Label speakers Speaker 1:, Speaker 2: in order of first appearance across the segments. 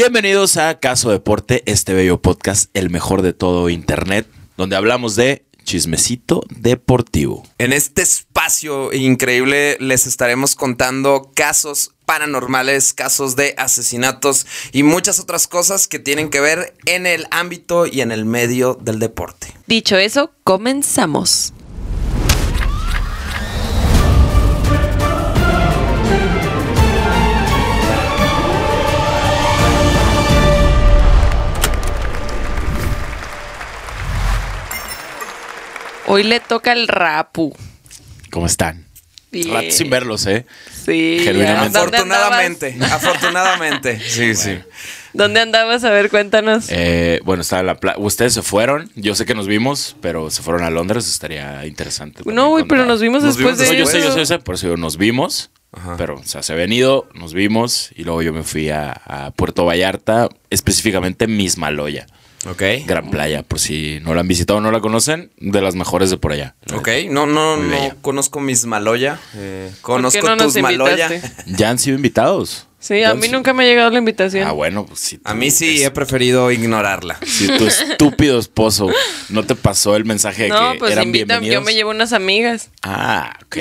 Speaker 1: Bienvenidos a Caso Deporte, este bello podcast, el mejor de todo Internet, donde hablamos de chismecito deportivo.
Speaker 2: En este espacio increíble les estaremos contando casos paranormales, casos de asesinatos y muchas otras cosas que tienen que ver en el ámbito y en el medio del deporte.
Speaker 3: Dicho eso, comenzamos. Hoy le toca el rapu.
Speaker 1: ¿Cómo están?
Speaker 3: Bien.
Speaker 1: Rato sin verlos, ¿eh?
Speaker 3: Sí.
Speaker 1: Genuinamente.
Speaker 3: ¿Dónde andabas?
Speaker 2: Afortunadamente, afortunadamente.
Speaker 1: Sí, sí.
Speaker 3: ¿Dónde andabas? A ver, cuéntanos.
Speaker 1: Eh, bueno, estaba la pla- Ustedes se fueron. Yo sé que nos vimos, pero se fueron a Londres. Estaría interesante.
Speaker 3: no, güey, pero nos vimos
Speaker 2: Nos
Speaker 3: después
Speaker 2: vimos
Speaker 1: No,
Speaker 3: de
Speaker 1: yo
Speaker 2: después.
Speaker 1: sé, yo
Speaker 3: eso.
Speaker 1: sé, yo sé. Por eso digo, nos vimos.
Speaker 2: Ajá.
Speaker 1: Pero, o sea, se habían ido, nos vimos. Y luego yo me fui a, a Puerto Vallarta, específicamente Mismaloya.
Speaker 2: Ok.
Speaker 1: Gran playa, por si no la han visitado o no la conocen, de las mejores de por allá.
Speaker 2: Ok, no, no,
Speaker 1: Muy bella.
Speaker 2: no conozco mis Maloya. eh, conozco
Speaker 3: no nos
Speaker 2: tus Maloya.
Speaker 3: invitaste?
Speaker 1: ¿Ya han sido invitados?
Speaker 3: Sí, a mí nunca me ha llegado la invitación.
Speaker 1: Ah, bueno, pues sí.
Speaker 2: A mí sí eh. he preferido ignorarla.
Speaker 1: Si tu estúpido esposo no te pasó el mensaje de
Speaker 3: no,
Speaker 1: que
Speaker 3: pues
Speaker 1: eran
Speaker 3: invitan,
Speaker 1: bienvenidos.
Speaker 3: yo me llevo unas amigas.
Speaker 1: Ah, ok.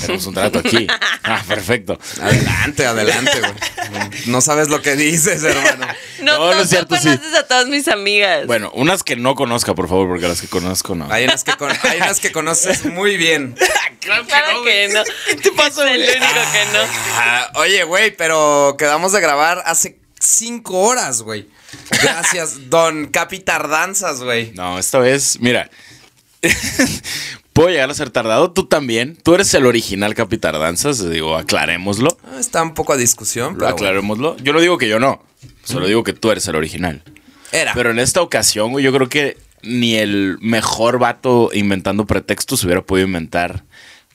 Speaker 1: Tenemos un trato aquí. Ah, perfecto.
Speaker 2: Adelante, adelante, güey. No sabes lo que dices, hermano.
Speaker 3: No,
Speaker 1: No,
Speaker 3: no,
Speaker 1: no es cierto,
Speaker 3: tú
Speaker 1: sí.
Speaker 3: conoces a todas mis amigas.
Speaker 1: Bueno, unas que no conozca, por favor, porque las que conozco no.
Speaker 2: Hay unas que, con- hay unas que conoces muy bien.
Speaker 3: claro, que no. ¿Qué te pasó? Es el único que no.
Speaker 2: Ah, oye, güey, pero quedamos de grabar hace cinco horas, güey. Gracias, don Capi Tardanzas, güey.
Speaker 1: No, esta vez, mira. Puedo llegar a ser tardado, tú también. Tú eres el original Capitardanzas, digo, aclarémoslo.
Speaker 2: Ah, Está un poco a
Speaker 3: Ah,
Speaker 2: discusión, pero bueno.
Speaker 1: Aclarémoslo. Yo no digo que yo no. Solo digo que tú eres el original.
Speaker 2: era.
Speaker 1: Pero en esta ocasión, güey, yo creo que ni el mejor vato inventando pretextos hubiera podido inventar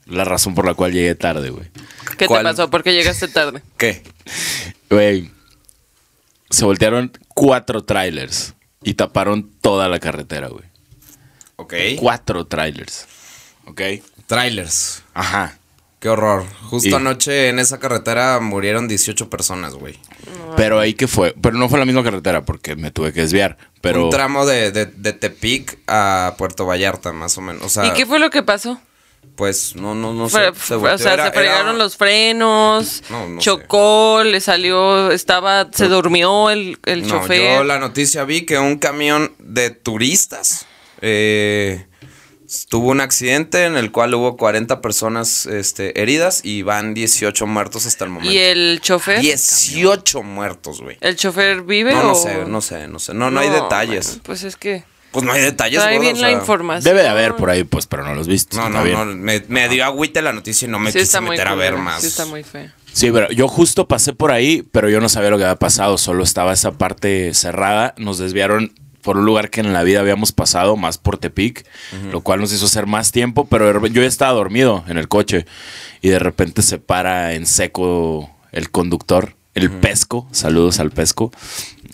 Speaker 1: la razón por la cual llegué tarde, güey.
Speaker 3: ¿Qué
Speaker 2: ¿Cuál?
Speaker 3: te pasó? ¿Por qué llegaste tarde?
Speaker 2: ¿Qué?
Speaker 1: Güey, se voltearon cuatro trailers y taparon toda la carretera, güey.
Speaker 2: Ok.
Speaker 1: Cuatro trailers. ¿Ok?
Speaker 2: Trailers.
Speaker 1: Ajá.
Speaker 2: Qué horror. Justo
Speaker 1: Y-
Speaker 2: anoche en esa carretera murieron 18 personas, güey.
Speaker 1: Pero ahí que fue. Pero no fue la misma carretera porque me tuve que desviar. Pero.
Speaker 2: Un tramo de, de- de Tepic a Puerto Vallarta, más o menos. O sea,
Speaker 3: ¿Y qué fue lo que pasó?
Speaker 2: pues no, no, no
Speaker 3: Fre-
Speaker 2: sé.
Speaker 3: o
Speaker 2: volteó,
Speaker 3: sea,
Speaker 2: era-
Speaker 3: se
Speaker 2: era-
Speaker 3: fregaron los frenos,
Speaker 2: No, no sé.
Speaker 3: chocó, le salió, estaba, se durmió el, el
Speaker 2: No,
Speaker 3: chofer.
Speaker 2: yo la noticia vi que un camión de turistas eh, tuvo un accidente en el cual hubo 40 personas este, heridas y van 18 muertos hasta el momento.
Speaker 3: ¿Y el chofer?
Speaker 2: 18 muertos, güey.
Speaker 3: ¿El chofer vive
Speaker 2: No,
Speaker 3: o...?
Speaker 2: no sé, no sé, no sé. No, no, hay detalles.
Speaker 3: bueno, pues es que
Speaker 2: Pues no hay detalles,
Speaker 3: trae
Speaker 2: gordo,
Speaker 3: bien
Speaker 2: o
Speaker 3: la
Speaker 2: sea,
Speaker 3: información.
Speaker 1: Debe de haber por ahí, pues, pero no los viste.
Speaker 2: No,
Speaker 1: Está
Speaker 2: no,
Speaker 1: bien.
Speaker 2: no. Me, me dio agüite la noticia y no me
Speaker 3: Sí
Speaker 2: quise
Speaker 3: está muy
Speaker 2: meter a ver
Speaker 3: culera,
Speaker 2: más.
Speaker 3: Sí está muy fea.
Speaker 1: Sí, pero yo justo pasé por ahí, pero yo no sabía lo que había pasado, solo estaba esa parte cerrada, nos desviaron por un lugar que en la vida habíamos pasado, más por Tepic, lo cual nos hizo hacer más tiempo, pero de repe- yo ya estaba dormido en el coche y de repente se para en seco el conductor, el pesco, saludos al pesco,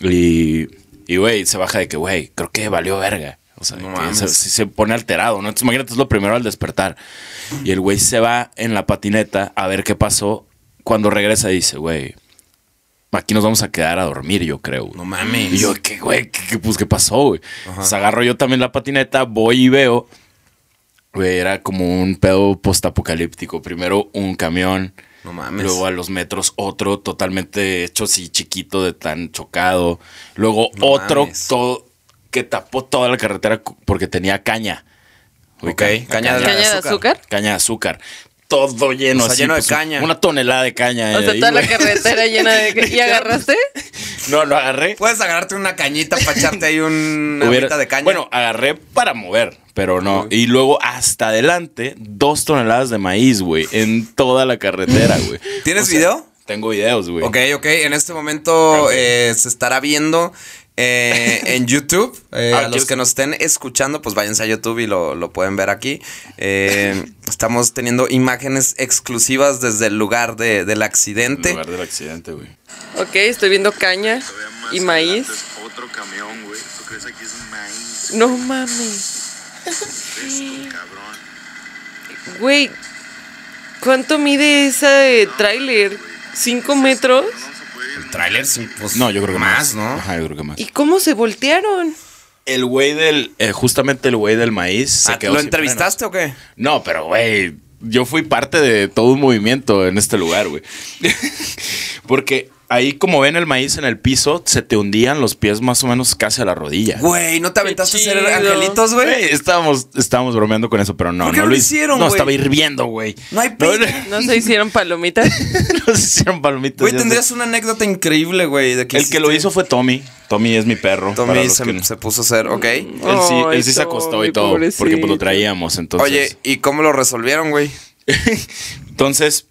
Speaker 1: y, y, güey, se baja de que, güey, creo que valió verga. O sea,
Speaker 2: No
Speaker 1: que
Speaker 2: mames.
Speaker 1: se- sí se pone alterado, ¿no? Entonces, imagínate, es lo primero al despertar. Y el güey se va en la patineta a ver qué pasó. Cuando regresa dice, güey, aquí nos vamos a quedar a dormir, yo creo.
Speaker 2: No mames.
Speaker 1: Y yo, ¿qué, güey? ¿Qué, qué- pues, ¿qué pasó, güey? Entonces, agarro yo también la patineta, voy y veo. Güey, era como un pedo postapocalíptico. Primero un camión.
Speaker 2: No mames.
Speaker 1: Luego a los metros otro totalmente hecho así chiquito de tan chocado. Luego otro
Speaker 2: mames.
Speaker 1: todo que tapó toda la carretera cu- porque tenía caña. Güey,
Speaker 2: Ok,
Speaker 1: ca-
Speaker 2: caña de La
Speaker 3: ¿Caña de azúcar?
Speaker 1: caña de azúcar. Todo lleno,
Speaker 2: O sea,
Speaker 1: así, pues,
Speaker 2: lleno de caña.
Speaker 1: Una tonelada de caña.
Speaker 3: O sea,
Speaker 1: ahí,
Speaker 3: toda la
Speaker 1: güey.
Speaker 3: carretera llena de... ¿Y agarraste?
Speaker 1: No, lo agarré.
Speaker 2: Puedes agarrarte una cañita para echarte ahí una
Speaker 1: Hubiera-
Speaker 2: agüita de caña.
Speaker 1: Bueno, agarré para mover, pero no. Y luego hasta adelante, dos toneladas de maíz, güey, en toda la carretera, güey.
Speaker 2: ¿Tienes
Speaker 1: O sea,
Speaker 2: video?
Speaker 1: Tengo videos, güey. Ah,
Speaker 2: Ok, ok. En este momento eh, se estará viendo eh, en YouTube. Eh,
Speaker 1: Ah,
Speaker 2: a los
Speaker 1: ¿quieres-
Speaker 2: que nos estén escuchando, pues váyanse a YouTube y lo, lo pueden ver aquí. Eh, estamos teniendo imágenes exclusivas desde el lugar de- del accidente.
Speaker 1: En lugar del accidente, güey.
Speaker 3: Ok, estoy viendo caña y maíz.
Speaker 4: Otro camión, güey. ¿Tú crees que aquí es maíz?
Speaker 3: No mames.
Speaker 4: Esto, cabrón.
Speaker 3: Güey, ¿cuánto mide ese tráiler? ¿Cinco metros?
Speaker 4: No se puede el
Speaker 2: tráiler, sí, pues.
Speaker 1: No, yo creo que más.
Speaker 2: ¿no?
Speaker 1: Ajá, yo creo que más.
Speaker 3: ¿Y cómo se voltearon?
Speaker 1: El güey del. eh, justamente el güey del maíz. se
Speaker 2: Ah,
Speaker 1: quedó
Speaker 2: ¿Lo
Speaker 1: sin
Speaker 2: entrevistaste o qué?
Speaker 1: frenos. No, pero güey. Yo fui parte de todo un movimiento en este lugar, güey. Porque ahí, como ven el maíz en el piso, se te hundían los pies más o menos casi a la rodilla.
Speaker 2: Güey, ¿no te aventaste a hacer
Speaker 3: chido.
Speaker 2: angelitos, güey?
Speaker 1: Güey, estábamos, estábamos bromeando con eso, pero no,
Speaker 2: ¿Por qué
Speaker 1: no
Speaker 2: no lo hicieron,
Speaker 1: No,
Speaker 2: güey?
Speaker 1: estaba hirviendo, güey.
Speaker 2: No hay
Speaker 1: No,
Speaker 2: pedo.
Speaker 3: ¿No se hicieron palomitas?
Speaker 1: nos hicieron palomitas.
Speaker 2: Güey,
Speaker 1: ya sé.
Speaker 2: tendrías una anécdota increíble, güey. de
Speaker 1: El que lo
Speaker 2: hiciste-
Speaker 1: hizo fue Tommy. Tommy es mi perro. para
Speaker 2: Tommy
Speaker 1: los
Speaker 2: se,
Speaker 1: que no-
Speaker 2: se puso a hacer, ok.
Speaker 1: Él sí, él
Speaker 3: Ay,
Speaker 1: sí se acostó y
Speaker 3: Tommy,
Speaker 1: todo, porque pues, lo
Speaker 3: pobrecito.
Speaker 1: traíamos. Entonces,
Speaker 2: Oye, ¿y cómo lo resolvieron, güey?
Speaker 1: entonces,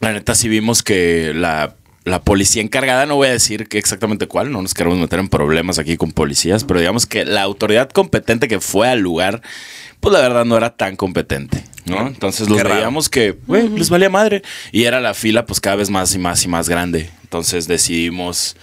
Speaker 1: la neta sí vimos que la, la policía encargada, no voy a decir que exactamente cuál, no nos queremos meter en problemas aquí con policías, pero digamos que la autoridad competente que fue al lugar, pues la verdad no era tan competente, ¿no? Entonces los
Speaker 2: Qué raro.
Speaker 1: veíamos que, güey, les valía madre. Y era la fila pues cada vez más y más y más grande. Entonces decidimos,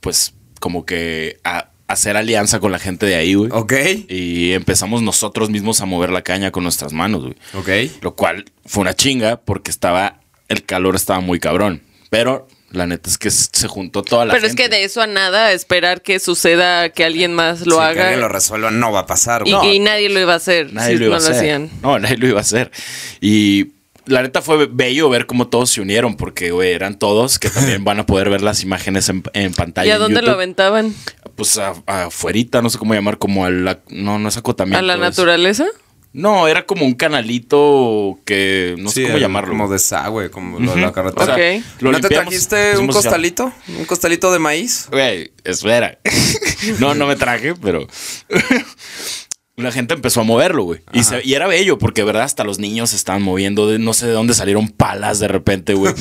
Speaker 1: pues, como que a- hacer alianza con la gente de ahí, güey.
Speaker 2: Ok.
Speaker 1: Y empezamos nosotros mismos a mover la caña con nuestras manos, güey.
Speaker 2: Ok.
Speaker 1: Lo cual fue una chinga porque estaba, el calor estaba muy cabrón. Pero la neta es que s- se juntó toda la
Speaker 3: Pero es
Speaker 1: gente.
Speaker 3: que de eso a nada, esperar que suceda, que alguien más lo
Speaker 2: Sí, que
Speaker 3: haga.
Speaker 2: alguien lo resuelva, no va a pasar,
Speaker 3: y,
Speaker 2: güey.
Speaker 3: y nadie lo iba a hacer.
Speaker 1: Nadie
Speaker 3: si
Speaker 1: lo iba
Speaker 3: no
Speaker 1: a hacer.
Speaker 3: hacían.
Speaker 1: no, nadie lo iba a hacer. Y la neta fue bello ver cómo todos se unieron porque, güey, eran todos que también van a poder ver las imágenes en, en pantalla.
Speaker 3: ¿Y a
Speaker 1: en
Speaker 3: dónde lo
Speaker 1: YouTube.
Speaker 3: aventaban?
Speaker 1: Pues a- afuerita, no sé cómo llamar, como a la... No, no es acotamiento.
Speaker 3: ¿A la
Speaker 1: es-
Speaker 3: naturaleza?
Speaker 1: No, era como un canalito que... No sé
Speaker 2: Sí,
Speaker 1: cómo
Speaker 2: el-
Speaker 1: llamarlo.
Speaker 2: Como desagüe, como lo de la carretera.
Speaker 1: O sea,
Speaker 3: Ok.
Speaker 1: lo
Speaker 2: ¿No te
Speaker 1: limpiamos,
Speaker 2: trajiste un
Speaker 1: pusimos ya-
Speaker 2: costalito? ¿Un costalito de maíz?
Speaker 1: Güey, espera. no, no me traje, pero. La gente empezó a moverlo, güey. Y, se- y era bello, porque, ¿verdad? Hasta los niños se estaban moviendo. De, no sé de dónde salieron palas de repente, güey.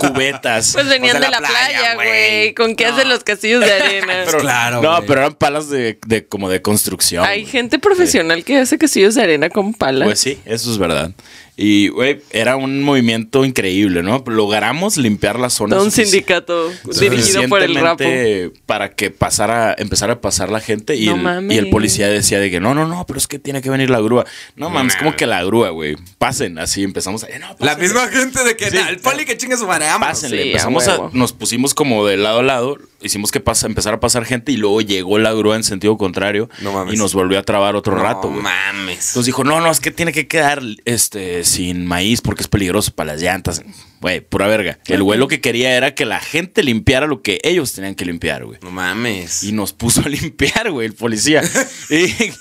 Speaker 1: Cubetas.
Speaker 3: Pues
Speaker 2: de
Speaker 3: venían de
Speaker 2: la
Speaker 3: la
Speaker 2: playa,
Speaker 3: playa,
Speaker 2: güey.
Speaker 3: güey. ¿Con qué hacen los castillos de arena?
Speaker 1: Pero-
Speaker 2: Pues claro,
Speaker 1: No,
Speaker 2: güey.
Speaker 1: pero eran palas de, de- como de construcción.
Speaker 3: Hay
Speaker 1: güey.
Speaker 3: gente profesional que hace castillos de arena con palas.
Speaker 1: Pues sí, eso es verdad. Y, güey, era un movimiento increíble, ¿no? Logramos limpiar la zona.
Speaker 3: Todo un
Speaker 1: sufici-
Speaker 3: sindicato Pues dirigido por el rapo.
Speaker 1: suficientemente para que pasara, empezara a pasar la gente y,
Speaker 3: No
Speaker 1: el- y el,
Speaker 3: mames.
Speaker 1: policía decía de que no, no, no, pero es que tiene que venir la grúa. No mames, como que la grúa, güey. Pasen, así empezamos a... "Eh, no,
Speaker 2: La
Speaker 1: pásenle,
Speaker 2: misma gente de que
Speaker 1: Sí.
Speaker 2: "Nah, el poli que chingue su madre, vámonos".
Speaker 1: Pásenle,
Speaker 3: sí, a
Speaker 1: empezamos a,
Speaker 3: huevo.
Speaker 1: nos pusimos como de lado a lado, hicimos que pasa, empezar a pasar gente y luego llegó la grúa en sentido contrario
Speaker 2: No mames.
Speaker 1: y nos volvió a trabar otro
Speaker 2: No
Speaker 1: rato, güey.
Speaker 2: mames.
Speaker 1: Entonces dijo, no, no, es que tiene que quedar este, sin maíz porque es peligroso para las llantas. Güey, pura verga. El güey lo que quería era que la gente limpiara lo que ellos tenían que limpiar, güey.
Speaker 2: no mames.
Speaker 1: Y nos puso a limpiar, güey, el policía. y,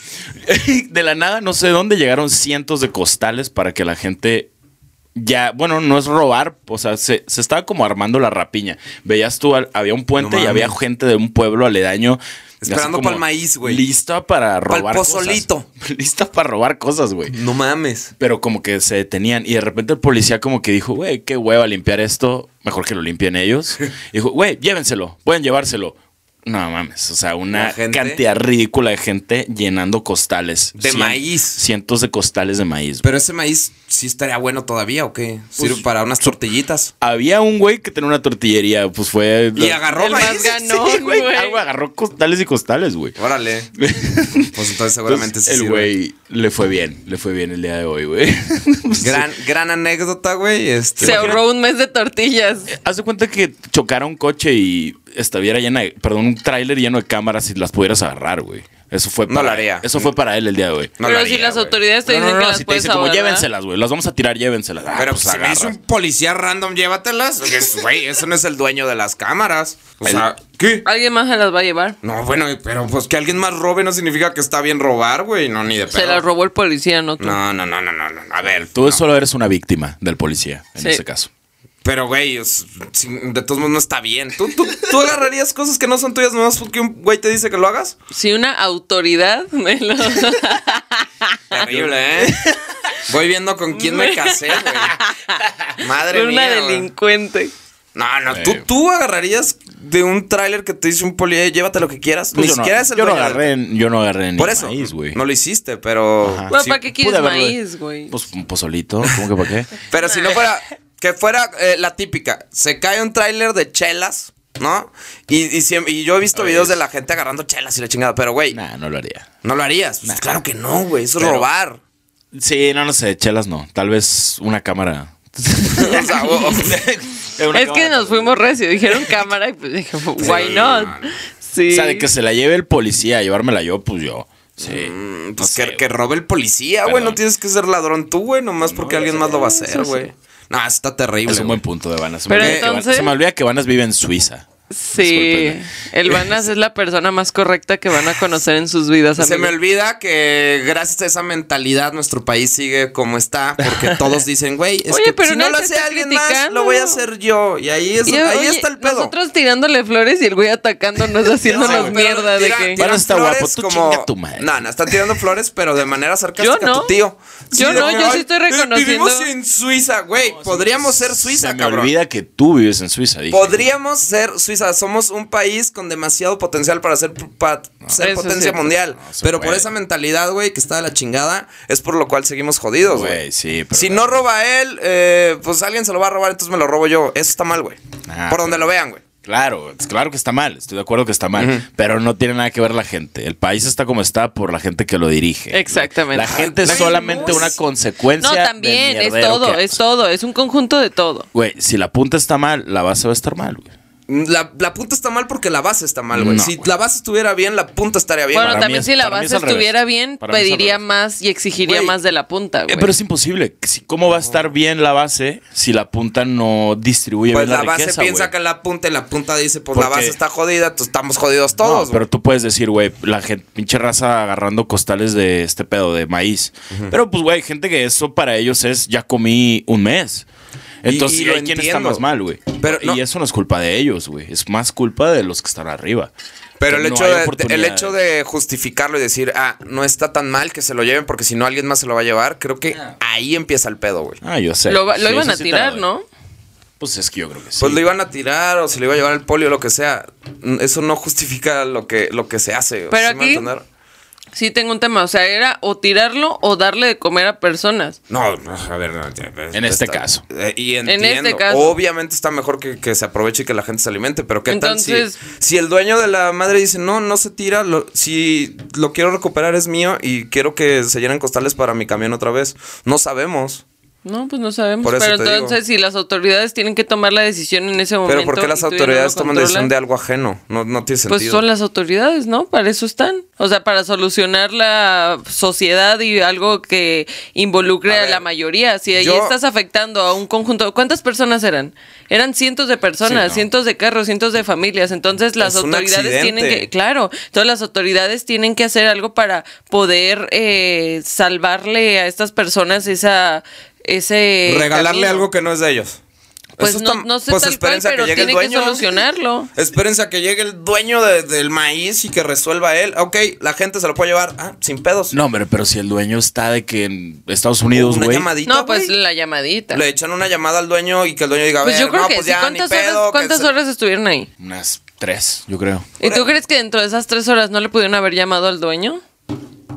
Speaker 1: y de la nada, no sé dónde, llegaron cientos de costales para que la gente ya, bueno, no es robar, o sea, se, se estaba como armando la rapiña. Veías tú, al- había un puente y
Speaker 2: No mames.
Speaker 1: había gente de un pueblo aledaño. así
Speaker 2: Esperando
Speaker 1: como
Speaker 2: pa'l maíz, güey.
Speaker 1: Lista para
Speaker 2: Pa'l
Speaker 1: robar
Speaker 2: pozolito.
Speaker 1: cosas. Lista para robar cosas, güey.
Speaker 2: No mames.
Speaker 1: Pero como que se detenían y de repente el policía como que dijo, güey, qué hueva limpiar esto, mejor que lo limpien ellos. Y dijo, güey, llévenselo, pueden llevárselo. No mames, o sea,
Speaker 2: La
Speaker 1: una
Speaker 2: gente-
Speaker 1: cantidad ridícula de gente llenando costales.
Speaker 2: De maíz.
Speaker 1: Cientos de costales de maíz. güey.
Speaker 2: Pero ese maíz sí estaría bueno todavía o qué?
Speaker 1: Pues
Speaker 2: Sirve para unas tortillitas.
Speaker 1: Había un güey que tenía una tortillería, pues fue...
Speaker 2: Y agarró
Speaker 3: El
Speaker 2: maíz.
Speaker 3: más ganó,
Speaker 1: Sí, güey,
Speaker 3: güey.
Speaker 1: agarró costales y costales, güey.
Speaker 2: Órale. Pues entonces seguramente
Speaker 1: Entonces,
Speaker 2: sí
Speaker 1: el
Speaker 2: sirve.
Speaker 1: güey le fue bien, le fue bien el día de hoy, güey.
Speaker 2: Gran, gran anécdota, güey. Este,
Speaker 3: Se ahorró un mes de tortillas.
Speaker 1: Haz de cuenta que chocara un coche y estuviera llena de, perdón, un tráiler lleno de cámaras y las pudieras agarrar, güey. Eso fue
Speaker 2: No
Speaker 1: para,
Speaker 2: lo haría.
Speaker 1: Eso fue para él el día de hoy.
Speaker 2: No lo
Speaker 3: Pero
Speaker 2: haría,
Speaker 3: si las
Speaker 2: güey.
Speaker 3: autoridades te
Speaker 1: No,
Speaker 3: dicen
Speaker 1: no, no,
Speaker 3: que las
Speaker 1: si te
Speaker 3: puedes
Speaker 1: dicen como
Speaker 3: ahorrar.
Speaker 1: llévenselas, güey, las vamos a tirar, llévenselas. Ah,
Speaker 2: Pero
Speaker 1: pues,
Speaker 2: si me
Speaker 1: agarras.
Speaker 2: hizo un policía random, llévatelas. Porque, Güey, eso no es el dueño de las cámaras. O
Speaker 1: El-
Speaker 2: sea, ¿qué?
Speaker 3: Alguien más se las va a llevar.
Speaker 2: No, bueno, pero pues que alguien más robe no significa que está bien robar, güey. No, ni de pedo.
Speaker 3: Se las robó el policía, ¿no? tú?
Speaker 2: No, no, no, no, no, no. A ver,
Speaker 1: Tú
Speaker 2: no.
Speaker 1: solo eres una víctima del policía en
Speaker 3: Sí.
Speaker 1: ese caso.
Speaker 2: Pero, güey, es- sin- de todos modos no está bien. ¿Tú, tú, tú agarrarías cosas que no son tuyas nomás porque un güey te dice que lo hagas?
Speaker 3: Si una autoridad me lo...
Speaker 2: Terrible, ¿eh? Voy viendo con quién me casé, güey. Madre
Speaker 3: una
Speaker 2: mía. güey.
Speaker 3: delincuente.
Speaker 2: No, no,
Speaker 1: Eh.
Speaker 2: tú, tú agarrarías de un tráiler que te dice un poli, "Eh, llévate lo que quieras.
Speaker 1: Pues
Speaker 2: Ni
Speaker 1: yo no,
Speaker 2: siquiera es el
Speaker 1: yo no
Speaker 2: dueño del-
Speaker 1: agarré, yo no agarré ni
Speaker 2: Por eso.
Speaker 1: maíz, güey.
Speaker 2: no lo hiciste, pero.
Speaker 1: Ajá.
Speaker 3: Bueno,
Speaker 2: sí,
Speaker 3: ¿Para qué
Speaker 1: pude
Speaker 3: quieres
Speaker 1: haberlo-
Speaker 3: maíz, güey?
Speaker 1: Pues un pozolito, ¿cómo que para qué?
Speaker 2: Pero si no fuera. Que fuera eh, la típica. Se cae un tráiler de chelas, ¿no? Y, y, siem- y yo he visto videos de la gente agarrando chelas y la chingada. Pero, güey,
Speaker 1: nah, no lo haría.
Speaker 2: no lo harías. Pues, Claro que no, güey. Eso es
Speaker 1: Pero-
Speaker 2: robar.
Speaker 1: Sí, no, no sé, chelas no. Tal vez una cámara.
Speaker 2: O sea, o- o-
Speaker 1: En una
Speaker 3: es que
Speaker 1: cámara.
Speaker 3: nos fuimos recio, dijeron cámara y pues dije, why
Speaker 2: Sí,
Speaker 3: not?
Speaker 2: no, no.
Speaker 1: O
Speaker 3: Sí.
Speaker 1: sea, de que se la lleve el policía, llevármela yo, pues yo. Sí.
Speaker 2: Mm,
Speaker 1: No
Speaker 2: Pues
Speaker 1: sé,
Speaker 2: que, que robe el policía, güey.
Speaker 1: Perdón.
Speaker 2: No tienes que ser ladrón tú, güey. Nomás porque alguien más lo va a hacer, güey. No, está terrible.
Speaker 1: Es un
Speaker 2: güey.
Speaker 1: buen punto de Vanas. Se
Speaker 3: Pero
Speaker 1: me olvida que Vanas-
Speaker 3: entonces-
Speaker 1: se me olvida que Vanas vive en Suiza.
Speaker 3: sí.
Speaker 1: disculpen.
Speaker 3: El Vanas es la persona más correcta que van a conocer en sus vidas.
Speaker 2: Se me
Speaker 3: amigos.
Speaker 2: olvida que gracias a esa mentalidad nuestro país sigue como está, porque todos dicen, güey, es
Speaker 3: Oye,
Speaker 2: que
Speaker 3: pero
Speaker 2: si no
Speaker 3: nadie
Speaker 2: lo
Speaker 3: te
Speaker 2: hace
Speaker 3: está
Speaker 2: alguien más, lo voy a hacer yo. Y ahí, es,
Speaker 3: Y,
Speaker 2: ahí
Speaker 3: oye,
Speaker 2: está el pedo.
Speaker 3: Nosotros tirándole flores y el güey atacándonos,
Speaker 2: Sí,
Speaker 3: haciéndonos
Speaker 2: güey.
Speaker 3: mierda de
Speaker 2: Tira-
Speaker 3: que.
Speaker 2: tiran
Speaker 1: Bueno, está
Speaker 2: flores
Speaker 1: guapo, tú chinga tu madre.
Speaker 2: No, no, está tirando flores, pero de manera sarcástica
Speaker 3: Yo no.
Speaker 2: a tu tío.
Speaker 3: Yo
Speaker 2: de
Speaker 3: no,
Speaker 2: que,
Speaker 3: yo sí
Speaker 2: "Ay,
Speaker 3: estoy
Speaker 2: eh, Vivimos
Speaker 3: reconociendo-
Speaker 2: en Suiza, güey. Podríamos ser Suiza,
Speaker 1: Se me
Speaker 2: cabrón.
Speaker 1: olvida que tú vives en Suiza. dije.
Speaker 2: Podríamos ser Suiza. Somos un país con demasiado potencial para ser, pa- ser
Speaker 3: Eso es
Speaker 2: potencia
Speaker 3: cierto.
Speaker 2: mundial.
Speaker 1: No se
Speaker 2: pero por
Speaker 1: puede.
Speaker 2: esa mentalidad, güey, que está de la chingada, es por lo cual seguimos jodidos, güey.
Speaker 1: Güey, sí, pero-
Speaker 2: si no roba él, eh, pues alguien se lo va a robar, entonces me lo robo yo. Eso está mal, güey.
Speaker 1: Ah,
Speaker 2: por donde lo vean, güey.
Speaker 1: Claro, es claro que está mal, estoy de acuerdo que está mal, pero no tiene nada que ver la gente. El país está como está por la gente que lo dirige.
Speaker 3: Exactamente.
Speaker 1: La gente es
Speaker 2: Güey,
Speaker 1: solamente
Speaker 2: no,
Speaker 1: una
Speaker 2: sí.
Speaker 1: consecuencia.
Speaker 3: No, también,
Speaker 1: del
Speaker 3: es
Speaker 1: mierdero
Speaker 3: todo,
Speaker 1: que-
Speaker 3: es todo, es un conjunto de todo.
Speaker 1: Güey, si la punta está mal, la base va a estar mal, güey.
Speaker 2: La, la punta está mal porque la base está mal, güey.
Speaker 1: No,
Speaker 2: si
Speaker 1: güey.
Speaker 2: la base estuviera bien, la punta estaría bien.
Speaker 3: Bueno,
Speaker 1: para mí
Speaker 3: también
Speaker 1: es-
Speaker 3: si la
Speaker 1: para mí es
Speaker 3: base
Speaker 1: al revés.
Speaker 3: estuviera bien,
Speaker 1: Para mí es al
Speaker 3: pediría
Speaker 1: revés.
Speaker 3: más y exigiría
Speaker 2: Güey.
Speaker 3: más de la punta,
Speaker 1: Eh,
Speaker 3: güey.
Speaker 1: pero es imposible. Si- ¿Cómo va a estar bien la base si la punta no distribuye
Speaker 2: pues
Speaker 1: bien la,
Speaker 2: la, base
Speaker 1: riqueza,
Speaker 2: piensa
Speaker 1: güey?
Speaker 2: que la punta y la punta dice, pues
Speaker 1: ¿Por
Speaker 2: la base
Speaker 1: qué?
Speaker 2: está jodida, entonces estamos jodidos
Speaker 1: No,
Speaker 2: todos.
Speaker 1: pero
Speaker 2: güey.
Speaker 1: tú puedes decir, güey, la gente, pinche raza agarrando costales de este pedo de maíz. Pero pues, güey, gente que eso para ellos es, ya comí un mes. Entonces,
Speaker 2: Y-
Speaker 1: sí
Speaker 2: y lo
Speaker 1: hay quien está
Speaker 2: entiendo.
Speaker 1: más mal, güey.
Speaker 2: Pero
Speaker 1: y
Speaker 2: no-
Speaker 1: eso no es culpa de ellos, güey. Es más culpa de los que están arriba.
Speaker 2: Pero
Speaker 1: Que
Speaker 2: el,
Speaker 1: no
Speaker 2: hecho
Speaker 1: hay
Speaker 2: de, de- el
Speaker 1: oportunidades.
Speaker 2: hecho de justificarlo y decir, ah, no está tan mal que se lo lleven porque si no alguien más se lo va a llevar, creo que ahí empieza el pedo, güey.
Speaker 1: Ah, yo sé.
Speaker 3: lo va- lo
Speaker 1: Sí,
Speaker 3: iban
Speaker 1: eso sí
Speaker 3: a
Speaker 1: te
Speaker 3: tirar,
Speaker 1: lo doy.
Speaker 3: ¿no?
Speaker 1: Pues es que yo creo que sí.
Speaker 2: Pues lo iban a tirar o se lo iba a llevar al polio o lo que sea. Mm, Eso no justifica lo que, lo que se hace. güey.
Speaker 3: Pero
Speaker 2: ¿Sí me
Speaker 3: aquí-
Speaker 2: va a entender?
Speaker 3: Sí, tengo un tema. O sea, era o tirarlo o darle de comer a personas.
Speaker 2: No, no, a ver. no, ya, pues,
Speaker 1: En este
Speaker 2: está-
Speaker 1: caso.
Speaker 2: Eh, y
Speaker 3: En este
Speaker 2: entiendo.
Speaker 3: caso.
Speaker 2: Obviamente está mejor que, que se aproveche y que la gente se alimente, pero ¿qué
Speaker 3: Entonces-
Speaker 2: tal si, si el dueño de la madre dice, no, no se tira, lo- si lo quiero recuperar es mío y quiero que se llenen costales para mi camión otra vez? No sabemos.
Speaker 3: No, pues no sabemos.
Speaker 2: Por eso
Speaker 3: Pero
Speaker 2: te digo.
Speaker 3: entonces, si las autoridades tienen que tomar la decisión en ese momento.
Speaker 2: Pero ¿por qué las
Speaker 3: y tú ya no
Speaker 2: autoridades
Speaker 3: lo
Speaker 2: toman decisión
Speaker 3: controlas?
Speaker 2: de algo ajeno? No, no tiene sentido.
Speaker 3: Pues son las autoridades, ¿no? Para eso están. O sea, para solucionar la sociedad y algo que involucre
Speaker 2: A
Speaker 3: a,
Speaker 2: ver,
Speaker 3: la mayoría. Si ahí
Speaker 2: yo-
Speaker 3: estás afectando a un conjunto, ¿cuántas personas eran? Eran cientos de personas,
Speaker 1: Sí, no.
Speaker 3: cientos de carros, cientos de familias. Entonces las
Speaker 2: Es un
Speaker 3: autoridades tienen
Speaker 2: accidente.
Speaker 3: que, claro, todas las autoridades tienen que hacer algo para poder eh, salvarle a estas personas esa ese
Speaker 2: Regalarle
Speaker 3: camino.
Speaker 2: algo que no es de ellos.
Speaker 3: pues
Speaker 2: Eso
Speaker 3: no,
Speaker 2: está-
Speaker 3: no sé
Speaker 2: pues
Speaker 3: tal cual,
Speaker 2: espérense a que
Speaker 3: pero
Speaker 2: llegue el
Speaker 3: tienen que
Speaker 2: dueño.
Speaker 3: solucionarlo.
Speaker 2: Espérense a que llegue el dueño de- del maíz y que resuelva él. Ok, la gente se lo puede llevar. Ah, sin pedos.
Speaker 1: No, hombre, pero si el dueño está de que en Estados Unidos,
Speaker 2: Una
Speaker 1: güey.
Speaker 2: llamadita,
Speaker 3: No, pues
Speaker 2: güey.
Speaker 3: la llamadita.
Speaker 2: Le echan una llamada al dueño y que el dueño diga, a
Speaker 3: Pues
Speaker 2: ver,
Speaker 3: yo creo
Speaker 2: no,
Speaker 3: que
Speaker 2: pues
Speaker 3: sí.
Speaker 2: ya, ni
Speaker 3: ¿Cuántas,
Speaker 2: pedo.
Speaker 3: horas,
Speaker 2: que
Speaker 3: cuántas
Speaker 2: se-
Speaker 3: horas estuvieron ahí?
Speaker 1: Unas tres, yo creo.
Speaker 3: ¿Y tú crees que dentro de esas tres horas no le pudieron haber llamado al dueño?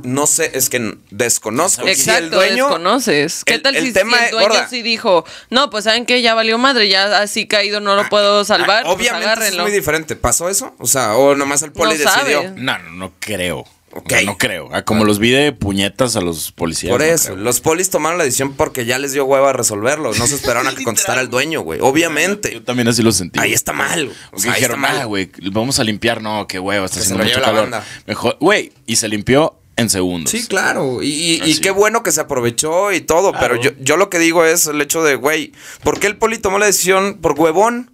Speaker 2: No sé, es que desconozco. Si el
Speaker 3: Exacto,
Speaker 2: dueño,
Speaker 3: desconoces. ¿Qué
Speaker 2: el-
Speaker 3: tal
Speaker 2: el
Speaker 3: si, si
Speaker 2: tema es-
Speaker 3: el dueño
Speaker 2: gorda.
Speaker 3: sí dijo, no, pues saben que ya valió madre, ya así caído no lo puedo
Speaker 2: Ah,
Speaker 3: salvar, pues
Speaker 2: obviamente es
Speaker 3: agárrenlo.
Speaker 2: muy diferente. ¿Pasó eso? O sea, o nomás el poli
Speaker 3: No
Speaker 2: decidió.
Speaker 3: sabe.
Speaker 1: No, no, no creo. O
Speaker 2: Ok.
Speaker 1: sea, no creo. Ah, como los vi de puñetas a los policías.
Speaker 2: Por
Speaker 1: no
Speaker 2: eso,
Speaker 1: creo.
Speaker 2: los polis tomaron la decisión porque ya les dio hueva a resolverlo. No se esperaron a que contestara el dueño, güey. Obviamente.
Speaker 1: Yo también así lo sentí.
Speaker 2: Ahí está mal. O
Speaker 1: Porque
Speaker 2: sea, ahí está
Speaker 1: dijeron, ah,
Speaker 2: mal.
Speaker 1: güey, vamos a limpiar. No, qué huevo, está
Speaker 2: Que se
Speaker 1: haciendo
Speaker 2: lo
Speaker 1: mucho
Speaker 2: lleve la
Speaker 1: calor.
Speaker 2: banda.
Speaker 1: Mejor, güey, y se limpió en segundos.
Speaker 2: Sí, claro. Y, y- y
Speaker 1: Así.
Speaker 2: qué bueno que se aprovechó y todo. Pero yo, yo lo que digo es el hecho de, güey, ¿por qué el poli tomó la decisión por huevón?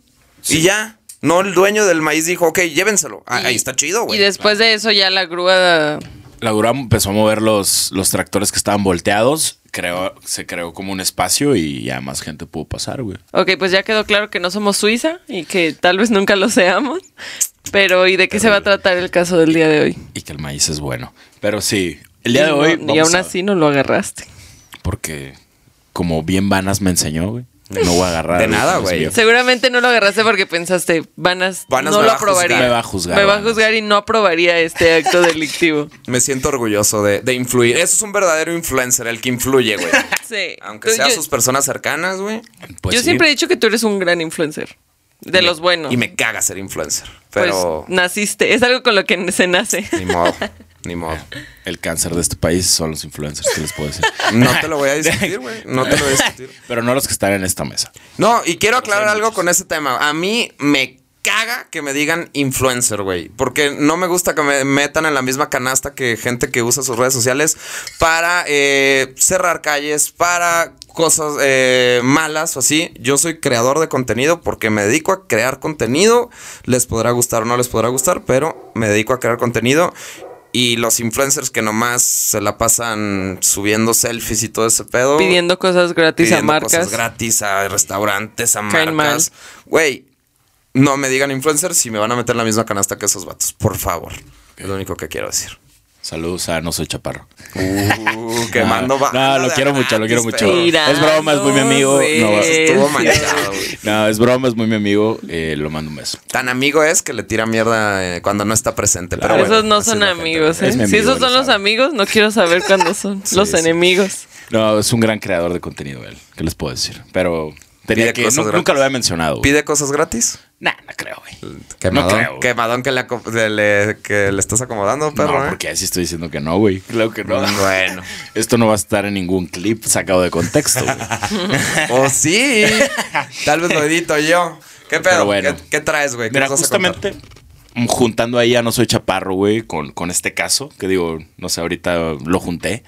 Speaker 2: Y ya. No, el dueño del maíz dijo, ok, llévenselo. Ah,
Speaker 3: Y-
Speaker 2: ahí está chido,
Speaker 3: Y
Speaker 2: güey.
Speaker 3: después de eso ya la grúa...
Speaker 1: La grúa empezó a mover los, los tractores que estaban volteados. Creó, se creó como un espacio y ya más gente pudo pasar, güey.
Speaker 3: Ok, pues ya quedó claro que no somos Suiza y que tal vez nunca lo seamos. Pero, ¿y de qué se va a tratar el caso del día de hoy?
Speaker 1: Y que el maíz es bueno. Pero sí, el día de
Speaker 3: Y no-
Speaker 1: hoy.
Speaker 3: y
Speaker 1: vamos
Speaker 3: aún
Speaker 1: a-
Speaker 3: así no lo agarraste.
Speaker 1: Porque, como bien Vanas me enseñó, güey, no voy a agarrar.
Speaker 2: De
Speaker 1: algo
Speaker 2: nada,
Speaker 1: que no es
Speaker 2: güey.
Speaker 1: mío.
Speaker 3: Seguramente no lo agarraste porque pensaste, Vanas,
Speaker 2: Vanas
Speaker 3: no
Speaker 2: me
Speaker 3: lo
Speaker 2: va a juzgar.
Speaker 3: aprobaría.
Speaker 1: Me va a juzgar,
Speaker 3: Me va a
Speaker 1: Vanas.
Speaker 3: juzgar y no aprobaría este acto delictivo.
Speaker 2: Me siento orgulloso de, de influir. Eso es un verdadero influencer, el que influye, güey.
Speaker 3: Sí.
Speaker 2: Aunque
Speaker 3: Tú-
Speaker 2: sea
Speaker 3: yo,
Speaker 2: sus personas cercanas, güey.
Speaker 1: Pues
Speaker 3: yo
Speaker 1: sí.
Speaker 3: siempre he dicho que tú eres un gran influencer. De los buenos.
Speaker 2: Y me caga ser influencer.
Speaker 3: Pues,
Speaker 2: Pero
Speaker 3: naciste. Es algo con lo que se nace.
Speaker 2: ni modo. Ni modo.
Speaker 1: El cáncer de este país son los influencers, ¿qué les puedo decir?
Speaker 2: No te lo voy a discutir, güey. No te lo voy a discutir.
Speaker 1: Pero no los que están en esta mesa.
Speaker 2: No, y quiero aclarar algo con ese tema. A mí me caga que me digan influencer, güey. Porque no me gusta que me metan en la misma canasta que gente que usa sus redes sociales para eh, cerrar calles, para cosas eh, malas o así. Yo soy creador de contenido porque me dedico a crear contenido. Les podrá gustar o no les podrá gustar, pero me dedico a crear contenido. Y los influencers que nomás se la pasan subiendo selfies y todo ese pedo
Speaker 3: Pidiendo cosas gratis
Speaker 2: pidiendo
Speaker 3: a marcas.
Speaker 2: cosas gratis a restaurantes, a
Speaker 3: Caen
Speaker 2: marcas. Güey, no me digan influencers si me van a meter en la misma canasta que esos vatos, por favor. Es lo único que quiero decir.
Speaker 1: Saludos a No Soy Chaparro.
Speaker 2: Uh, quemando
Speaker 1: no, no, lo quiero mucho, lo quiero mucho.
Speaker 3: Mira,
Speaker 1: es broma, es muy mi amigo.
Speaker 3: güey.
Speaker 1: No,
Speaker 2: Estuvo
Speaker 3: Es-
Speaker 2: manchado, güey.
Speaker 1: no, es broma, es muy mi amigo. eh, lo mando un beso.
Speaker 2: Tan amigo es que le tira mierda eh, cuando no está presente.
Speaker 1: Claro.
Speaker 2: pero bueno,
Speaker 3: esos no
Speaker 2: así
Speaker 3: son
Speaker 2: es la gente,
Speaker 3: amigos,
Speaker 2: güey.
Speaker 1: Es
Speaker 3: ¿eh?
Speaker 1: mi
Speaker 3: si
Speaker 1: amigo,
Speaker 3: esos son
Speaker 1: lo
Speaker 3: los
Speaker 1: sabe.
Speaker 3: amigos, no quiero saber cuándo son los
Speaker 2: sí.
Speaker 3: enemigos.
Speaker 1: No, es un gran creador de contenido él. ¿Qué les puedo decir? Pero tenía
Speaker 2: Pide
Speaker 1: que.
Speaker 2: cosas
Speaker 1: nu-
Speaker 2: gratis.
Speaker 1: nunca lo había mencionado. güey.
Speaker 2: ¿Pide Pues, cosas gratis?
Speaker 1: Nah, no creo, güey.
Speaker 2: Quemadón,
Speaker 1: creo, güey.
Speaker 2: quemadón que, le, aco- de- le- que le estás acomodando, perro.
Speaker 1: no,
Speaker 2: ¿eh? Mm,
Speaker 1: porque así estoy diciendo que no, güey. Claro que no.
Speaker 2: Bueno.
Speaker 1: Esto no va a estar en ningún clip sacado de contexto, güey.
Speaker 2: O sí. Tal vez lo edito yo. ¿Qué pedo?
Speaker 1: Pero bueno.
Speaker 2: ¿Qué, qué traes, güey? ¿Qué
Speaker 1: Mira,
Speaker 2: nos vas a contar?
Speaker 1: justamente mm, juntando ahí a No Soy Chaparro, güey, con, con este caso, que digo, no sé, ahorita lo junté,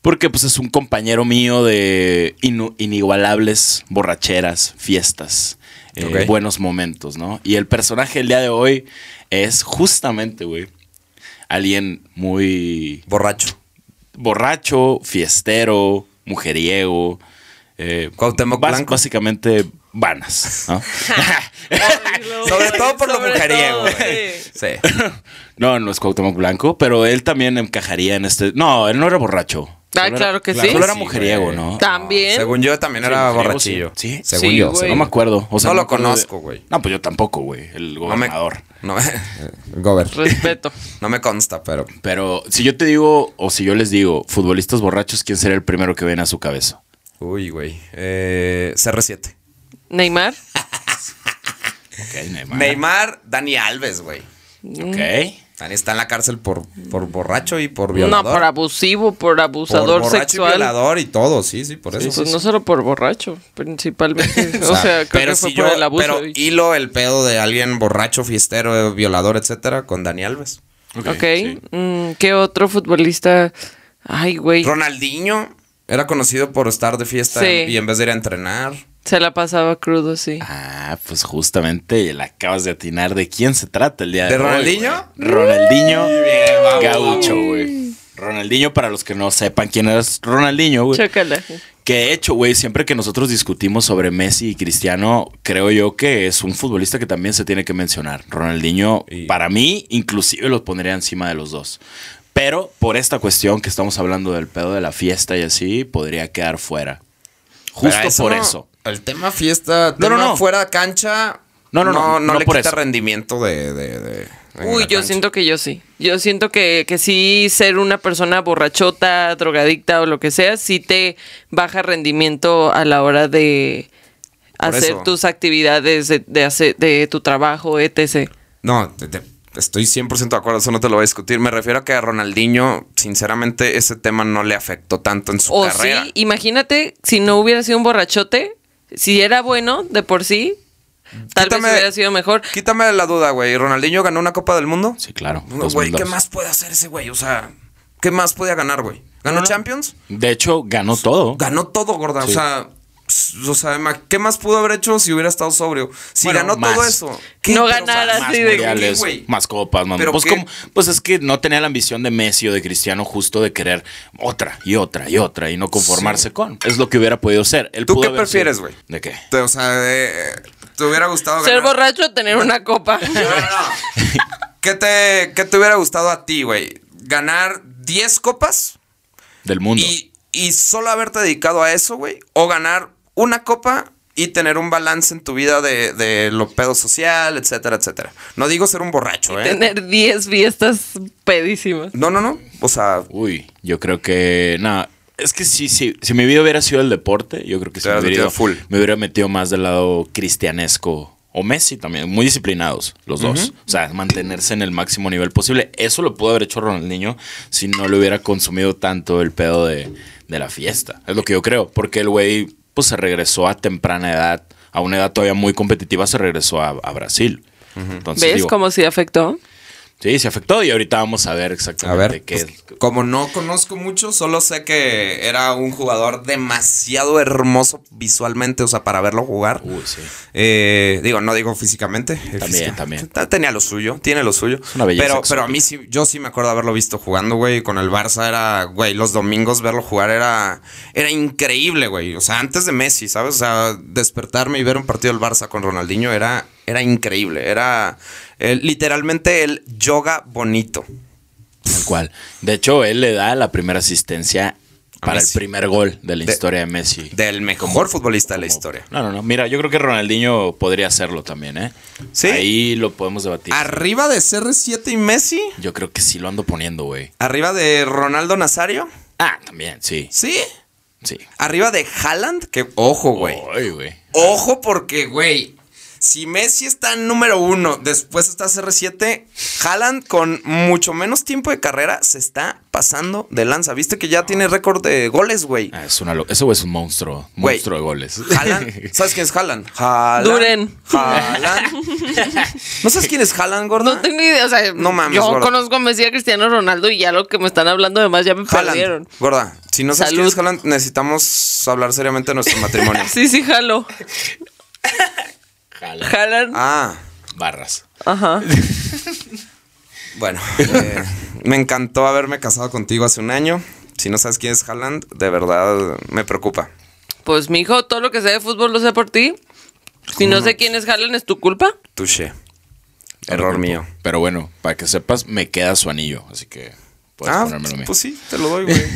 Speaker 1: porque pues es un compañero mío de inu- inigualables borracheras, fiestas, eh,
Speaker 2: Ok.
Speaker 1: buenos momentos, ¿no? Y el personaje del día de hoy es justamente, güey, alguien muy
Speaker 2: Borracho.
Speaker 1: borracho, fiestero, mujeriego. Eh,
Speaker 2: Cuauhtémoc
Speaker 1: bas-
Speaker 2: Blanco.
Speaker 1: Básicamente, vanas, ¿no?
Speaker 2: Sobre todo por lo
Speaker 3: Sobre
Speaker 2: mujeriego,
Speaker 3: todo,
Speaker 2: güey.
Speaker 3: sí.
Speaker 2: Sí.
Speaker 1: No, no es Cuauhtémoc Blanco, pero él también encajaría en este. No, él no era borracho.
Speaker 3: Ah,
Speaker 1: Solo era-
Speaker 3: claro que
Speaker 1: Solo
Speaker 3: sí.
Speaker 1: era
Speaker 2: Sí,
Speaker 1: mujeriego,
Speaker 2: güey.
Speaker 1: ¿no?
Speaker 3: También.
Speaker 2: Según yo también era
Speaker 1: Sí,
Speaker 2: borrachillo.
Speaker 1: sí. Sí.
Speaker 2: Según
Speaker 3: Sí,
Speaker 2: yo.
Speaker 3: güey.
Speaker 1: No me acuerdo. O sea,
Speaker 2: No lo
Speaker 1: me acuerdo
Speaker 2: conozco, güey.
Speaker 1: No, pues yo tampoco, güey. El
Speaker 2: No me,
Speaker 1: gobernador.
Speaker 2: no, me- Gober.
Speaker 3: Respeto.
Speaker 2: No me consta, pero
Speaker 1: Pero si yo te digo, o si yo les digo, futbolistas borrachos, ¿quién sería el primero que viene a su cabeza?
Speaker 2: uy, güey. Eh, CR7.
Speaker 3: Neymar.
Speaker 1: Ok, Neymar.
Speaker 2: Neymar, Dani Alves, güey.
Speaker 1: Ok.
Speaker 2: Dani está en la cárcel por, por borracho y por
Speaker 3: No,
Speaker 2: violador.
Speaker 3: por abusivo, por
Speaker 2: Por
Speaker 3: abusador
Speaker 2: borracho y
Speaker 3: sexual.
Speaker 2: violador y todo, sí, sí, por eso.
Speaker 3: Pues no solo por borracho, principalmente. o
Speaker 2: O sea,
Speaker 3: sea, creo que fue
Speaker 2: si
Speaker 3: por
Speaker 2: yo-
Speaker 3: el abuso.
Speaker 2: Pero hilo el pedo de alguien borracho, fiestero, eh, violador, etcétera, con Dani Alves.
Speaker 1: Ok.
Speaker 3: ok.
Speaker 1: sí.
Speaker 3: Mm, ¿Qué otro futbolista? Ay, güey.
Speaker 2: Ronaldinho era conocido por estar de fiesta
Speaker 3: Sí.
Speaker 2: y en vez de ir a entrenar.
Speaker 3: Se la pasaba crudo, sí.
Speaker 1: Ah, pues justamente la acabas de atinar de quién se trata el día de,
Speaker 2: ¿De
Speaker 1: hoy.
Speaker 2: Ronaldinho?
Speaker 1: güey. Ronaldinho
Speaker 2: vamos.
Speaker 1: Gaucho, güey. Ronaldinho, para los que no sepan quién es Ronaldinho, güey.
Speaker 3: Chócala.
Speaker 1: Que de hecho, güey, siempre que nosotros discutimos sobre Messi y Cristiano, creo yo que es un futbolista que también se tiene que mencionar. Ronaldinho,
Speaker 2: Y-
Speaker 1: para mí, inclusive los pondría encima de los dos. Pero por esta cuestión que estamos hablando del pedo de la fiesta y así, podría quedar fuera. Justo
Speaker 2: Pero
Speaker 1: por
Speaker 2: no-
Speaker 1: eso.
Speaker 2: El tema fiesta,
Speaker 1: No,
Speaker 2: tema
Speaker 1: no, no.
Speaker 2: fuera de cancha.
Speaker 1: No, no, no,
Speaker 2: No,
Speaker 1: no
Speaker 2: le
Speaker 1: por
Speaker 2: quita
Speaker 1: eso.
Speaker 2: rendimiento de. de- de- en
Speaker 3: Uy,
Speaker 2: la
Speaker 3: yo
Speaker 2: cancha.
Speaker 3: siento que yo sí. Yo siento que, que sí ser una persona borrachota, drogadicta o lo que sea, sí te baja rendimiento a la hora de
Speaker 2: Por
Speaker 3: hacer
Speaker 2: eso.
Speaker 3: tus actividades, de, de hacer, de tu trabajo, etc.
Speaker 2: No, te- te- estoy 100% de acuerdo, eso no te lo voy a discutir. Me refiero a que a Ronaldinho, sinceramente, ese tema no le afectó tanto en su
Speaker 3: O
Speaker 2: carrera.
Speaker 3: Oh, sí, imagínate si no hubiera sido un borrachote, si era bueno de por sí, tal
Speaker 2: Quítame-
Speaker 3: vez hubiera sido mejor.
Speaker 2: Quítame la duda, güey. ¿Ronaldinho ganó una Copa del Mundo?
Speaker 1: Sí, claro.
Speaker 2: No,
Speaker 1: 2002.
Speaker 2: Güey, ¿qué más puede hacer ese güey? O sea, ¿qué más podía ganar, güey? ¿Ganó Champions?
Speaker 1: De hecho, ganó todo.
Speaker 2: Ganó todo, gorda. O
Speaker 1: Sí.
Speaker 2: sea, s- o sea, ma- ¿qué más pudo haber hecho si hubiera estado sobrio? Si
Speaker 1: Bueno,
Speaker 2: ganó todo
Speaker 1: más.
Speaker 2: eso.
Speaker 3: No
Speaker 2: Pero, o sea,
Speaker 3: ganara
Speaker 2: más
Speaker 3: así de-
Speaker 2: mundiales,
Speaker 1: mundiales,
Speaker 2: güey.
Speaker 1: más copas, más.
Speaker 2: ¿Pero
Speaker 1: Pues,
Speaker 2: qué?
Speaker 1: como- pues es que no tenía la ambición de Messi o de Cristiano justo de querer otra y otra y otra y no conformarse con. Es lo que hubiera podido ser. Él
Speaker 2: ¿Tú
Speaker 1: pudo
Speaker 2: qué
Speaker 1: haber
Speaker 2: prefieres,
Speaker 1: sido-
Speaker 2: güey?
Speaker 1: ¿De qué?
Speaker 2: Te- O sea, de- te hubiera gustado
Speaker 3: Ser
Speaker 2: ganar.
Speaker 3: borracho o tener una copa.
Speaker 2: No, no, no. ¿Qué te, qué te hubiera gustado a ti, güey? ¿Ganar 10 copas
Speaker 1: Del mundo.
Speaker 2: y, y solo haberte dedicado a eso, güey? ¿O ganar una copa y tener un balance en tu vida de, de lo pedo social, etcétera, etcétera? No digo ser un borracho, ¿eh?
Speaker 3: tener 10 fiestas pedísimas.
Speaker 2: No, no, no. O sea,
Speaker 1: Uy, yo creo que. Nada. Es que sí, sí, si mi vida hubiera sido el deporte, yo creo que sí me
Speaker 2: hubieras
Speaker 1: hubiera,
Speaker 2: metido
Speaker 1: ido-
Speaker 2: full.
Speaker 1: me hubiera metido más del lado cristianesco O Messi también, muy disciplinados los dos. O sea, mantenerse en el máximo nivel posible. Eso lo pudo haber hecho Ronaldinho si no le hubiera consumido tanto el pedo de, de la fiesta. Es lo que yo creo, porque el güey pues se regresó a temprana edad, a una edad todavía muy competitiva, se regresó a, a Brasil. Entonces,
Speaker 3: ¿Ves
Speaker 1: digo,
Speaker 3: cómo sí afectó?
Speaker 1: Sí, se afectó y ahorita vamos a ver
Speaker 2: A
Speaker 1: exactamente
Speaker 2: ver,
Speaker 1: qué
Speaker 2: pues,
Speaker 1: es.
Speaker 2: como no conozco mucho, solo sé que era un jugador demasiado hermoso visualmente, o sea, para verlo jugar.
Speaker 1: Uy, sí.
Speaker 2: Eh, digo, no digo físicamente. eh,
Speaker 1: Uh. También, también.
Speaker 2: Ta- Tenía lo suyo, tiene lo suyo.
Speaker 1: una belleza
Speaker 2: pero,
Speaker 1: exótica.
Speaker 2: pero a mí sí, yo sí me acuerdo haberlo visto jugando, güey. Con el Barça era, güey, los domingos verlo jugar era, era increíble, güey. O sea, antes de Messi, ¿sabes? O sea, despertarme y ver un partido del Barça con Ronaldinho era, era increíble. Era eh, literalmente el yoga bonito.
Speaker 1: Tal cual. De hecho, él le da la primera asistencia
Speaker 2: A
Speaker 1: para el
Speaker 2: Messi.
Speaker 1: primer gol de la
Speaker 2: De-
Speaker 1: historia de Messi.
Speaker 2: Del mejor futbolista de la historia.
Speaker 1: No, no, no. Mira, yo creo que Ronaldinho podría hacerlo también, ¿eh?
Speaker 2: Sí.
Speaker 1: Ahí lo podemos debatir.
Speaker 2: Arriba de CR7 y Messi.
Speaker 1: Yo creo que sí lo ando poniendo, güey.
Speaker 2: Arriba de Ronaldo Nazario.
Speaker 1: Ah, también, sí.
Speaker 2: Sí.
Speaker 1: Sí.
Speaker 2: Arriba de Haaland. Que ojo, güey.
Speaker 1: Ay, güey.
Speaker 2: Ojo porque, güey, si Messi está en número uno, después está CR7, Haaland con mucho menos tiempo de carrera se está pasando de lanza. Viste que ya tiene récord de goles, güey.
Speaker 1: Ah, es una lo- Ese güey es un monstruo.
Speaker 2: Güey.
Speaker 1: Monstruo de goles.
Speaker 2: Haaland, ¿sabes quién es Haaland? Haaland.
Speaker 3: Duren.
Speaker 2: Haaland. ¿No sabes quién es Haaland, gordo?
Speaker 3: No tengo idea, o sea,
Speaker 2: Ah, No mames,
Speaker 3: yo
Speaker 2: gordo.
Speaker 3: conozco a Messi y a Cristiano Ronaldo y ya lo que me están hablando además ya me perdieron.
Speaker 2: Haaland. Gorda, si no sabes
Speaker 3: Salud.
Speaker 2: quién es Haaland, necesitamos hablar seriamente de nuestro matrimonio.
Speaker 3: Sí, sí, jalo.
Speaker 1: Jala.
Speaker 3: Jalan.
Speaker 2: Ah,
Speaker 1: Barras.
Speaker 3: Ajá.
Speaker 2: bueno. eh, me encantó haberme casado contigo hace un año. Si no sabes quién es Haaland, de verdad me preocupa.
Speaker 3: Pues mi hijo, todo lo que sea de fútbol lo sé por ti. Si no sé quién es Haaland, ¿es tu culpa?
Speaker 2: Touché. Error mío.
Speaker 1: Pero bueno, para que sepas, me queda su anillo. Así que puedes
Speaker 2: Ah,
Speaker 1: ponérmelo a mí.
Speaker 2: pues sí, te lo doy, güey.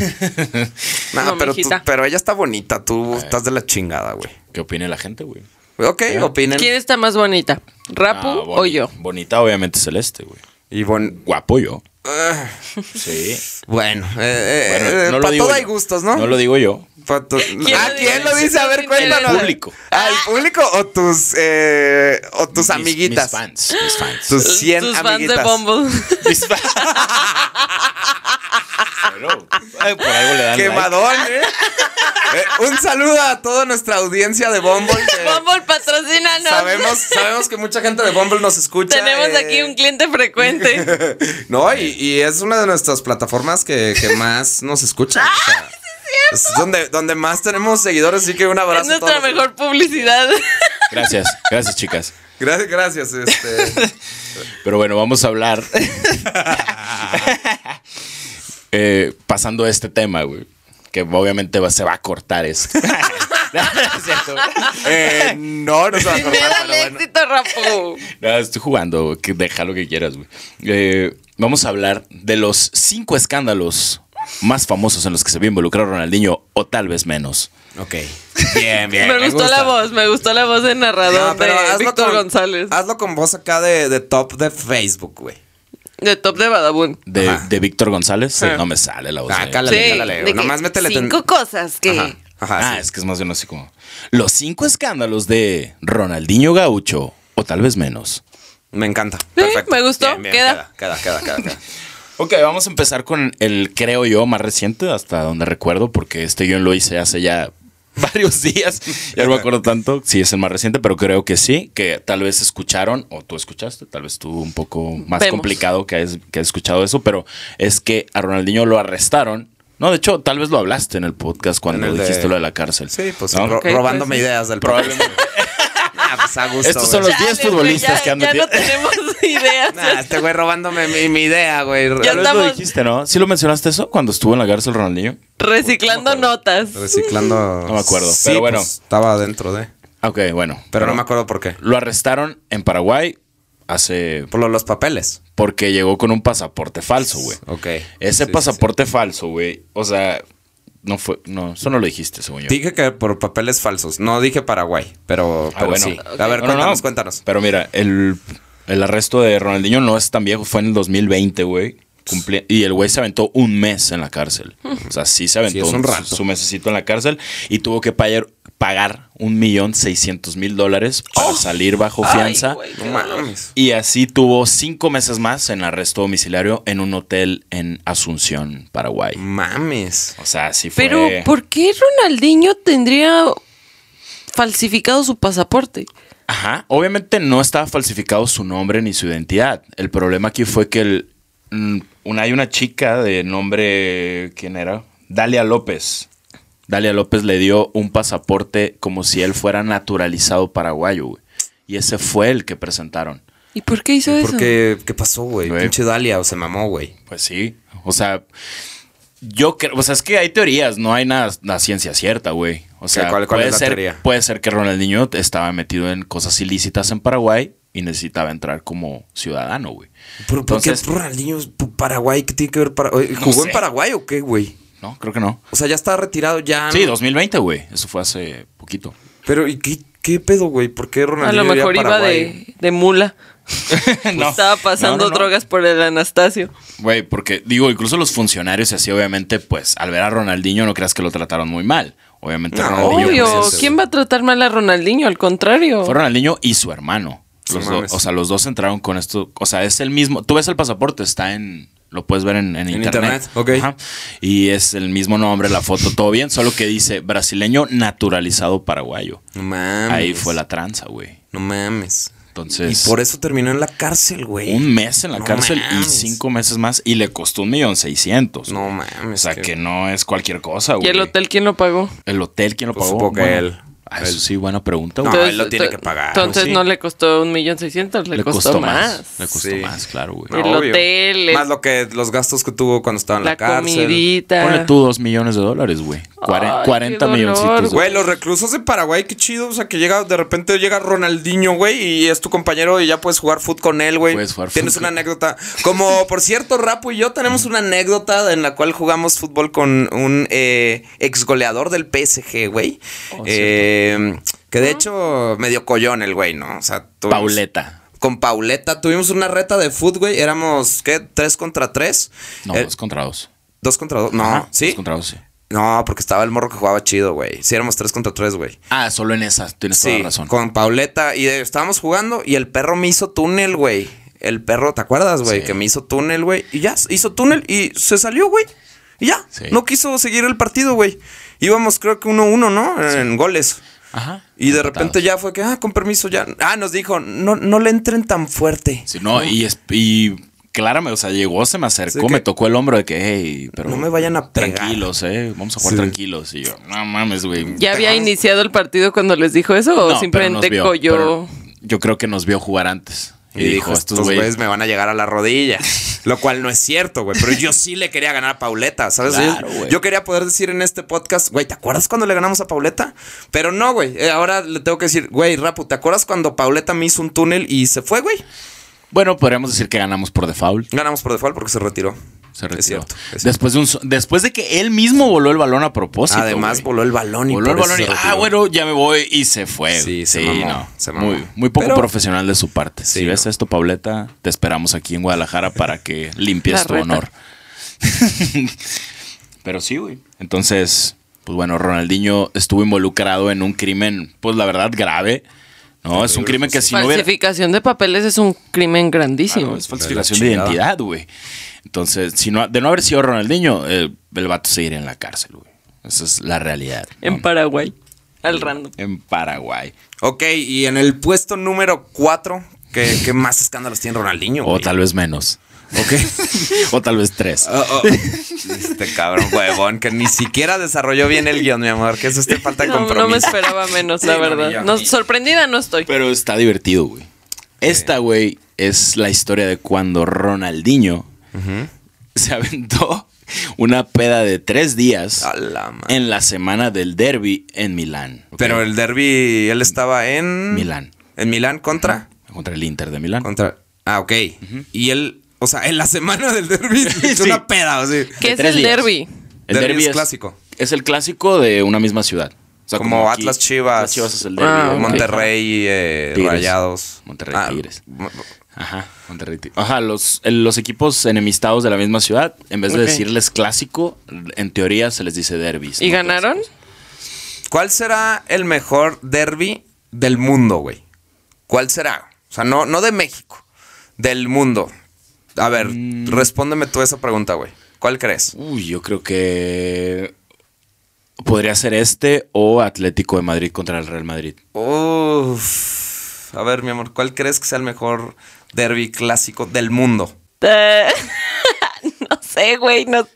Speaker 2: Nah,
Speaker 3: No,
Speaker 2: pero, tú-
Speaker 3: mijita.
Speaker 2: pero ella está bonita,
Speaker 1: Eh.
Speaker 2: tú estás de la chingada, güey.
Speaker 1: ¿Qué opine la gente, güey?
Speaker 2: Ok,
Speaker 1: Eh.
Speaker 2: opinen.
Speaker 3: ¿Quién está más bonita? ¿Rapu
Speaker 1: Ah,
Speaker 3: o
Speaker 1: boni-
Speaker 3: yo?
Speaker 1: Bonita, obviamente, Celeste, güey.
Speaker 2: Y bon-
Speaker 1: Guapo yo.
Speaker 2: Ah,
Speaker 1: Sí.
Speaker 2: bueno, eh, eh,
Speaker 1: Bueno,
Speaker 2: eh,
Speaker 1: no lo
Speaker 2: para
Speaker 1: digo
Speaker 2: todo
Speaker 1: yo.
Speaker 2: hay gustos, ¿no?
Speaker 1: No lo digo yo.
Speaker 2: Pa' to-
Speaker 3: ¿Quién
Speaker 2: Ah,
Speaker 3: lo
Speaker 2: ¿quién
Speaker 3: dice?
Speaker 2: lo dice? A ver,
Speaker 3: ¿Quién lo
Speaker 2: cuéntanos.
Speaker 1: dice? Público.
Speaker 2: Ah, ¿el público o tus, eh, o tus
Speaker 1: Mis-
Speaker 2: amiguitas?
Speaker 1: Mis fans. Mis fans.
Speaker 2: Tus 100
Speaker 3: Tus
Speaker 2: amiguitas.
Speaker 3: fans de Bumble.
Speaker 1: Mis fans. Pero, ay, eh, por algo le dan like.
Speaker 2: Quemadón, ¿eh? Eh, Un saludo a toda nuestra audiencia de Bumble. que
Speaker 3: Bumble, patrocínanos.
Speaker 2: Sabemos, sabemos que mucha gente de Bumble nos escucha.
Speaker 3: Tenemos
Speaker 2: eh,
Speaker 3: aquí un cliente frecuente.
Speaker 2: No, y, y es una de nuestras plataformas que, que más nos escucha. o sea, es donde, donde más tenemos seguidores, así que un abrazo.
Speaker 3: es
Speaker 2: a todos
Speaker 3: nuestra
Speaker 2: los-
Speaker 3: mejor publicidad.
Speaker 1: Gracias, gracias, chicas.
Speaker 2: Gracias, gracias. Este,
Speaker 1: Pero bueno, vamos a hablar. Eh, pasando a este tema, güey. Que obviamente va- se va a cortar esto. no, no es cierto.
Speaker 2: eh, no, no se va a cortar,
Speaker 3: Mira el
Speaker 2: pero bueno.
Speaker 3: éxito, Rapu.
Speaker 1: No, Ah, estoy jugando, güey, que deja lo que quieras, güey. Eh, vamos a hablar de los cinco escándalos más famosos en los que se vio involucrado Ronaldinho, o tal vez menos.
Speaker 2: Ok. Bien, bien.
Speaker 3: Me, gustó la voz, me gustó la voz del narrador
Speaker 2: No, pero
Speaker 3: de
Speaker 2: hazlo
Speaker 3: Víctor
Speaker 2: con-
Speaker 3: González.
Speaker 2: Hazlo con voz acá de, de top de Facebook, güey.
Speaker 3: De Top de Badabun.
Speaker 1: De,
Speaker 2: Ajá.
Speaker 1: de Víctor González.
Speaker 3: Ah.
Speaker 1: No me sale la voz.
Speaker 2: Ah,
Speaker 1: de-
Speaker 2: cala. Dale, dale, dale,
Speaker 3: de
Speaker 2: nomás
Speaker 3: que
Speaker 2: métele ten-
Speaker 3: Cinco cosas que.
Speaker 2: Ajá. Ajá.
Speaker 1: Ah,
Speaker 2: sí.
Speaker 1: es que es más bien así como. Los cinco escándalos de Ronaldinho Gaucho, o tal vez menos.
Speaker 2: Me encanta.
Speaker 3: Sí, me gustó, queda.
Speaker 2: queda. Queda, queda, queda, queda.
Speaker 1: Ok, vamos a empezar con el, creo yo, más reciente, hasta donde recuerdo, porque este guión lo hice hace ya varios días. Ya no me acuerdo tanto si es el más reciente, pero creo que sí, que tal vez escucharon, o tú escuchaste, tal vez tú un poco más
Speaker 3: Vemos.
Speaker 1: complicado que has, que has escuchado eso, pero es que a Ronaldinho lo arrestaron. No, de hecho, tal vez lo hablaste en el podcast cuando
Speaker 2: En el de-
Speaker 1: dijiste lo de la cárcel.
Speaker 2: Sí, pues
Speaker 1: ¿no?
Speaker 2: ro-
Speaker 3: Ok,
Speaker 2: robándome
Speaker 3: pues,
Speaker 2: ideas del
Speaker 1: Probablemente.
Speaker 2: Ah, pues a gusto.
Speaker 1: Estos son
Speaker 2: güey.
Speaker 1: los 10
Speaker 3: Chale, güey,
Speaker 1: futbolistas
Speaker 3: ya-
Speaker 1: que han
Speaker 3: Ya
Speaker 1: metido.
Speaker 3: no tenemos ideas.
Speaker 2: Nah, este güey robándome mi, mi idea, güey.
Speaker 3: Ya
Speaker 1: Tal vez lo
Speaker 3: estamos-
Speaker 1: dijiste, ¿no? ¿Sí lo mencionaste eso cuando estuvo en la cárcel Ronaldinho?
Speaker 3: Reciclando notas.
Speaker 2: Reciclando. pues,
Speaker 1: No me acuerdo, pero bueno.
Speaker 2: estaba dentro de.
Speaker 1: Ok, bueno.
Speaker 2: Pero no me acuerdo por qué.
Speaker 1: Lo arrestaron en Paraguay hace.
Speaker 2: Por lo- los papeles.
Speaker 1: Porque llegó con un pasaporte falso, güey.
Speaker 2: Ok.
Speaker 1: Ese
Speaker 2: Sí,
Speaker 1: pasaporte falso, güey. O sea, no fue. No, eso no lo dijiste, según yo.
Speaker 2: sí, sí. Dije que por papeles falsos. No dije Paraguay, pero,
Speaker 1: Ah,
Speaker 2: pero
Speaker 1: bueno.
Speaker 2: sí. A ver,
Speaker 1: No, no, no.
Speaker 2: cuéntanos, cuéntanos.
Speaker 1: Pero mira, el, el arresto de Ronaldinho no es tan viejo, fue en el 2020, güey. Cumpli- y el güey se aventó un mes en la cárcel. O sea, sí se aventó
Speaker 2: Sí, es un rato.
Speaker 1: su, su mesecito en la cárcel y tuvo que payar- pagar, pagar un millón seiscientos mil dólares para salir bajo fianza.
Speaker 2: No mames.
Speaker 1: Y así tuvo cinco meses más en arresto domiciliario en un hotel en Asunción, Paraguay.
Speaker 2: Mames.
Speaker 1: O sea, sí fue.
Speaker 3: Pero, ¿por qué Ronaldinho tendría falsificado su pasaporte?
Speaker 1: Ajá. Obviamente no estaba falsificado su nombre ni su identidad. El problema aquí fue que el, mm, una, hay una chica de nombre. ¿Quién era? Dalia López. Dalia López le dio un pasaporte como si él fuera naturalizado paraguayo, güey. Y ese fue el que presentaron.
Speaker 3: ¿Y por qué hizo eso?
Speaker 2: ¿Por qué? ¿Qué pasó, güey?
Speaker 1: Güey.
Speaker 2: Pinche Dalia, o se mamó, güey.
Speaker 1: Pues sí. O sea, yo creo. O sea, es que hay teorías, no hay nada, la ciencia cierta, güey. O sea,
Speaker 2: ¿Cuál- cuál
Speaker 1: puede,
Speaker 2: es la
Speaker 1: ser,
Speaker 2: teoría?
Speaker 1: puede ser que Ronaldinho estaba metido en cosas ilícitas en Paraguay y necesitaba entrar como ciudadano, güey.
Speaker 2: ¿Por, por qué
Speaker 1: Entonces-
Speaker 2: Ronaldinho es pu- Paraguay? ¿Qué tiene que ver Paraguay?
Speaker 1: No
Speaker 2: ¿Jugó
Speaker 1: sé.
Speaker 2: en Paraguay o qué, güey?
Speaker 1: No, creo que no.
Speaker 2: O sea, ya está retirado ya.
Speaker 1: Sí,
Speaker 2: Ah, ¿no?
Speaker 1: 2020, güey. Eso fue hace poquito.
Speaker 2: Pero, ¿y qué, qué pedo, güey? ¿Por qué
Speaker 3: A
Speaker 2: Ronaldinho
Speaker 3: lo mejor iba
Speaker 2: Paraguay?
Speaker 3: de, de mula. Pues
Speaker 1: No.
Speaker 3: Estaba pasando
Speaker 1: No, no, no.
Speaker 3: drogas por el Anastasio.
Speaker 1: Güey, porque digo, incluso los funcionarios y así, obviamente, pues al ver a Ronaldinho no creas que lo trataron muy mal. Obviamente,
Speaker 2: No,
Speaker 1: Ronaldinho.
Speaker 3: Obvio,
Speaker 1: pues,
Speaker 2: sí, sí.
Speaker 3: ¿quién va a tratar mal a Ronaldinho? Al contrario.
Speaker 1: Fue Ronaldinho y su hermano. Los
Speaker 2: Sí,
Speaker 1: do-
Speaker 2: mames.
Speaker 1: o sea, los dos entraron con esto. O sea, es el mismo. Tú ves el pasaporte, está en. Lo puedes ver en, en
Speaker 2: En
Speaker 1: internet.
Speaker 2: internet, ok.
Speaker 1: Y es el mismo nombre, la foto, todo bien, solo que dice brasileño naturalizado paraguayo.
Speaker 2: No Ah, mames.
Speaker 1: Ahí fue la tranza, güey.
Speaker 2: No mames.
Speaker 1: Entonces.
Speaker 2: Y por eso terminó en la cárcel, güey.
Speaker 1: Un mes en la
Speaker 2: No
Speaker 1: cárcel
Speaker 2: mames.
Speaker 1: y cinco meses más. Y le costó un millón seiscientos.
Speaker 2: No mames.
Speaker 1: O sea,
Speaker 2: qué-
Speaker 1: que no es cualquier cosa, güey.
Speaker 3: ¿Y el hotel quién lo pagó?
Speaker 1: ¿El hotel quién lo
Speaker 2: Pues
Speaker 1: pagó?
Speaker 2: supongo que
Speaker 1: Bueno,
Speaker 2: él.
Speaker 1: ah,
Speaker 2: Él.
Speaker 1: eso sí, buena pregunta. güey.
Speaker 2: No, él lo tiene
Speaker 3: to-
Speaker 2: que pagar,
Speaker 3: Entonces
Speaker 1: sí.
Speaker 3: no le costó un millón seiscientos, le, costó, más.
Speaker 1: Le costó
Speaker 2: Sí.
Speaker 1: más, claro, güey.
Speaker 3: el hotel, el-
Speaker 2: Más lo que los gastos que tuvo cuando estaba en la,
Speaker 3: La
Speaker 2: cárcel.
Speaker 3: comidita.
Speaker 1: Ponle tú dos millones de dólares, güey. Cuaren-
Speaker 3: Ay,
Speaker 1: 40
Speaker 3: qué dolor,
Speaker 1: milloncitos.
Speaker 2: Güey, los reclusos de Paraguay, qué chido. O sea, que llega, de repente llega Ronaldinho, güey, y es tu compañero y ya puedes jugar foot con él, güey.
Speaker 1: Puedes jugar
Speaker 2: Tienes
Speaker 1: fut
Speaker 2: una
Speaker 1: con-
Speaker 2: anécdota. Como, por cierto, Rapo y yo tenemos una anécdota en la cual jugamos fútbol con un eh, ex goleador del PSG, güey.
Speaker 1: Oh,
Speaker 2: Eh, que de hecho, medio collón el güey, ¿no? O sea, tú.
Speaker 1: Pauleta.
Speaker 2: con Pauleta. Tuvimos una reta de fútbol, güey. Éramos, ¿qué? ¿Tres contra tres?
Speaker 1: No,
Speaker 2: Eh,
Speaker 1: dos contra dos.
Speaker 2: dos contra dos. No,
Speaker 1: Ajá,
Speaker 2: ¿sí?
Speaker 1: Dos contra dos, sí.
Speaker 2: No, porque estaba el morro que jugaba chido, güey. Sí, éramos tres contra tres, güey.
Speaker 1: Ah, solo en esas. Tienes toda
Speaker 2: Sí,
Speaker 1: la razón.
Speaker 2: con Pauleta. Y eh, estábamos jugando y el perro me hizo túnel, güey. El perro, ¿te acuerdas, güey?
Speaker 1: Sí.
Speaker 2: Que me hizo túnel, güey. Y ya, se hizo túnel y se salió, güey. Y ya,
Speaker 1: Sí.
Speaker 2: no quiso seguir el partido, güey. Íbamos, creo que 1-1, ¿no? En goles.
Speaker 1: Ajá.
Speaker 2: Y de
Speaker 1: Empatados.
Speaker 2: repente ya fue que, ah, con permiso, ya. Ah, nos dijo, no, no le entren tan fuerte.
Speaker 1: Sí, no, y, es- y claramente, o sea, llegó, se me acercó,
Speaker 2: Sí, que-
Speaker 1: me tocó el hombro de que, hey, pero.
Speaker 2: No me vayan a pegar.
Speaker 1: Tranquilos, eh. Vamos a jugar
Speaker 2: Sí.
Speaker 1: tranquilos. Y yo, no mames, güey.
Speaker 3: ¿Ya había
Speaker 2: Te vas.
Speaker 3: iniciado el partido cuando les dijo eso
Speaker 1: No,
Speaker 3: o
Speaker 1: pero nos
Speaker 3: simplemente
Speaker 1: vio,
Speaker 3: colló?
Speaker 1: pero Yo creo que nos vio jugar antes. Y, dijo, estos güeyes.
Speaker 2: me van a llegar a la rodilla. Lo cual no es cierto, güey. Pero yo sí le quería ganar a Pauleta, ¿sabes?
Speaker 1: Claro,
Speaker 2: yo,
Speaker 1: güey.
Speaker 2: yo quería poder decir en este podcast, güey, ¿te acuerdas cuando le ganamos a Pauleta? Pero no, güey. eh, ahora le tengo que decir, güey, Rapu, ¿te acuerdas cuando Pauleta me hizo un túnel y se fue, güey?
Speaker 1: Bueno, podríamos decir que ganamos por default.
Speaker 2: Ganamos por default porque se retiró.
Speaker 1: Se
Speaker 2: Es
Speaker 1: retiró.
Speaker 2: cierto, es cierto.
Speaker 1: después, de un, so- después de que él mismo voló el balón a propósito.
Speaker 2: Además,
Speaker 1: güey.
Speaker 2: voló el balón y
Speaker 1: Voló el
Speaker 2: por eso
Speaker 1: balón y,
Speaker 2: se
Speaker 1: ah,
Speaker 2: retiró".
Speaker 1: bueno, ya me voy y se fue.
Speaker 2: Sí,
Speaker 1: Sí,
Speaker 2: se
Speaker 1: sí,
Speaker 2: mamó,
Speaker 1: no.
Speaker 2: se mamó.
Speaker 1: Muy, muy poco
Speaker 2: Pero-
Speaker 1: profesional de su parte.
Speaker 2: Sí,
Speaker 1: si ves
Speaker 2: no.
Speaker 1: esto, Pauleta, te esperamos aquí en Guadalajara para que
Speaker 3: La
Speaker 1: limpies tu
Speaker 3: reta.
Speaker 1: honor. Pero sí, güey. Entonces, pues bueno, Ronaldinho estuvo involucrado en un crimen, pues la verdad, grave. No, es un crimen que si no hubiera...
Speaker 3: Falsificación de papeles es un crimen grandísimo.
Speaker 1: Claro, es falsificación
Speaker 2: De
Speaker 1: de
Speaker 2: la chingada.
Speaker 1: identidad, güey. Entonces, si no, de no haber sido Ronaldinho, eh, el vato seguiría en la cárcel, güey. Esa es la realidad. ¿no?
Speaker 3: En Paraguay. Al random.
Speaker 1: En Paraguay.
Speaker 2: Ok, y en el puesto número 4, ¿qué, qué más escándalos tiene Ronaldinho?
Speaker 1: O
Speaker 2: güey?
Speaker 1: tal vez menos. o tal vez tres.
Speaker 2: Oh, oh. Este cabrón huevón que ni siquiera desarrolló bien el guión, mi amor. Que eso esté falta de
Speaker 3: No,
Speaker 2: compromiso.
Speaker 3: no me esperaba menos, la
Speaker 2: Sí, no, ni yo.
Speaker 3: verdad. No, sorprendida no estoy.
Speaker 1: Pero está divertido, güey. Esta, güey, es la historia de cuando Ronaldinho se aventó una peda de tres días
Speaker 2: A la madre.
Speaker 1: en la semana del derby en Milán. ¿ok?
Speaker 2: Pero el derby, él estaba en.
Speaker 1: Milán.
Speaker 2: ¿En Milán contra?
Speaker 1: Contra el Inter de Milán.
Speaker 2: Contra. Ah, ok. Y él, o sea, en la semana del derby es una peda, o sea.
Speaker 3: ¿Qué
Speaker 1: de
Speaker 3: es
Speaker 1: tres
Speaker 3: el
Speaker 1: días.
Speaker 3: derby?
Speaker 1: El
Speaker 2: Derbi
Speaker 1: derby,
Speaker 2: es
Speaker 1: es,
Speaker 2: clásico.
Speaker 1: Es el clásico de una misma ciudad. O sea,
Speaker 2: Como
Speaker 1: aquí,
Speaker 2: Atlas Chivas.
Speaker 1: Atlas Chivas es el derby.
Speaker 3: Ah,
Speaker 1: ¿no?
Speaker 2: Monterrey, eh,
Speaker 1: Tigres.
Speaker 2: Rayados. Ah,
Speaker 1: Monterrey, Tigres.
Speaker 2: mo-
Speaker 1: Ajá, Monterrey. Tigres. Ajá, los, el- los equipos enemistados de la misma ciudad, en vez de
Speaker 3: Ok.
Speaker 1: decirles clásico, en teoría se les dice derbis.
Speaker 3: ¿Y
Speaker 1: ¿no?
Speaker 3: ganaron?
Speaker 2: ¿Cuál será el mejor derby del mundo, güey? ¿Cuál será? O sea, no, no de México, del mundo. A ver, respóndeme tú esa pregunta, güey. ¿Cuál crees?
Speaker 1: Uy, yo creo que podría ser este o Atlético de Madrid contra el Real Madrid.
Speaker 2: Uf. A ver, mi amor, ¿cuál crees que sea el mejor derby clásico del mundo?
Speaker 3: Eh, no sé, güey. No,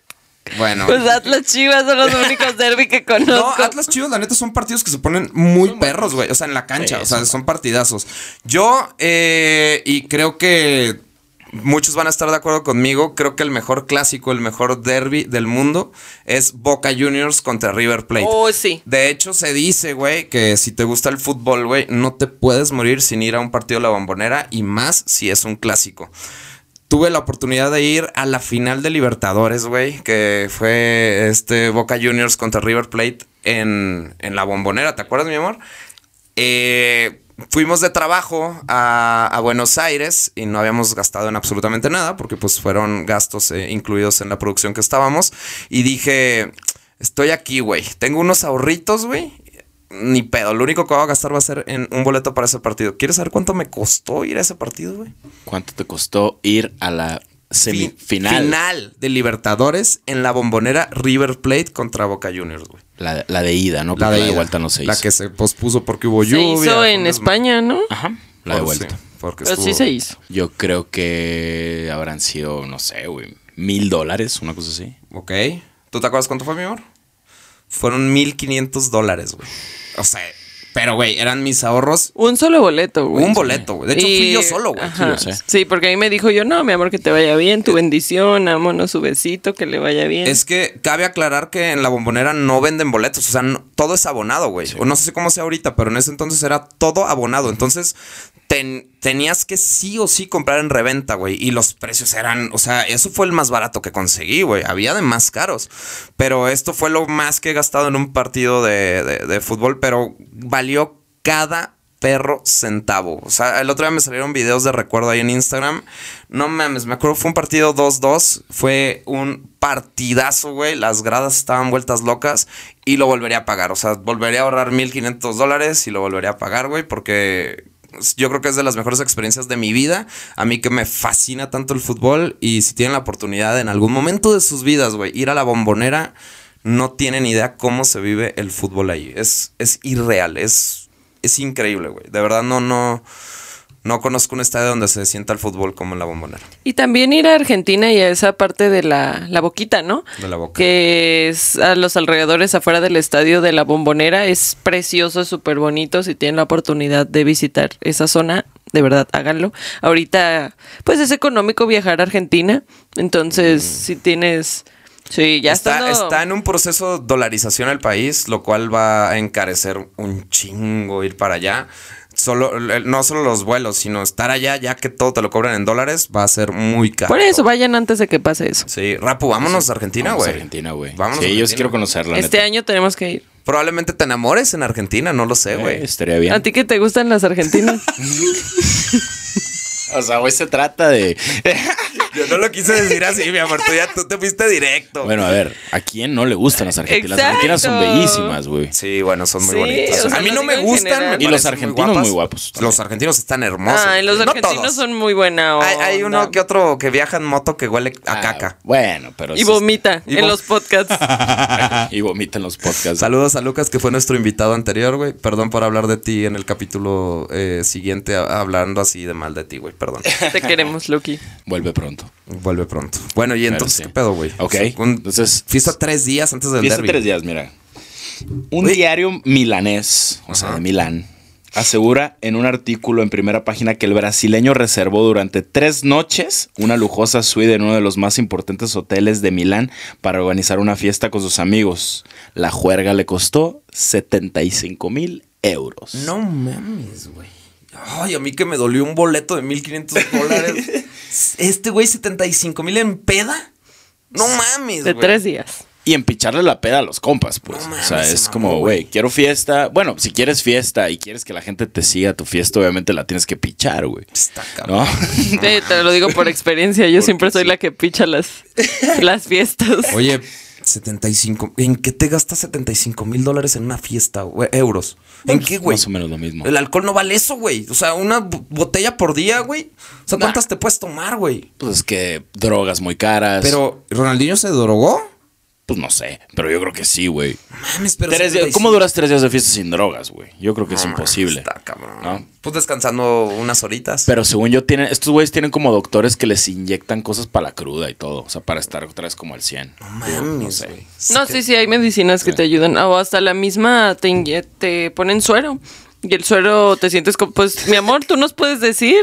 Speaker 2: Bueno.
Speaker 3: pues Atlas Chivas son los únicos derby que
Speaker 2: No,
Speaker 3: conozco.
Speaker 2: Atlas Chivas, la neta, son partidos que se ponen muy perros, güey. O sea, en la cancha,
Speaker 1: Sí,
Speaker 2: o sea, son partidazos. Yo, eh, y creo que muchos van a estar de acuerdo conmigo, creo que el mejor clásico, el mejor derby del mundo es Boca Juniors contra River Plate.
Speaker 3: Oh, sí.
Speaker 2: De hecho, se dice, güey, que si te gusta el fútbol, güey, no te puedes morir sin ir a un partido de la bombonera y más si es un clásico. Tuve la oportunidad de ir a la final de Libertadores, güey, que fue este Boca Juniors contra River Plate en, en la bombonera, ¿te acuerdas, mi amor? Eh, fuimos de trabajo a, a Buenos Aires y no habíamos gastado en absolutamente nada porque pues fueron gastos eh, incluidos en la producción que estábamos. Y dije, estoy aquí, güey. Tengo unos ahorritos, güey. Ni pedo. Lo único que voy a gastar va a ser en un boleto para ese partido. ¿Quieres saber cuánto me costó ir a ese partido, güey?
Speaker 1: ¿Cuánto te costó ir a la semifinal?
Speaker 2: Final de Libertadores en la bombonera River Plate contra Boca Juniors, güey.
Speaker 1: La, la de ida, ¿no? Porque la de,
Speaker 2: ida.
Speaker 1: vuelta no se hizo.
Speaker 2: La que se pospuso porque hubo
Speaker 3: Se
Speaker 2: lluvia.
Speaker 3: hizo
Speaker 2: fue
Speaker 3: en
Speaker 2: un desma-
Speaker 3: España, ¿no?
Speaker 1: Ajá, la de
Speaker 2: Por- Oh, sí,
Speaker 1: vuelta.
Speaker 2: porque
Speaker 3: Pero sí
Speaker 2: estuvo-
Speaker 3: se hizo.
Speaker 1: Yo creo que habrán sido, no sé, güey, mil dólares, una cosa así.
Speaker 2: Ok. ¿Tú te acuerdas cuánto fue, mi amor? Fueron 1500 dólares, güey. O sea, pero, güey, eran mis ahorros.
Speaker 3: Un solo boleto, güey.
Speaker 2: un boleto, güey. De hecho, fui
Speaker 3: Y-
Speaker 2: yo solo, güey.
Speaker 3: ajá.
Speaker 1: Sí, yo sé.
Speaker 3: Sí, porque ahí me dijo yo, no, mi amor, que te vaya bien, tu bendición, amonos su besito, que le vaya bien.
Speaker 2: Es que cabe aclarar que en la bombonera no venden boletos, o sea, no- todo es abonado, güey. O no sé cómo sea ahorita, pero en ese entonces era todo abonado. Entonces ten- tenías que sí o sí comprar en reventa, güey. Y los precios eran, o sea, eso fue el más barato que conseguí, güey. Había de más caros. Pero esto fue lo más que he gastado en un partido de, de- de fútbol, pero valió cada perro centavo. O sea, el otro día me salieron videos de recuerdo ahí en Instagram. No mames, me acuerdo, fue un partido 2-2. Fue un partidazo, güey. Las gradas estaban vueltas locas y lo volvería a pagar. O sea, volvería a ahorrar 1.500 dólares y lo volvería a pagar, güey, porque yo creo que es de las mejores experiencias de mi vida. A mí que me fascina tanto el fútbol y si tienen la oportunidad en algún momento de sus vidas, güey, ir a la bombonera. No tienen idea cómo se vive el fútbol ahí. Es, es irreal, es es increíble, güey. De verdad, no, no, no conozco un estadio donde se sienta el fútbol como en la bombonera.
Speaker 3: Y también ir a Argentina y a esa parte de la, la boquita, ¿no?
Speaker 2: De la boca.
Speaker 3: Que es a los alrededores afuera del estadio de la bombonera. Es precioso, es súper bonito. Si tienen la oportunidad de visitar esa zona, de verdad, háganlo. Ahorita, pues es económico viajar a Argentina. Entonces, si tienes... Sí, ya
Speaker 2: Mm. está,
Speaker 3: estando-
Speaker 2: está en un proceso de dolarización el país, lo cual va a encarecer un chingo ir para allá. Solo, el- no solo los vuelos, sino estar allá, ya que todo te lo cobran en dólares, va a ser muy caro.
Speaker 3: Por eso, vayan antes de que pase eso.
Speaker 2: Sí, Rapu, vámonos a Argentina,
Speaker 1: Vamos a
Speaker 2: güey.
Speaker 1: Argentina, güey. Sí,
Speaker 2: Vámonos a
Speaker 1: yo sí
Speaker 2: Argentina.
Speaker 1: quiero conocerla.
Speaker 3: Este año tenemos que ir.
Speaker 2: Probablemente te enamores en Argentina, no lo sé, güey.
Speaker 1: Eh, estaría bien.
Speaker 3: ¿A ti que te gustan las argentinas?
Speaker 1: O sea, hoy se trata de.
Speaker 2: Yo no lo quise decir así, mi amor. Tú ya tú te fuiste directo.
Speaker 1: Bueno, a ver, ¿a quién no le gustan las argentinas? Las argentinas son
Speaker 3: Exacto.
Speaker 1: bellísimas, güey.
Speaker 2: Sí, bueno, son muy
Speaker 3: Sí,
Speaker 2: bonitas.
Speaker 3: o sea,
Speaker 2: a mí
Speaker 3: lo
Speaker 2: no me
Speaker 3: digo en
Speaker 2: gustan. me
Speaker 3: general.
Speaker 1: Y los
Speaker 2: parecen
Speaker 1: argentinos muy
Speaker 2: guapas.
Speaker 1: guapos también.
Speaker 2: Los argentinos están hermosos.
Speaker 3: Ay, los
Speaker 2: güey. No
Speaker 3: argentinos
Speaker 2: todos.
Speaker 3: son muy buena onda.
Speaker 2: Hay, hay uno que otro que viaja en moto que huele a
Speaker 1: Ah,
Speaker 2: caca.
Speaker 1: Bueno, pero.
Speaker 3: Y
Speaker 1: sí-
Speaker 3: vomita
Speaker 2: Y
Speaker 3: en
Speaker 2: vom-
Speaker 3: los podcasts.
Speaker 1: y vomita en los podcasts.
Speaker 2: pues, Saludos a Lucas, que fue nuestro invitado anterior, güey. Perdón por hablar de ti en el capítulo eh, siguiente, a- hablando así de mal de ti, güey. Perdón.
Speaker 3: Te queremos, Lucky.
Speaker 1: Vuelve pronto.
Speaker 2: Vuelve pronto. Bueno, y entonces,
Speaker 1: sí.
Speaker 2: ¿qué pedo, güey?
Speaker 1: Ok,
Speaker 2: un-
Speaker 1: entonces-
Speaker 2: Fiesta tres días antes del
Speaker 1: Fiesta
Speaker 2: derby.
Speaker 1: tres días, mira. Un diario milanés, o sea,
Speaker 2: Ajá.
Speaker 1: de Milán, asegura en un artículo en primera página que el brasileño reservó durante tres noches una lujosa suite en uno de los más importantes hoteles de Milán para organizar una fiesta con sus amigos. La juerga le costó 75 mil euros.
Speaker 2: No mames, güey. Ay, a mí que me dolió un boleto de 1500 dólares. este güey, 75 mil en peda. No mames,
Speaker 3: De
Speaker 2: güey.
Speaker 3: tres días.
Speaker 1: Y empicharle la peda a los compas, pues.
Speaker 2: No
Speaker 1: o sea,
Speaker 2: mames,
Speaker 1: es
Speaker 2: mamón,
Speaker 1: como,
Speaker 2: güey.
Speaker 1: güey, quiero fiesta. Bueno, si quieres fiesta y quieres que la gente te siga a tu fiesta, obviamente la tienes que pichar, güey.
Speaker 2: Está cabrón.
Speaker 1: ¿No?
Speaker 3: Sí, te lo digo por experiencia. Yo siempre soy la que picha las, las fiestas.
Speaker 2: Oye, 75. ¿En qué te gastas 75 mil dólares en una fiesta, güey? Euros. ¿En qué, güey?
Speaker 1: Más o menos lo mismo.
Speaker 2: El alcohol no vale eso, güey. O sea, una b- botella por día, güey. O sea, ¿cuántas te puedes tomar, güey?
Speaker 1: Pues es que drogas muy caras.
Speaker 2: Pero, ¿Ronaldinho se drogó?
Speaker 1: Pues no sé. Pero yo creo que sí, güey.
Speaker 2: Mames, pero.
Speaker 1: Tres días-
Speaker 2: 75.
Speaker 1: ¿Cómo duras tres días de fiesta sin drogas, güey? Yo creo que es
Speaker 2: No, mames,
Speaker 1: imposible.
Speaker 2: Está cabrón.
Speaker 1: ¿No?
Speaker 2: Pues descansando unas horitas.
Speaker 1: Pero según yo, tienen, estos güeyes tienen como doctores que les inyectan cosas para la cruda y todo. O sea, para estar otra vez como al 100.
Speaker 2: no mames, güey.
Speaker 3: No, sí, sí, hay medicinas que te ayudan. O hasta la misma te, inye- te ponen suero. Y el suero te sientes como, pues, mi amor, tú nos puedes decir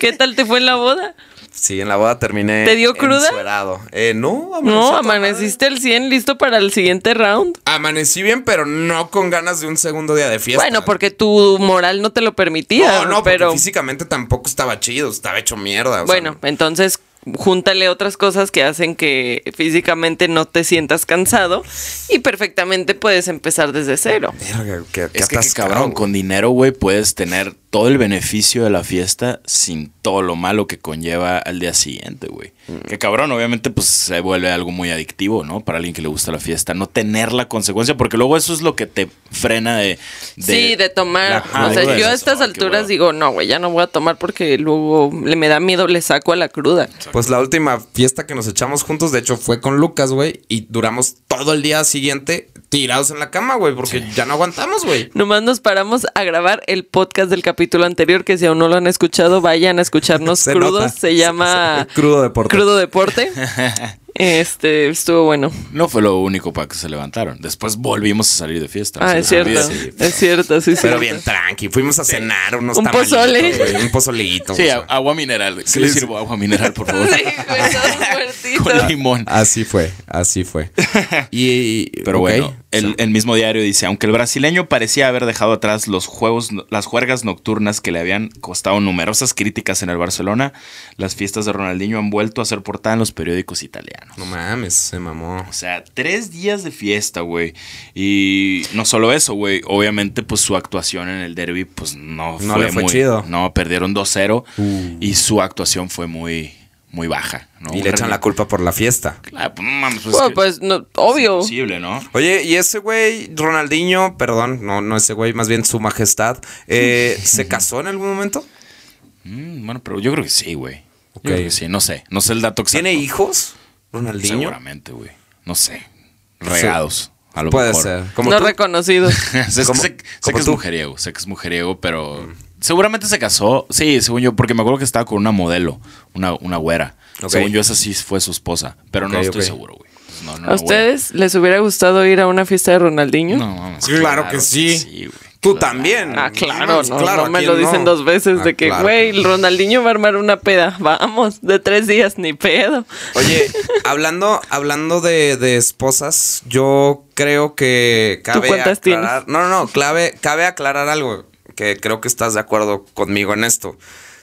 Speaker 3: qué tal te fue en la boda.
Speaker 2: Sí, en la boda terminé.
Speaker 3: ¿Te dio cruda?
Speaker 2: ensuerado. Eh, no, amanecí a
Speaker 3: No,
Speaker 2: toda
Speaker 3: amaneciste al 100, listo para el siguiente round.
Speaker 2: madre. Amanecí bien, pero no con ganas de un segundo día de fiesta.
Speaker 3: Bueno, porque tu moral no te lo permitía.
Speaker 2: No, no, pero...
Speaker 3: pero
Speaker 2: físicamente tampoco estaba chido, estaba hecho mierda. o sea,
Speaker 3: bueno, entonces júntale otras cosas que hacen que físicamente no te sientas cansado y perfectamente puedes empezar desde cero.
Speaker 2: verga, que, que
Speaker 1: Es que, qué
Speaker 2: atascado,
Speaker 1: cabrón,
Speaker 2: güey.
Speaker 1: con dinero, güey, puedes tener todo el beneficio de la fiesta sin todo lo malo que conlleva al día siguiente, güey.
Speaker 2: Mm.
Speaker 1: Que cabrón, obviamente, pues se vuelve algo muy adictivo, ¿no? Para alguien que le gusta la fiesta, no tener la consecuencia, porque luego eso es lo que te frena de. de-
Speaker 3: sí, de tomar.
Speaker 1: Ajá,
Speaker 3: o sea,
Speaker 1: güey.
Speaker 3: yo a estas
Speaker 1: Ay, qué
Speaker 3: alturas
Speaker 1: hueva.
Speaker 3: digo, no, güey, ya no voy a tomar porque luego le me da miedo, le saco a la cruda.
Speaker 2: Pues la última fiesta que nos echamos juntos, de hecho, fue con Lucas, güey, y duramos todo el día siguiente tirados en la cama, güey, porque ya no aguantamos, güey.
Speaker 3: Nomás nos paramos a grabar el podcast del capítulo anterior, que si aún no lo han escuchado, vayan a escucharnos
Speaker 2: Se
Speaker 3: crudos.
Speaker 2: nota.
Speaker 3: Se llama
Speaker 2: Crudo Deporte.
Speaker 3: Crudo Deporte. Este, estuvo bueno.
Speaker 1: No fue lo único para que se levantaron. Después volvimos a salir de fiesta.
Speaker 3: Ah,
Speaker 1: Sí,
Speaker 3: es cierto.
Speaker 1: sí, pero-
Speaker 3: Es cierto, sí, sí.
Speaker 2: Pero bien tranqui, fuimos a cenar unos
Speaker 3: Un
Speaker 2: tamalitos,
Speaker 3: pozole.
Speaker 2: güey, Un pozolito.
Speaker 1: Sí,
Speaker 2: o sea.
Speaker 1: a- agua mineral. ¿Qué le
Speaker 2: sí.
Speaker 1: sirvo agua mineral, por
Speaker 3: Sí,
Speaker 1: favor?
Speaker 3: güey, todos muertitos.
Speaker 1: Con limón.
Speaker 2: Así fue, así fue. Y,
Speaker 1: Pero
Speaker 2: ok.
Speaker 1: bueno, el, el mismo diario dice, aunque el brasileño parecía haber dejado atrás los juegos, las juergas nocturnas que le habían costado numerosas críticas en el Barcelona, las fiestas de Ronaldinho han vuelto a ser portada en los periódicos italianos.
Speaker 2: No mames, se mamó.
Speaker 1: O sea, tres días de fiesta, güey. Y no solo eso, güey. Obviamente, pues su actuación en el derby, pues no,
Speaker 2: No le fue
Speaker 1: muy,
Speaker 2: chido. Uh.
Speaker 1: No, perdieron 2-0 y su actuación fue muy, muy baja. ¿no?
Speaker 2: Y le echan la culpa por la fiesta.
Speaker 1: Ah, pues, no mames, pues, es
Speaker 3: Bueno,
Speaker 1: que
Speaker 3: pues, no,
Speaker 1: es
Speaker 3: obvio.
Speaker 1: imposible, ¿no?
Speaker 2: Oye, y ese güey, Ronaldinho, perdón, no, no ese güey, más bien su majestad, eh, ¿se casó en algún momento?
Speaker 1: Mm, bueno, pero yo creo que sí, güey. Yo
Speaker 2: Ok.
Speaker 1: creo que sí, no sé. No sé el dato exacto.
Speaker 2: ¿Tiene hijos? Ronaldinho.
Speaker 1: Seguramente, güey. No sé. Regados. A lo
Speaker 2: Puede
Speaker 1: mejor.
Speaker 2: ser. Como
Speaker 3: No
Speaker 2: tú.
Speaker 3: reconocido.
Speaker 1: sé que-
Speaker 2: Como-
Speaker 1: sé, sé
Speaker 2: como
Speaker 1: que es
Speaker 2: tú.
Speaker 1: mujeriego, sé que es mujeriego, pero seguramente se casó. Sí, según yo, porque me acuerdo que estaba con una modelo, una, una güera.
Speaker 2: Ok.
Speaker 1: Según yo, esa sí fue su esposa, pero no
Speaker 2: Ok,
Speaker 1: estoy
Speaker 2: ok.
Speaker 1: seguro, güey. Pues No, no,
Speaker 3: ¿A
Speaker 1: no, güey.
Speaker 3: ustedes les hubiera gustado ir a una fiesta de Ronaldinho?
Speaker 1: No, mames,
Speaker 2: Claro que sí.
Speaker 1: güey.
Speaker 2: Tú
Speaker 1: Claro.
Speaker 2: también.
Speaker 3: Ah, claro,
Speaker 2: Mames,
Speaker 3: no,
Speaker 2: claro,
Speaker 3: no
Speaker 2: ¿a
Speaker 3: me
Speaker 2: quién
Speaker 3: lo dicen
Speaker 2: no?
Speaker 3: dos veces
Speaker 2: Ah,
Speaker 3: de que,
Speaker 2: claro.
Speaker 3: güey, Ronaldinho va a armar una peda. Vamos, de tres días, ni pedo.
Speaker 2: Oye, hablando, hablando de, de esposas, yo creo que cabe
Speaker 3: cuántas
Speaker 2: aclarar. No, no, no, clave, cabe aclarar algo que creo que estás de acuerdo conmigo en esto.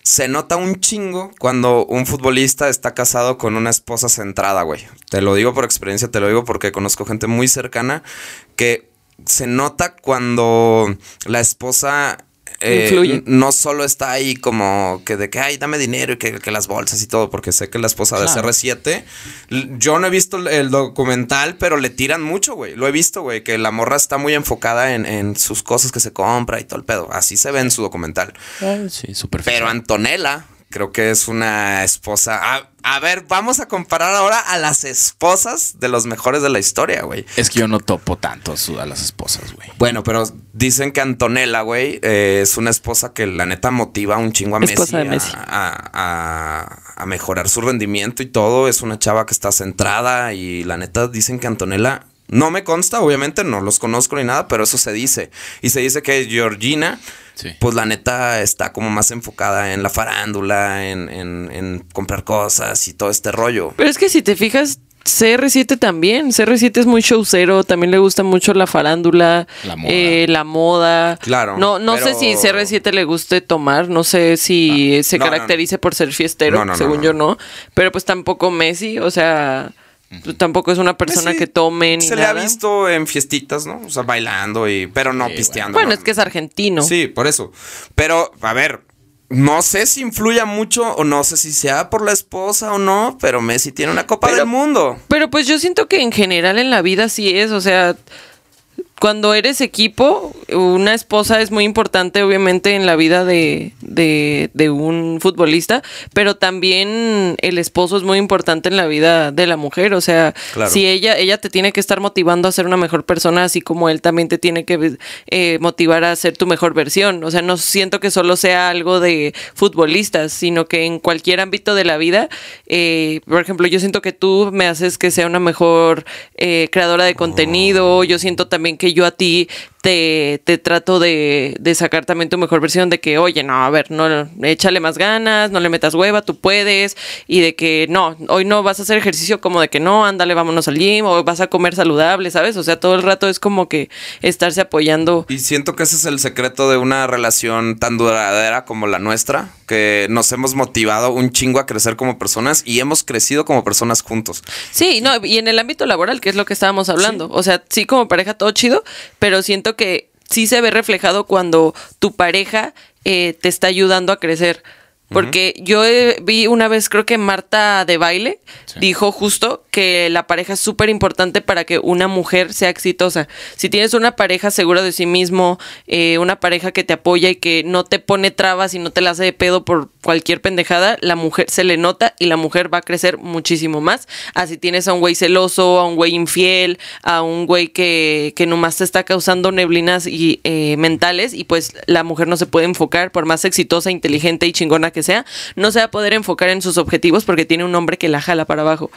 Speaker 2: Se nota un chingo cuando un futbolista está casado con una esposa centrada, güey. Te lo digo por experiencia, te lo digo porque conozco gente muy cercana que se nota cuando la esposa eh,
Speaker 3: Influye.
Speaker 2: no solo está ahí como que de que, ay, dame dinero y que, que las bolsas y todo, porque sé que la esposa
Speaker 1: Claro.
Speaker 2: de CR7, l- yo no he visto el- el documental, pero le tiran mucho, güey. Lo he visto, güey, que la morra está muy enfocada en, en sus cosas que se compra y todo el pedo. Así se ve en su documental.
Speaker 1: Sí, súper
Speaker 2: Pero Antonella, creo que es una esposa... A, a ver, vamos a comparar ahora a las esposas de los mejores de la historia, güey.
Speaker 1: Es que yo no topo tanto a, su- a las esposas, güey.
Speaker 2: Bueno, pero dicen que Antonella, güey, eh, es una esposa que la neta motiva un chingo a Messi,
Speaker 3: Esposa de
Speaker 2: a-
Speaker 3: Messi.
Speaker 2: A, a- a mejorar su rendimiento y todo. Es una chava que está centrada y la neta dicen que Antonella... No me consta, obviamente, no los conozco ni nada, pero eso se dice. Y se dice que Georgina,
Speaker 1: Sí.
Speaker 2: pues la neta está como más enfocada en la farándula, en, en- en comprar cosas y todo este rollo.
Speaker 3: Pero es que si te fijas, CR7 también. CR7 es muy showcero, también le gusta mucho la farándula,
Speaker 1: La moda.
Speaker 3: eh, la moda.
Speaker 2: Claro,
Speaker 3: No, no sé
Speaker 2: pero- Ah,
Speaker 3: si CR7 le guste tomar, no sé si eh, se
Speaker 2: No, no, no.
Speaker 3: caracterice por ser fiestero,
Speaker 2: No, no, no,
Speaker 3: según
Speaker 2: no,
Speaker 3: yo no. Pero pues tampoco Messi, o sea, pues, tampoco es una persona
Speaker 2: Messi
Speaker 3: que tome ni
Speaker 2: Se
Speaker 3: nada.
Speaker 2: le ha visto en fiestitas, ¿no? O sea, bailando y... Pero no
Speaker 1: Sí,
Speaker 2: pisteando.
Speaker 3: Bueno,
Speaker 2: ¿no?
Speaker 3: es que es argentino.
Speaker 2: Sí, por eso. Pero, a ver, No sé si influya mucho o no sé si sea por la esposa o no, pero Messi tiene una Copa del Mundo.
Speaker 3: Pero pues yo siento que en general en la vida sí es, o sea, cuando eres equipo, una esposa es muy importante obviamente en la vida de, de, de un futbolista, pero también el esposo es muy importante en la vida de la mujer, o sea,
Speaker 2: Claro.
Speaker 3: si ella, ella te tiene que estar motivando a ser una mejor persona, así como él también te tiene que eh, motivar a ser tu mejor versión, o sea, no siento que solo sea algo de futbolistas, sino que en cualquier ámbito de la vida, eh, por ejemplo, yo siento que tú me haces que sea una mejor eh, creadora de contenido, yo siento también que yo a ti te, te trato de, de sacar también tu mejor versión de que, oye, no, a ver, no, échale más ganas, no le metas hueva, tú puedes, y de que no, hoy no vas a hacer ejercicio como de que no, ándale, vámonos al gym, o vas a comer saludable, ¿sabes? O sea, todo el rato es como que estarse apoyando.
Speaker 2: Y siento que ese es el secreto de una relación tan duradera como la nuestra, que nos hemos motivado un chingo a crecer como personas y hemos crecido como personas juntos.
Speaker 3: Sí, no, y en el ámbito laboral, que es lo que estábamos hablando. O sea, sí, como pareja todo chido, pero siento que sí se ve reflejado cuando tu pareja eh, te está ayudando a crecer. Porque yo eh, vi una vez, creo que Marta de baile dijo justo que la pareja es súper importante para que una mujer sea exitosa. Si tienes una pareja segura de sí mismo, eh, una pareja que te apoya y que no te pone trabas y no te la hace de pedo por cualquier pendejada, la mujer se le nota y la mujer va a crecer muchísimo más. Así tienes a un güey celoso, a un güey infiel, a un güey que, que nomás te está causando neblinas y, eh, mentales y pues la mujer no se puede enfocar, por más exitosa, inteligente y chingona que sea, no se va a poder enfocar en sus objetivos porque tiene un hombre que la jala para abajo.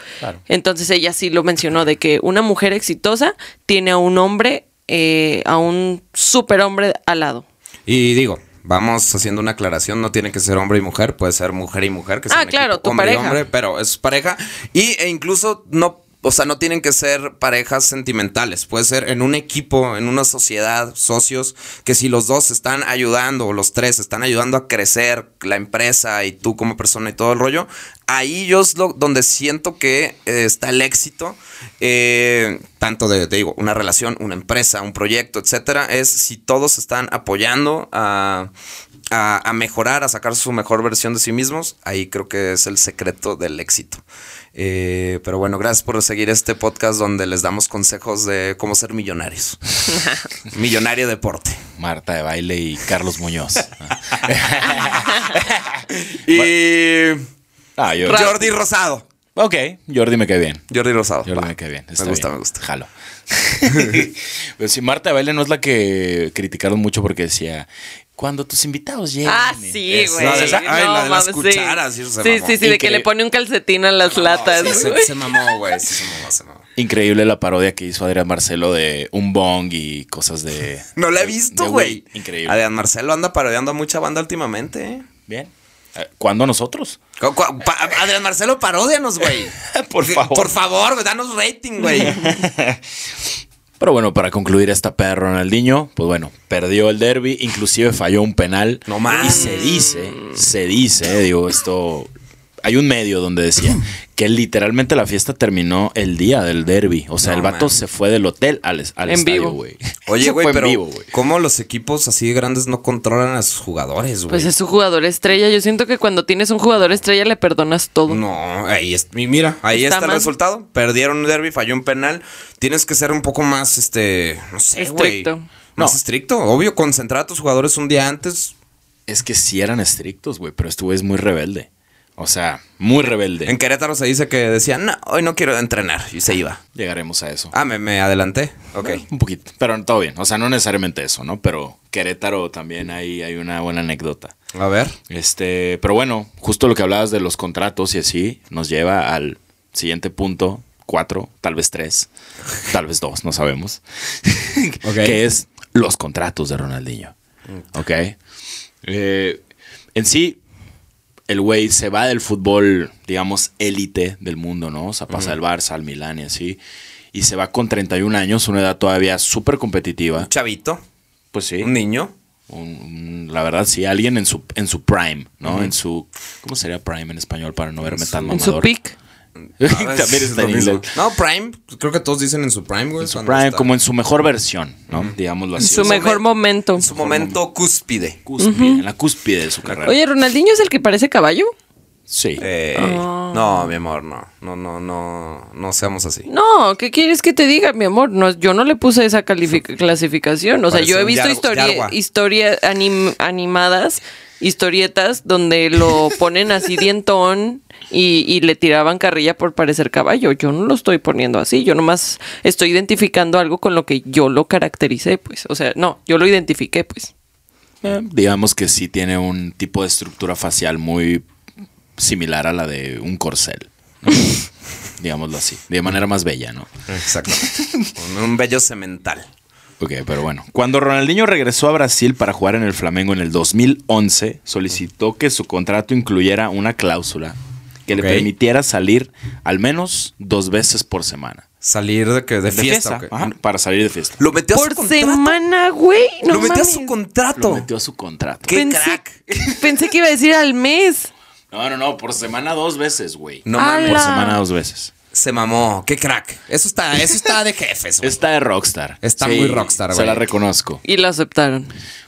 Speaker 3: Entonces ella sí lo mencionó, de que una mujer exitosa tiene a un hombre, eh, a un superhombre al lado.
Speaker 2: Y digo, vamos haciendo una aclaración, no tiene que ser hombre y mujer, puede ser mujer y mujer, que
Speaker 3: Ah,
Speaker 2: sean
Speaker 3: claro,
Speaker 2: equipo,
Speaker 3: tu
Speaker 2: hombre y
Speaker 3: pareja.
Speaker 2: hombre, pero es pareja y e incluso no o sea, no tienen que ser parejas sentimentales. Puede ser en un equipo, en una sociedad, socios, que si los dos están ayudando, o los tres están ayudando a crecer la empresa y tú como persona y todo el rollo, ahí yo es lo- donde siento que eh, está el éxito, eh, tanto de, te digo, una relación, una empresa, un proyecto, etcétera, es si todos están apoyando a, a, a mejorar, a sacar su mejor versión de sí mismos, ahí creo que es el secreto del éxito. Eh, pero bueno, gracias por seguir este podcast donde les damos consejos de cómo ser millonarios. Millonario deporte.
Speaker 1: Marta de baile y Carlos Muñoz.
Speaker 2: Y
Speaker 1: Ah, yo-
Speaker 2: Jordi Rosado.
Speaker 1: Ok, Jordi me cae bien.
Speaker 2: Jordi Rosado.
Speaker 1: Jordi
Speaker 2: Oh, va.
Speaker 1: me cae bien.
Speaker 2: Me
Speaker 1: está
Speaker 2: gusta,
Speaker 1: bien.
Speaker 2: me gusta.
Speaker 1: Jalo. Pero sí, Marta de baile no es la que criticaron mucho porque decía, cuando tus invitados llegan.
Speaker 3: Ah,
Speaker 1: eh".
Speaker 3: sí,
Speaker 2: Esa,
Speaker 3: güey.
Speaker 2: esa, ay, la de las
Speaker 3: mames,
Speaker 2: cucharas, y
Speaker 3: Sí,
Speaker 2: eso se
Speaker 3: sí,
Speaker 2: mamó.
Speaker 3: sí, sí, de que
Speaker 1: Increíble.
Speaker 3: le pone un calcetín a las
Speaker 2: No, sí,
Speaker 3: latas. güey.
Speaker 2: se, se mamó, güey. Sí, se mamó, se mamó.
Speaker 1: Increíble la parodia que hizo Adrián Marcelo de un bong y cosas de.
Speaker 2: No la he
Speaker 1: de-
Speaker 2: visto,
Speaker 1: de
Speaker 2: güey.
Speaker 1: Increíble.
Speaker 2: Adrián Marcelo anda parodiando a mucha banda últimamente. ¿eh?
Speaker 1: Bien. Eh, ¿Cuándo nosotros?
Speaker 2: Cu- cu- pa- Adrián Marcelo, paródianos, güey.
Speaker 1: Por
Speaker 2: Que-
Speaker 1: favor.
Speaker 2: Por favor, güey, danos rating, güey.
Speaker 1: Pero bueno, para concluir esta pelea de Ronaldinho, pues bueno, perdió el derby, inclusive falló un penal.
Speaker 2: No mames.
Speaker 1: Y se dice, se dice, eh, digo, esto. Hay un medio donde decía que literalmente la fiesta terminó el día del derby. O sea,
Speaker 2: No
Speaker 1: el vato
Speaker 2: mames.
Speaker 1: se fue del hotel al, es- al
Speaker 3: En
Speaker 1: estadio,
Speaker 3: vivo.
Speaker 1: güey.
Speaker 2: Oye,
Speaker 1: Se
Speaker 2: güey,
Speaker 1: fue en
Speaker 2: pero
Speaker 1: vivo, güey.
Speaker 2: ¿cómo los equipos así de grandes no controlan a sus jugadores, güey?
Speaker 3: Pues es su jugador estrella. Yo siento que cuando tienes un jugador estrella le perdonas todo.
Speaker 2: No, ahí es, y mira, ahí
Speaker 3: Está
Speaker 2: está, el
Speaker 3: mal.
Speaker 2: resultado. Perdieron un derby, falló un penal. Tienes que ser un poco más, este, no sé, güey.
Speaker 3: Estricto.
Speaker 2: Más
Speaker 1: No.
Speaker 2: estricto, obvio, concentrar a tus jugadores un día antes.
Speaker 1: Es que sí eran estrictos, güey, pero este güey es muy rebelde. O sea, muy rebelde.
Speaker 2: En Querétaro se dice que decían, no, hoy no quiero entrenar. Y se iba.
Speaker 1: Llegaremos a eso.
Speaker 2: Ah, me, me adelanté. Ok.
Speaker 1: Un poquito. Pero todo bien. O sea, no necesariamente eso, ¿no? Pero Querétaro también ahí hay una buena anécdota.
Speaker 2: A ver.
Speaker 1: Este, pero bueno, justo lo que hablabas de los contratos y así nos lleva al siguiente punto, cuatro, tal vez tres, tal vez dos, no sabemos.
Speaker 2: Ok. Mm.
Speaker 1: Que es los contratos de Ronaldinho. Ok. Eh, en sí, el güey se va del fútbol, digamos, élite del mundo, ¿no? O sea, pasa al Barça, al Milán y así. Y se va con 31 años, una edad todavía súper competitiva.
Speaker 2: Un chavito,
Speaker 1: Pues sí.
Speaker 2: un niño.
Speaker 1: Un- un- la verdad, sí, alguien en su, en su prime, ¿no? En su. ¿Cómo sería prime en español para no verme tan
Speaker 3: En su
Speaker 1: mamador?
Speaker 3: pick.
Speaker 2: Ah,
Speaker 1: También está en inglés.
Speaker 2: No, Prime. Creo que todos dicen en su Prime, güey. cuando
Speaker 1: Prime,
Speaker 2: está-
Speaker 1: como en su mejor versión, ¿no? Digámoslo así.
Speaker 3: Su
Speaker 1: Es
Speaker 3: mejor momento.
Speaker 2: en su momento cúspide.
Speaker 1: cúspide, en la cúspide de su carrera.
Speaker 3: Oye, Ronaldinho es el que parece caballo.
Speaker 1: sí.
Speaker 2: Eh,
Speaker 3: Oh.
Speaker 2: No, mi amor, no. No, no, no. No seamos así.
Speaker 3: No, ¿qué quieres que te diga, mi amor? No, yo no le puse esa calific- clasificación. O sea,
Speaker 2: Parece
Speaker 3: yo he
Speaker 2: un
Speaker 3: visto
Speaker 2: yargu-
Speaker 3: historia,
Speaker 2: yargua.
Speaker 3: historia anim- animadas, historietas donde lo ponen así dientón y, y le tiraban carrilla por parecer caballo. Yo no lo estoy poniendo así. Yo nomás estoy identificando algo con lo que yo lo caractericé, pues. O sea, no, yo lo identifiqué, pues.
Speaker 1: Eh, digamos que sí tiene un tipo de estructura facial muy similar a la de un corcel. ¿no? Digámoslo así. De manera más bella, ¿no?
Speaker 2: Exacto. un, un bello cemental.
Speaker 1: Ok, pero bueno. Cuando Ronaldinho regresó a Brasil para jugar en el Flamengo en el 2011, solicitó que su contrato incluyera una cláusula que
Speaker 2: Ok.
Speaker 1: le permitiera salir al menos dos veces por semana.
Speaker 2: Salir de que de,
Speaker 1: De
Speaker 2: fiesta. ¿o qué?
Speaker 1: ajá, para salir de fiesta.
Speaker 2: Lo metió a su
Speaker 3: Por
Speaker 2: contrato.
Speaker 3: semana, güey. No
Speaker 2: Lo metió a su
Speaker 3: mames.
Speaker 1: Lo
Speaker 2: contrato.
Speaker 1: metió a su contrato.
Speaker 2: ¿Qué?
Speaker 3: Pensé-
Speaker 2: crack.
Speaker 3: pensé que iba a decir al mes.
Speaker 1: No, no, no, por semana dos veces, güey.
Speaker 2: No
Speaker 3: ¡Hala!
Speaker 2: mames.
Speaker 1: Por semana dos veces.
Speaker 2: Se mamó. Qué crack. Eso está, eso está de jefes, güey.
Speaker 1: Está de rockstar.
Speaker 2: Está muy rockstar,
Speaker 1: Se
Speaker 2: güey.
Speaker 1: la reconozco.
Speaker 3: Y lo aceptaron.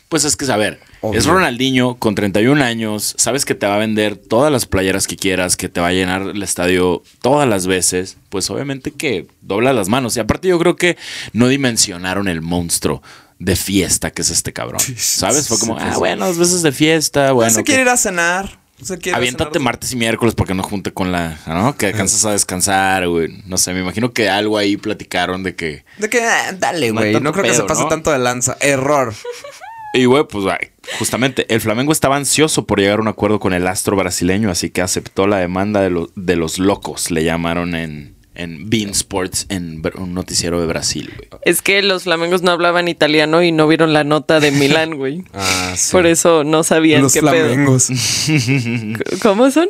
Speaker 1: Pues es que, a ver,
Speaker 2: Obvio.
Speaker 1: es Ronaldinho con 31 años, sabes que te va a vender todas las playeras que quieras, que te va a llenar el estadio todas las veces, pues obviamente que dobla las manos. Y aparte yo creo que no dimensionaron el monstruo de fiesta que es este cabrón. ¿Sabes? Fue como, ah, bueno, dos veces de fiesta, bueno.
Speaker 2: Pues se
Speaker 1: que-
Speaker 2: quiere ir a cenar. Se quiere ir a
Speaker 1: Aviéntate
Speaker 2: cenar.
Speaker 1: martes y miércoles porque no junte con la, ¿no?
Speaker 2: Eh.
Speaker 1: Que alcanzas a descansar, güey. No sé, me imagino que algo ahí platicaron de que...
Speaker 2: De que, ah, dale,
Speaker 1: No hay
Speaker 2: güey. No,
Speaker 1: tanto
Speaker 2: creo que se
Speaker 1: pedo,
Speaker 2: pase
Speaker 1: ¿no?
Speaker 2: tanto de lanza. Error.
Speaker 1: Y güey, pues ay, justamente el Flamengo estaba ansioso por llegar a un acuerdo con el astro brasileño, así que aceptó la demanda de, lo- de los locos, le llamaron en, en Bean Sports, en Br- un noticiero de Brasil, güey.
Speaker 3: Es que los flamengos no hablaban italiano y no vieron la nota de Milán, güey.
Speaker 2: Ah, sí.
Speaker 3: Por eso no sabían
Speaker 2: Los
Speaker 3: qué
Speaker 2: flamengos.
Speaker 3: pedo. ¿Cómo son?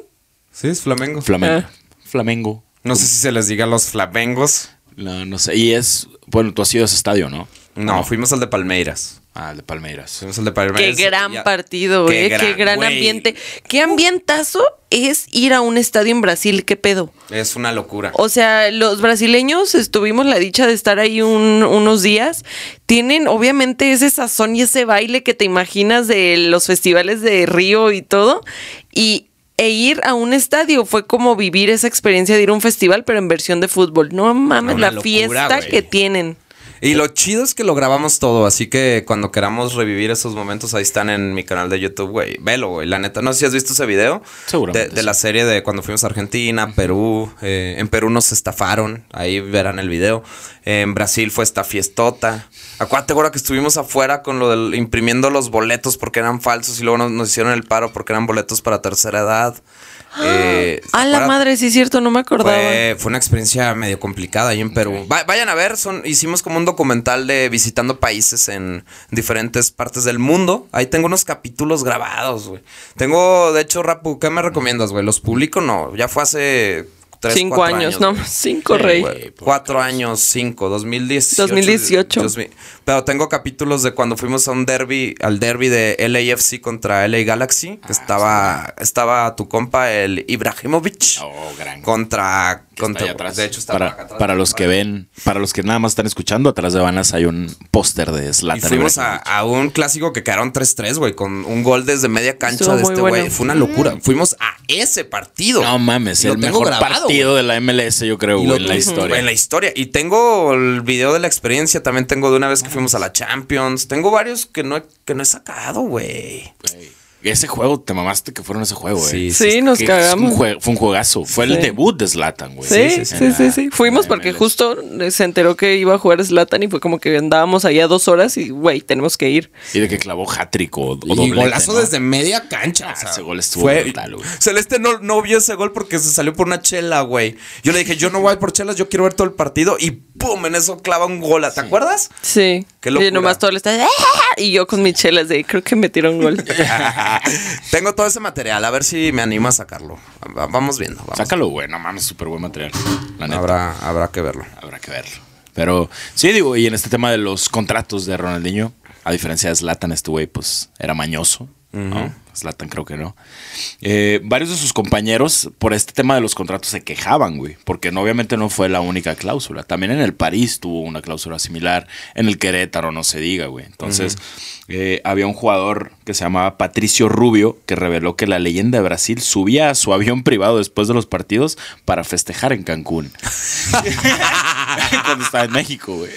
Speaker 2: Sí, es flamengo.
Speaker 1: Flamengo.
Speaker 3: Ah.
Speaker 1: Flamengo.
Speaker 2: No sé si se les diga los flamencos.
Speaker 1: No, no sé. Y es, bueno, tú has ido a ese estadio, ¿no?
Speaker 2: No, fuimos al de Palmeiras.
Speaker 1: Ah, el de Palmeiras.
Speaker 2: Fuimos al de Palmeiras.
Speaker 3: qué gran
Speaker 2: Ya-
Speaker 3: partido, eh, qué gran
Speaker 2: güey.
Speaker 3: ambiente. Qué ambientazo es ir a un estadio en Brasil, qué pedo.
Speaker 2: Es una locura.
Speaker 3: O sea, los brasileños estuvimos la dicha de estar ahí un- unos días. Tienen obviamente ese sazón y ese baile que te imaginas de los festivales de Río y todo. Y e ir a un estadio fue como vivir esa experiencia de ir a un festival, pero en versión de fútbol. No mames,
Speaker 2: Una
Speaker 3: la
Speaker 2: locura,
Speaker 3: fiesta
Speaker 2: güey.
Speaker 3: que tienen.
Speaker 2: Y lo chido es que lo grabamos todo, así que cuando queramos revivir esos momentos, ahí están en mi canal de YouTube, güey. Velo, güey. La neta, no sé si has visto ese video.
Speaker 1: Seguramente,
Speaker 2: De, de la serie de cuando fuimos a Argentina, Perú. eh, en Perú nos estafaron, ahí verán el video. En Brasil fue esta fiestota. Acuérdate, ahora que estuvimos afuera con lo del imprimiendo los boletos porque eran falsos y luego nos, nos hicieron el paro porque eran boletos para tercera edad. Eh,
Speaker 3: Ah, A la
Speaker 2: acuérdate-
Speaker 3: madre, sí es cierto, no me acordaba.
Speaker 2: fue, fue una experiencia medio complicada ahí en Perú. Va- vayan a ver, son, hicimos como un documental de visitando países en diferentes partes del mundo. Ahí tengo unos capítulos grabados, güey. Tengo, de hecho, Rapu, ¿qué me recomiendas, güey? ¿Los publico? No, ya fue hace tres,
Speaker 3: cinco
Speaker 2: cuatro
Speaker 3: años,
Speaker 2: güey.
Speaker 3: no, cinco
Speaker 1: Sí,
Speaker 3: rey.
Speaker 1: güey.
Speaker 2: Cuatro años, cinco, 2018.
Speaker 3: 2018.
Speaker 2: Dios mío. Pero tengo capítulos de cuando fuimos a un derby, al derby de LAFC contra LA Galaxy.
Speaker 3: Ah,
Speaker 2: que estaba, estaba tu compa, el Ibrahimovic.
Speaker 1: Oh, gran.
Speaker 2: Contra,
Speaker 1: Está
Speaker 2: contra
Speaker 1: ahí atrás.
Speaker 2: de hecho está acá
Speaker 1: para,
Speaker 2: atrás.
Speaker 1: para los que ven, para los que nada más están escuchando, atrás de Vanas hay un póster de
Speaker 2: y
Speaker 1: Zlatan.
Speaker 2: fuimos a,
Speaker 1: Ibrahimovic.
Speaker 2: a un clásico que quedaron 3-3, güey, con un gol desde media cancha
Speaker 3: Estuvo
Speaker 2: de
Speaker 3: muy
Speaker 2: este güey.
Speaker 3: bueno.
Speaker 2: Fue una locura. Fuimos a ese partido.
Speaker 1: No mames,
Speaker 2: Y lo
Speaker 1: el
Speaker 2: tengo
Speaker 1: mejor
Speaker 2: grabado,
Speaker 1: partido de la MLS, yo creo,
Speaker 2: Y
Speaker 1: güey,
Speaker 2: lo
Speaker 1: en la
Speaker 2: tengo
Speaker 1: historia.
Speaker 2: En la historia. Y tengo el video de la experiencia. También tengo de una vez que fuimos a la Champions. Tengo varios que no he, que no he sacado, güey.
Speaker 1: Ese juego, te mamaste que fueron ese juego, güey.
Speaker 2: Sí,
Speaker 3: Sí, nos
Speaker 1: Que es un
Speaker 3: cagamos.
Speaker 1: jue- fue un juegazo. Fue
Speaker 3: Sí.
Speaker 1: el debut de Zlatan, güey.
Speaker 2: pues,
Speaker 3: Sí, sí, sí, sí,
Speaker 1: En la-
Speaker 3: sí. Fuimos
Speaker 1: en la
Speaker 3: porque
Speaker 1: MLS.
Speaker 3: justo eh, se enteró que iba a jugar Slatan y fue como que andábamos allá dos horas y, güey, tenemos que ir.
Speaker 1: Y de que clavó hat-trick o, o
Speaker 2: Y
Speaker 1: doblete,
Speaker 2: golazo
Speaker 1: ¿no?
Speaker 2: desde media cancha.
Speaker 1: Ah,
Speaker 2: o sea,
Speaker 1: ese gol estuvo
Speaker 2: fue-
Speaker 1: brutal, güey.
Speaker 2: Celeste no, no vio ese gol porque se salió por una chela, güey. Yo le dije, yo no voy a ir por chelas, yo quiero ver todo el partido. Y pum, en eso clava un gol. ¿Te acuerdas?
Speaker 3: Sí.
Speaker 2: Qué locura.
Speaker 3: Y nomás todo el estadio, ¡ah! Y yo con mis chelas de creo que metieron gol.
Speaker 2: Tengo todo ese material, a ver si me anima a sacarlo. Va- Vamos viendo. vamos.
Speaker 1: Sácalo, güey. No mames, súper buen material. La neta.
Speaker 2: Habrá, habrá que verlo.
Speaker 1: Habrá que verlo. Pero sí, digo, y en este tema de los contratos de Ronaldinho, a diferencia de Zlatan, este güey, pues era mañoso. ¿no? Zlatan creo que no. Eh, varios de sus compañeros por este tema de los contratos se quejaban, güey, porque no, obviamente no fue la única cláusula. También en el París tuvo una cláusula similar, en el Querétaro no se diga, güey. Entonces eh, había un jugador que se llamaba Patricio Rubio que reveló que la leyenda de Brasil subía a su avión privado después de los partidos para festejar en Cancún. Cuando estaba en México, güey.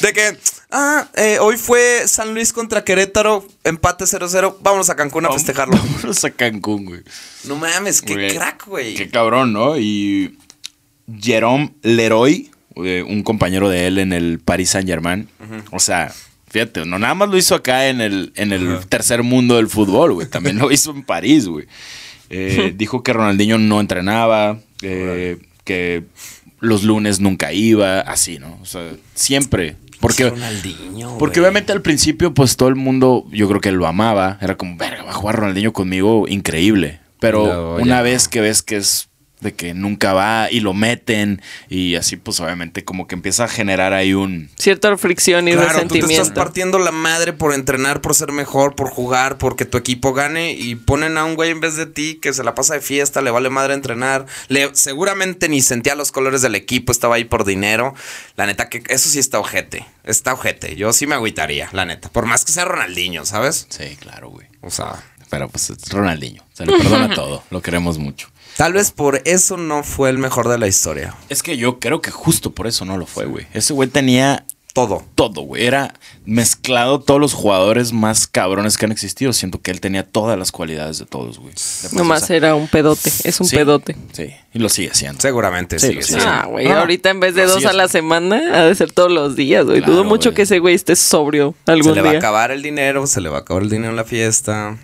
Speaker 2: De que, ah, eh, hoy fue San Luis contra Querétaro, empate 0-0, vámonos a Cancún a festejarlo.
Speaker 1: Vámonos a Cancún, güey.
Speaker 2: No mames, Este qué
Speaker 1: Güey,
Speaker 2: crack, güey.
Speaker 1: Qué cabrón, ¿no? Y Jerome Leroy, eh, un compañero de él en el Paris Saint Germain. O sea, fíjate, no nada más lo hizo acá en el, en el tercer mundo del fútbol, güey. También lo hizo en París, güey. Eh, dijo que Ronaldinho no entrenaba, eh, que los lunes nunca iba, así, ¿no? O sea, siempre. Porque,
Speaker 2: Ronaldinho,
Speaker 1: porque
Speaker 2: güey.
Speaker 1: obviamente al principio, pues todo el mundo, yo creo que lo amaba. Era como, verga, va a jugar Ronaldinho conmigo, increíble. Pero
Speaker 2: Luego ya
Speaker 1: una
Speaker 2: no.
Speaker 1: vez que ves que es de que nunca va y lo meten y así, pues obviamente como que empieza a generar ahí un...
Speaker 3: Cierta fricción y
Speaker 2: Claro, tú te estás
Speaker 3: resentimiento.
Speaker 2: partiendo la madre por entrenar, por ser mejor, por jugar, porque tu equipo gane y ponen a un güey en vez de ti que se la pasa de fiesta, le vale madre entrenar. Le, seguramente ni sentía los colores del equipo, estaba ahí por dinero. La neta, que eso sí está ojete. Está ojete. Yo sí me agüitaría, la neta. Por más que sea Ronaldinho, ¿sabes?
Speaker 1: Sí, claro, güey.
Speaker 2: O sea,
Speaker 1: Pero pues es Ronaldinho, se le perdona todo, lo queremos mucho.
Speaker 2: tal vez por eso no fue el mejor de la historia.
Speaker 1: Es que yo creo que justo por eso no lo fue, güey. Ese güey tenía
Speaker 2: Todo.
Speaker 1: todo, güey. Era mezclado todos los jugadores más cabrones que han existido. Siento que él tenía todas las cualidades de todos, güey. De
Speaker 3: Nomás
Speaker 1: más, o sea,
Speaker 3: era un pedote, es un
Speaker 1: sí,
Speaker 3: pedote.
Speaker 1: Sí, y lo sigue haciendo.
Speaker 2: Seguramente
Speaker 1: Sí,
Speaker 2: sí.
Speaker 1: lo
Speaker 2: sí.
Speaker 1: sé.
Speaker 3: Ah, güey,
Speaker 1: Ah,
Speaker 3: ahorita en vez de
Speaker 1: así
Speaker 3: dos a
Speaker 1: es.
Speaker 3: la semana, ha de ser todos los días, güey.
Speaker 1: Claro,
Speaker 3: Dudo mucho
Speaker 1: güey.
Speaker 3: que ese güey esté sobrio
Speaker 2: Se
Speaker 3: algún
Speaker 2: le va a
Speaker 3: día.
Speaker 2: acabar el dinero, se le va a acabar el dinero en la fiesta.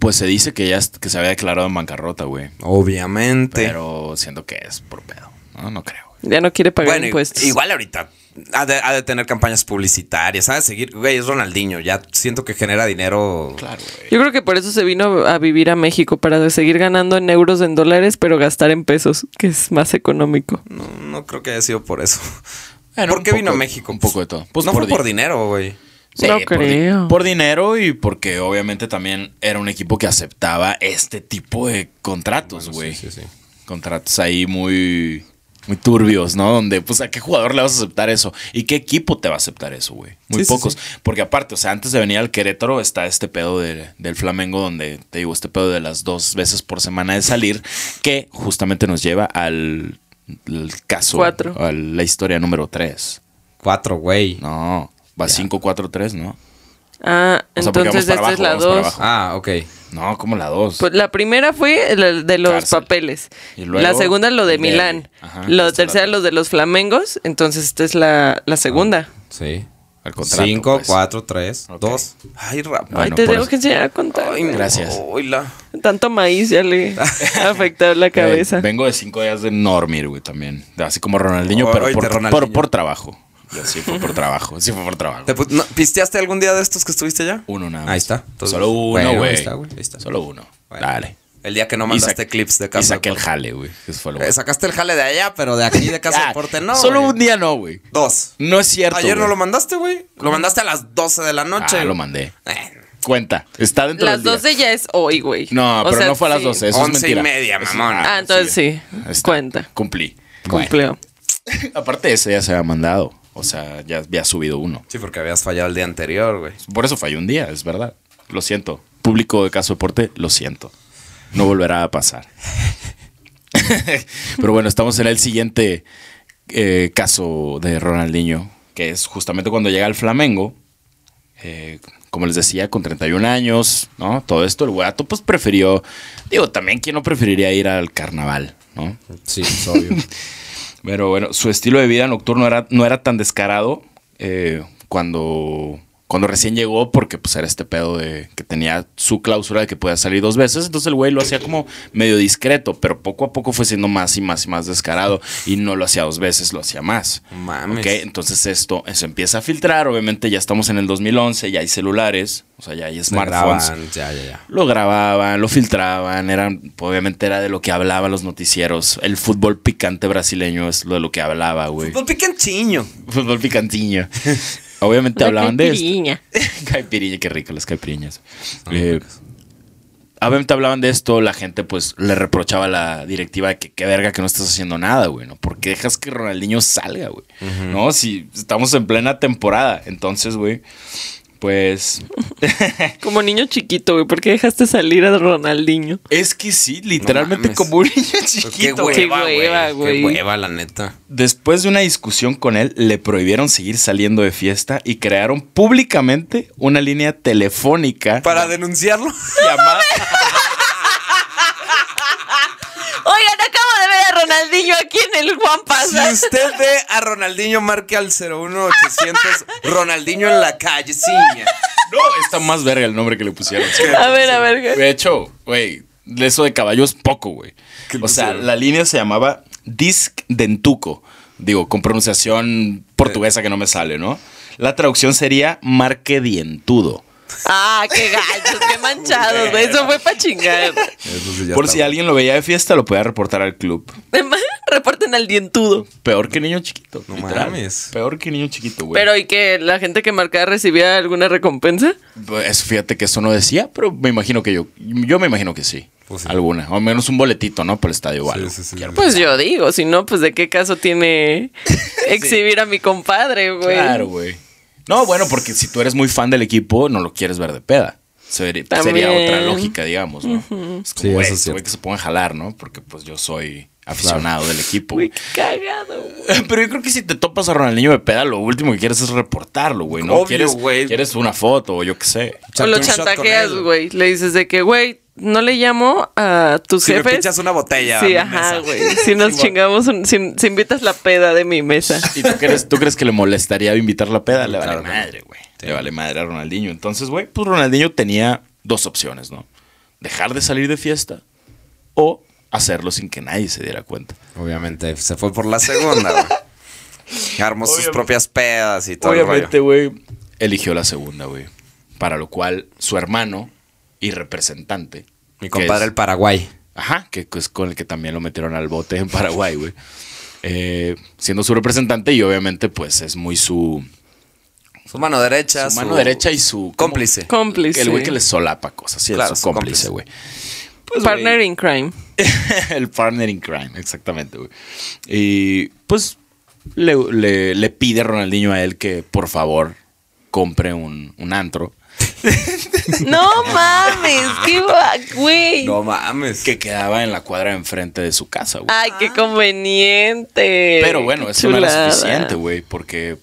Speaker 1: Pues se dice que ya est- que se había declarado en bancarrota, güey.
Speaker 2: Obviamente.
Speaker 1: Pero siento que es por pedo. No, no creo. güey.
Speaker 3: Ya no quiere pagar
Speaker 2: Bueno, i-
Speaker 3: impuestos.
Speaker 2: igual ahorita ha de, ha de tener campañas publicitarias, ha de seguir, güey, es Ronaldinho, ya siento que genera dinero.
Speaker 1: güey.
Speaker 3: Yo creo que por eso se vino a vivir a México, para seguir ganando en euros, en dólares, pero gastar en pesos, que es más económico.
Speaker 2: No, no creo que haya sido por eso.
Speaker 1: Bueno,
Speaker 2: ¿Por
Speaker 1: un
Speaker 2: qué vino a
Speaker 1: poco-
Speaker 2: México?
Speaker 1: un poco de todo. Pues
Speaker 2: no
Speaker 1: por
Speaker 2: fue
Speaker 1: di-
Speaker 2: por dinero, güey.
Speaker 3: no
Speaker 1: por di-
Speaker 3: creo.
Speaker 1: Por, dinero y porque obviamente también era un equipo que aceptaba este tipo de contratos, güey. Contratos ahí muy, muy turbios, ¿no? Donde, pues, ¿a qué jugador le vas a aceptar eso? ¿Y qué equipo te va a aceptar eso, güey? Muy
Speaker 2: Sí, sí,
Speaker 1: pocos. Porque aparte, o sea, antes de venir al Querétaro está este pedo de- del Flamengo, donde te digo, este pedo de las dos veces por semana de salir, que justamente nos lleva al, al caso,
Speaker 3: Cuatro.
Speaker 1: a la historia número 3.
Speaker 2: Cuatro, güey.
Speaker 1: No, va 5-4-3, ¿no?
Speaker 3: Ah,
Speaker 1: O sea, porque
Speaker 3: entonces
Speaker 1: vamos para
Speaker 3: esta es
Speaker 1: abajo,
Speaker 3: la
Speaker 1: vamos para
Speaker 3: dos.
Speaker 1: abajo.
Speaker 2: Ah, ok.
Speaker 1: No, como la 2.
Speaker 3: Pues la primera fue la de los
Speaker 1: Cárcel.
Speaker 3: papeles.
Speaker 1: Y luego,
Speaker 3: la segunda lo de
Speaker 1: el de-
Speaker 3: Milán.
Speaker 1: Ajá,
Speaker 3: la
Speaker 1: esta
Speaker 3: tercera
Speaker 1: la-
Speaker 3: lo de los flamengos. Entonces esta es la, la segunda.
Speaker 1: Ah,
Speaker 2: Sí.
Speaker 1: Al contrato,
Speaker 2: Cinco,
Speaker 1: pues.
Speaker 2: cuatro, tres,
Speaker 1: Ok.
Speaker 2: dos. Ay, rap.
Speaker 1: Bueno,
Speaker 3: Ay, te
Speaker 1: por
Speaker 3: tengo
Speaker 1: eso-
Speaker 3: que enseñar a contar.
Speaker 2: Ay, no.
Speaker 1: Gracias.
Speaker 2: Ay, la-
Speaker 3: Tanto maíz ya le ha afectado la cabeza.
Speaker 1: Eh, vengo de cinco días de no dormir, güey, también. Así como Ronaldinho,
Speaker 2: Ay,
Speaker 1: pero
Speaker 2: Oh, te
Speaker 1: por, por-
Speaker 2: Ronaldinho.
Speaker 1: por trabajo. Yo sí fue por trabajo. Sí fue por trabajo.
Speaker 2: ¿Te pu- no, ¿Pisteaste algún día de estos que estuviste allá?
Speaker 1: Uno nada más.
Speaker 2: Ahí está. Entonces,
Speaker 1: Solo uno,
Speaker 2: bueno, ahí
Speaker 1: güey.
Speaker 2: está, güey, ahí está.
Speaker 1: Solo uno.
Speaker 2: Bueno.
Speaker 1: Dale.
Speaker 2: El día que no
Speaker 1: Y
Speaker 2: mandaste
Speaker 1: sac-
Speaker 2: clips de
Speaker 1: Y
Speaker 2: casa.
Speaker 1: saqué
Speaker 2: de
Speaker 1: el jale, güey. Eso fue lo
Speaker 2: Deporte. Eh,
Speaker 1: bueno.
Speaker 2: sacaste el jale de allá, pero de aquí de casa
Speaker 1: Ya,
Speaker 2: de deporte no.
Speaker 1: Ah, Solo
Speaker 2: güey.
Speaker 1: un día no, güey.
Speaker 2: Dos.
Speaker 1: No es cierto.
Speaker 2: Ayer no
Speaker 1: güey.
Speaker 2: lo mandaste, güey. Lo mandaste a las 12 de la noche.
Speaker 1: Ah, lo mandé.
Speaker 2: Eh,
Speaker 1: Cuenta. Está dentro
Speaker 3: Las
Speaker 1: del día.
Speaker 3: 12 ya es hoy, güey.
Speaker 1: No,
Speaker 3: O
Speaker 1: pero
Speaker 3: sea,
Speaker 1: no fue a las
Speaker 3: sí.
Speaker 1: 12. Eso es
Speaker 2: Once y
Speaker 1: mentira.
Speaker 2: media,
Speaker 1: Eso-
Speaker 2: mamón.
Speaker 3: Ah, entonces sí.
Speaker 1: Ahí está.
Speaker 3: Cuenta.
Speaker 1: Cumplí.
Speaker 3: Cumplió.
Speaker 1: Aparte, ese ya se había mandado. O sea, ya había subido uno.
Speaker 2: Sí, porque habías fallado el día anterior, güey.
Speaker 1: Por eso falló un día, es verdad. Lo siento. Público de Caso Deporte, lo siento. No volverá a pasar. Pero bueno, estamos en el siguiente eh, caso de Ronaldinho, que es justamente cuando llega al Flamengo. Eh, como les decía, con 31 años, ¿no? Todo esto, el guato, pues prefirió. Digo, también, ¿quién no preferiría ir al carnaval, no?
Speaker 2: Sí, obvio.
Speaker 1: Pero bueno, su estilo de vida nocturno era, no era tan descarado eh, cuando, cuando recién llegó, porque pues era este pedo de que tenía su cláusula de que podía salir dos veces. Entonces el güey lo hacía como medio discreto, pero poco a poco fue siendo más y más y más descarado. Y no lo hacía dos veces, lo hacía más.
Speaker 2: Mames.
Speaker 1: Ok, entonces esto se empieza a filtrar. Obviamente ya estamos en el 2011, ya hay celulares, o sea, ya hay smartphones
Speaker 2: Graban, ya, ya, ya.
Speaker 1: lo grababan, lo filtraban, eran, obviamente era de lo que hablaban los noticieros. El fútbol picante brasileño es lo de lo que hablaba, güey.
Speaker 2: Pues picanchiño.
Speaker 1: Fútbol picantiño. Obviamente
Speaker 3: Una
Speaker 1: hablaban de esto.
Speaker 3: caipiriña.
Speaker 1: Caipiriña, qué rico las caipiriñas. Eh, obviamente hablaban de esto, la gente pues le reprochaba a la directiva que qué verga que no estás haciendo nada, güey, ¿no? Porque dejas que Ronaldinho salga, güey. No, si estamos en plena temporada, entonces, güey, pues
Speaker 3: Como niño chiquito, güey, ¿por qué dejaste salir a Ronaldinho?
Speaker 1: es que sí, literalmente
Speaker 2: mames. Pues
Speaker 1: como un niño
Speaker 2: Qué
Speaker 1: chiquito. güey.
Speaker 2: hueva,
Speaker 3: Qué hueva,
Speaker 2: güey. Qué
Speaker 3: güey.
Speaker 2: hueva, la neta.
Speaker 1: Después de una discusión con él, le prohibieron seguir saliendo de fiesta y crearon públicamente una línea telefónica
Speaker 2: Para denunciarlo.
Speaker 1: llamada
Speaker 3: Oigan, acabo de ver a Ronaldinho aquí en el Juan Paz.
Speaker 2: Si usted ve a Ronaldinho, marque al 01800 Ronaldinho en la calle, ciña.
Speaker 1: No, está más verga el nombre que le pusieron.
Speaker 3: A ver, a ver. güey.
Speaker 1: De hecho, güey, de eso de caballo es poco, güey.
Speaker 2: ¿Qué le
Speaker 1: O sea,
Speaker 2: pusieron?
Speaker 1: la línea se llamaba Disc Dentuco. Digo, con pronunciación portuguesa que no me sale, ¿no? La traducción sería Marque Dientudo.
Speaker 3: Ah, qué gallos, qué manchados, güey. Eso fue para chingar.
Speaker 1: Por si alguien lo veía de fiesta, lo podía reportar al club.
Speaker 3: Además, Reporten al dientudo.
Speaker 1: Peor que niño chiquito.
Speaker 2: No
Speaker 1: literal.
Speaker 2: mames.
Speaker 1: Peor que niño chiquito, güey.
Speaker 3: Pero, ¿y que la gente que marcaba recibía alguna recompensa?
Speaker 1: Pues, fíjate que eso no decía, pero me imagino que yo. Yo me imagino que sí.
Speaker 2: Pues sí.
Speaker 1: Alguna. O menos un boletito, ¿no? Por el estadio o algo.
Speaker 2: sí, sí,
Speaker 1: Quiero
Speaker 2: sí.
Speaker 3: Pues yo digo, si no, pues de qué caso tiene exhibir a mi compadre, güey.
Speaker 1: Claro, güey. No, bueno, porque si tú eres muy fan del equipo, no lo quieres ver de peda. Sería, pues,
Speaker 3: También.
Speaker 1: sería otra lógica, digamos, ¿no? Es
Speaker 5: Sí,
Speaker 1: como, güey,
Speaker 5: eso es
Speaker 1: este güey
Speaker 5: cierto.
Speaker 1: que se pongan a jalar, ¿no? Porque pues yo soy aficionado del equipo.
Speaker 3: Güey,
Speaker 1: güey.
Speaker 3: qué cagado, güey.
Speaker 1: Pero yo creo que si te topas a Ronaldinho de peda, lo último que quieres es reportarlo, güey. No
Speaker 2: Obvio,
Speaker 1: quieres,
Speaker 2: güey.
Speaker 1: quieres una foto o yo qué sé.
Speaker 3: O
Speaker 2: Echarte
Speaker 3: lo
Speaker 2: un shot con
Speaker 3: chantajeas,
Speaker 2: él.
Speaker 3: güey. Le dices de que, güey, no le llamo a tus
Speaker 2: Si me
Speaker 3: jefes.
Speaker 2: pinchas una botella
Speaker 3: Sí,
Speaker 2: a mi
Speaker 3: ajá,
Speaker 2: mesa.
Speaker 3: güey. Si nos chingamos, un- si, si invitas la peda de mi mesa.
Speaker 1: ¿Y tú crees, tú crees que le molestaría invitar la peda? Le vale
Speaker 2: Claro que no.
Speaker 1: madre, güey. Le vale madre a Ronaldinho. Entonces, güey, pues Ronaldinho tenía dos opciones, ¿no? Dejar de salir de fiesta o hacerlo sin que nadie se diera cuenta.
Speaker 5: Obviamente.
Speaker 2: Se fue por la segunda, güey. Armó sus
Speaker 1: Obviamente.
Speaker 2: propias pedas y todo
Speaker 1: Obviamente,
Speaker 2: el rollo.
Speaker 1: güey, eligió la segunda, güey. Para lo cual su hermano y representante.
Speaker 2: Mi
Speaker 1: que
Speaker 2: compadre
Speaker 1: es-
Speaker 2: el Paraguay.
Speaker 1: Ajá, que es pues con el que también lo metieron al bote en Paraguay, güey. Eh, siendo su representante y obviamente pues es muy su,
Speaker 2: Su mano derecha.
Speaker 1: su mano derecha y su
Speaker 2: Cómplice.
Speaker 3: Cómplice.
Speaker 1: El güey que le solapa cosas, sí,
Speaker 2: Claro,
Speaker 1: es su
Speaker 2: su
Speaker 1: cómplice, güey.
Speaker 2: Pues,
Speaker 3: Partner in crime.
Speaker 1: el partner in crime, exactamente, güey. Y pues le, le- le pide Ronaldinho a él que por favor compre un, un antro
Speaker 3: No mames, qué va, güey.
Speaker 2: No mames.
Speaker 1: que quedaba en la cuadra enfrente de su casa, güey.
Speaker 3: Ay, qué conveniente.
Speaker 1: Pero bueno,
Speaker 3: Qué
Speaker 1: eso no era
Speaker 3: chulada.
Speaker 1: suficiente, güey, porque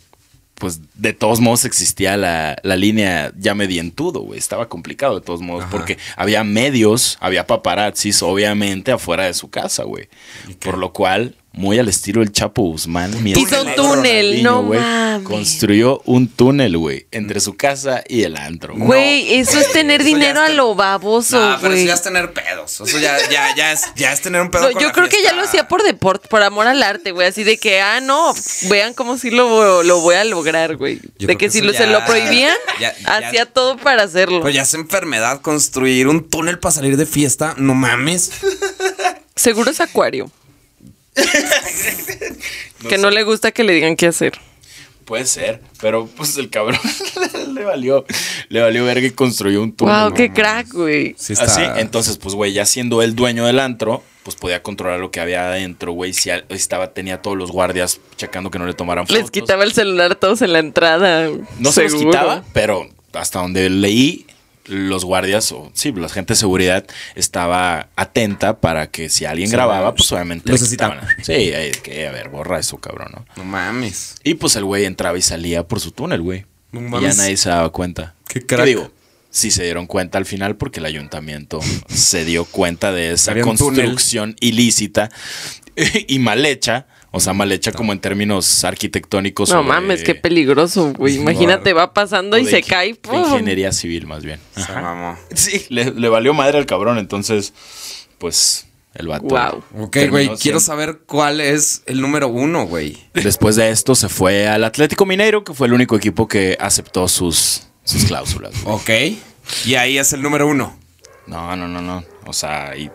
Speaker 1: pues de todos modos existía la, la línea ya medientudo, güey. Estaba complicado de todos modos porque había medios, había paparazzis, obviamente, afuera de su casa, güey. Por lo cual, muy al estilo del Chapo Guzmán.
Speaker 3: Hizo un túnel,
Speaker 1: Ronaldinho,
Speaker 3: no
Speaker 1: güey,
Speaker 3: mames.
Speaker 1: Construyó un túnel, güey, entre su casa y el antro.
Speaker 3: Güey, eso es tener
Speaker 2: Eso ya
Speaker 3: dinero
Speaker 2: está-
Speaker 3: a lo baboso,
Speaker 2: No, pero eso
Speaker 3: güey.
Speaker 2: ya es tener pedos. Eso ya, ya, ya, es, ya es tener un pedo.
Speaker 3: No,
Speaker 2: con
Speaker 3: yo
Speaker 2: la
Speaker 3: creo que ya
Speaker 2: fiesta.
Speaker 3: lo hacía por deporte, por amor al arte, güey. Así de que, ah, no, vean cómo sí lo, lo voy a lograr, güey.
Speaker 2: Yo
Speaker 3: De
Speaker 2: creo
Speaker 3: que
Speaker 2: que
Speaker 3: si
Speaker 2: eso
Speaker 3: lo- se
Speaker 2: ya-
Speaker 3: lo prohibían,
Speaker 2: ya- ya-
Speaker 3: hacía todo para hacerlo.
Speaker 2: Pues ya es enfermedad construir un túnel para salir de fiesta. No mames.
Speaker 3: Seguro es Acuario. que no le gusta que le digan qué hacer.
Speaker 1: Puede ser, pero pues el cabrón le valió, le valió ver que construyó un túnel.
Speaker 3: wow,
Speaker 1: güey.
Speaker 3: qué crack, güey.
Speaker 2: Sí
Speaker 1: Así, entonces, pues, güey, ya siendo el dueño del antro, pues podía controlar lo que había adentro, güey. Si al- estaba, tenía todos los guardias checando que no le tomaran fotos.
Speaker 3: Les quitaba el celular a todos en la entrada.
Speaker 1: No se los
Speaker 3: seguro.
Speaker 1: quitaba, pero hasta donde leí, los guardias, o sí, la gente de seguridad estaba atenta para que si alguien grababa, pues obviamente.
Speaker 5: los
Speaker 1: le
Speaker 5: excitaba.
Speaker 1: quitaban. Sí, eh, que, a ver, borra eso, cabrón, ¿no?
Speaker 2: No mames.
Speaker 1: Y pues el güey entraba y salía por su túnel, güey.
Speaker 2: No
Speaker 1: y ya
Speaker 2: mames.
Speaker 1: nadie se daba cuenta.
Speaker 2: Qué
Speaker 1: ¿Qué
Speaker 2: crack.
Speaker 1: digo? Sí se dieron cuenta al final porque el ayuntamiento se dio cuenta de esa
Speaker 2: Había un túnel.
Speaker 1: construcción ilícita y mal hecha. O sea, mal hecha como en términos arquitectónicos. o
Speaker 3: No
Speaker 1: de-
Speaker 3: mames, qué peligroso, güey. Imagínate, va pasando
Speaker 1: o
Speaker 3: y
Speaker 1: de
Speaker 3: se
Speaker 1: inge-
Speaker 3: cae.
Speaker 1: de
Speaker 3: ¡pum!
Speaker 1: ingeniería civil, más bien.
Speaker 2: Se mamó.
Speaker 1: Sí, le, le valió madre al cabrón. Entonces, pues, el vato.
Speaker 3: Guau.
Speaker 2: Ok,
Speaker 1: terminó
Speaker 2: güey,
Speaker 1: siendo-
Speaker 2: quiero saber cuál es el número uno, güey.
Speaker 1: Después de esto se fue al Atlético Mineiro, que fue el único equipo que aceptó sus, sus cláusulas. güey.
Speaker 2: Ok. Y ahí es el número uno.
Speaker 1: No, no, no, no. O sea, y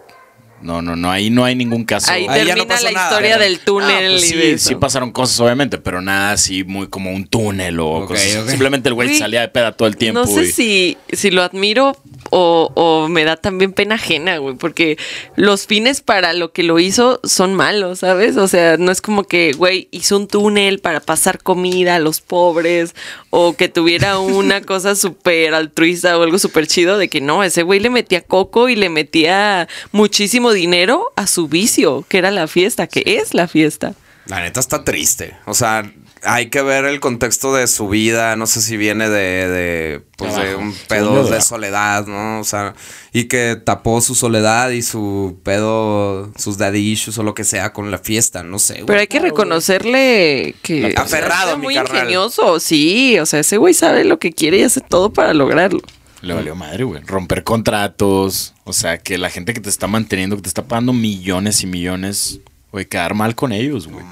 Speaker 1: No, no, no, ahí no hay ningún caso.
Speaker 3: Ahí,
Speaker 1: Ah,
Speaker 2: Ahí ya no
Speaker 3: termina
Speaker 2: pasó
Speaker 3: la
Speaker 2: nada,
Speaker 3: historia
Speaker 2: ¿verdad?
Speaker 3: del túnel.
Speaker 1: pues
Speaker 3: y
Speaker 1: sí,
Speaker 3: de
Speaker 1: sí
Speaker 3: eso.
Speaker 1: pasaron cosas, obviamente, pero nada así muy como un túnel o
Speaker 2: Ok,
Speaker 1: cosas.
Speaker 2: ok.
Speaker 1: Simplemente el güey
Speaker 3: Güey,
Speaker 1: salía de peda todo el tiempo.
Speaker 3: No sé
Speaker 1: y-
Speaker 3: si, si lo admiro o, o me da también pena ajena, güey, porque los fines para lo que lo hizo son malos, ¿sabes? O sea, no es como que, güey, hizo un túnel para pasar comida a los pobres o que tuviera una cosa súper altruista o algo súper chido de que no, ese güey le metía coco y le metía muchísimo dinero a su vicio, que era la fiesta, que es la fiesta.
Speaker 2: La neta está triste. O sea, hay que ver el contexto de su vida. No sé si viene de, de, pues, de
Speaker 1: Abajo.
Speaker 2: un
Speaker 1: Según
Speaker 2: pedo
Speaker 1: yo,
Speaker 2: de
Speaker 1: abajo.
Speaker 2: soledad, ¿no? O sea, y que tapó su soledad y su pedo, sus daddy issues o lo que sea con la fiesta. No sé, güey.
Speaker 3: Pero hay que reconocerle que...
Speaker 2: La pasión. Aferrado,
Speaker 3: está
Speaker 2: mi
Speaker 3: muy
Speaker 2: carnal.
Speaker 3: ingenioso, sí. O sea, ese güey sabe lo que quiere y hace todo para lograrlo.
Speaker 1: Le valió madre, güey. Romper contratos. O sea, que la gente que te está manteniendo, que te está pagando millones y millones, güey, quedar mal con ellos, güey.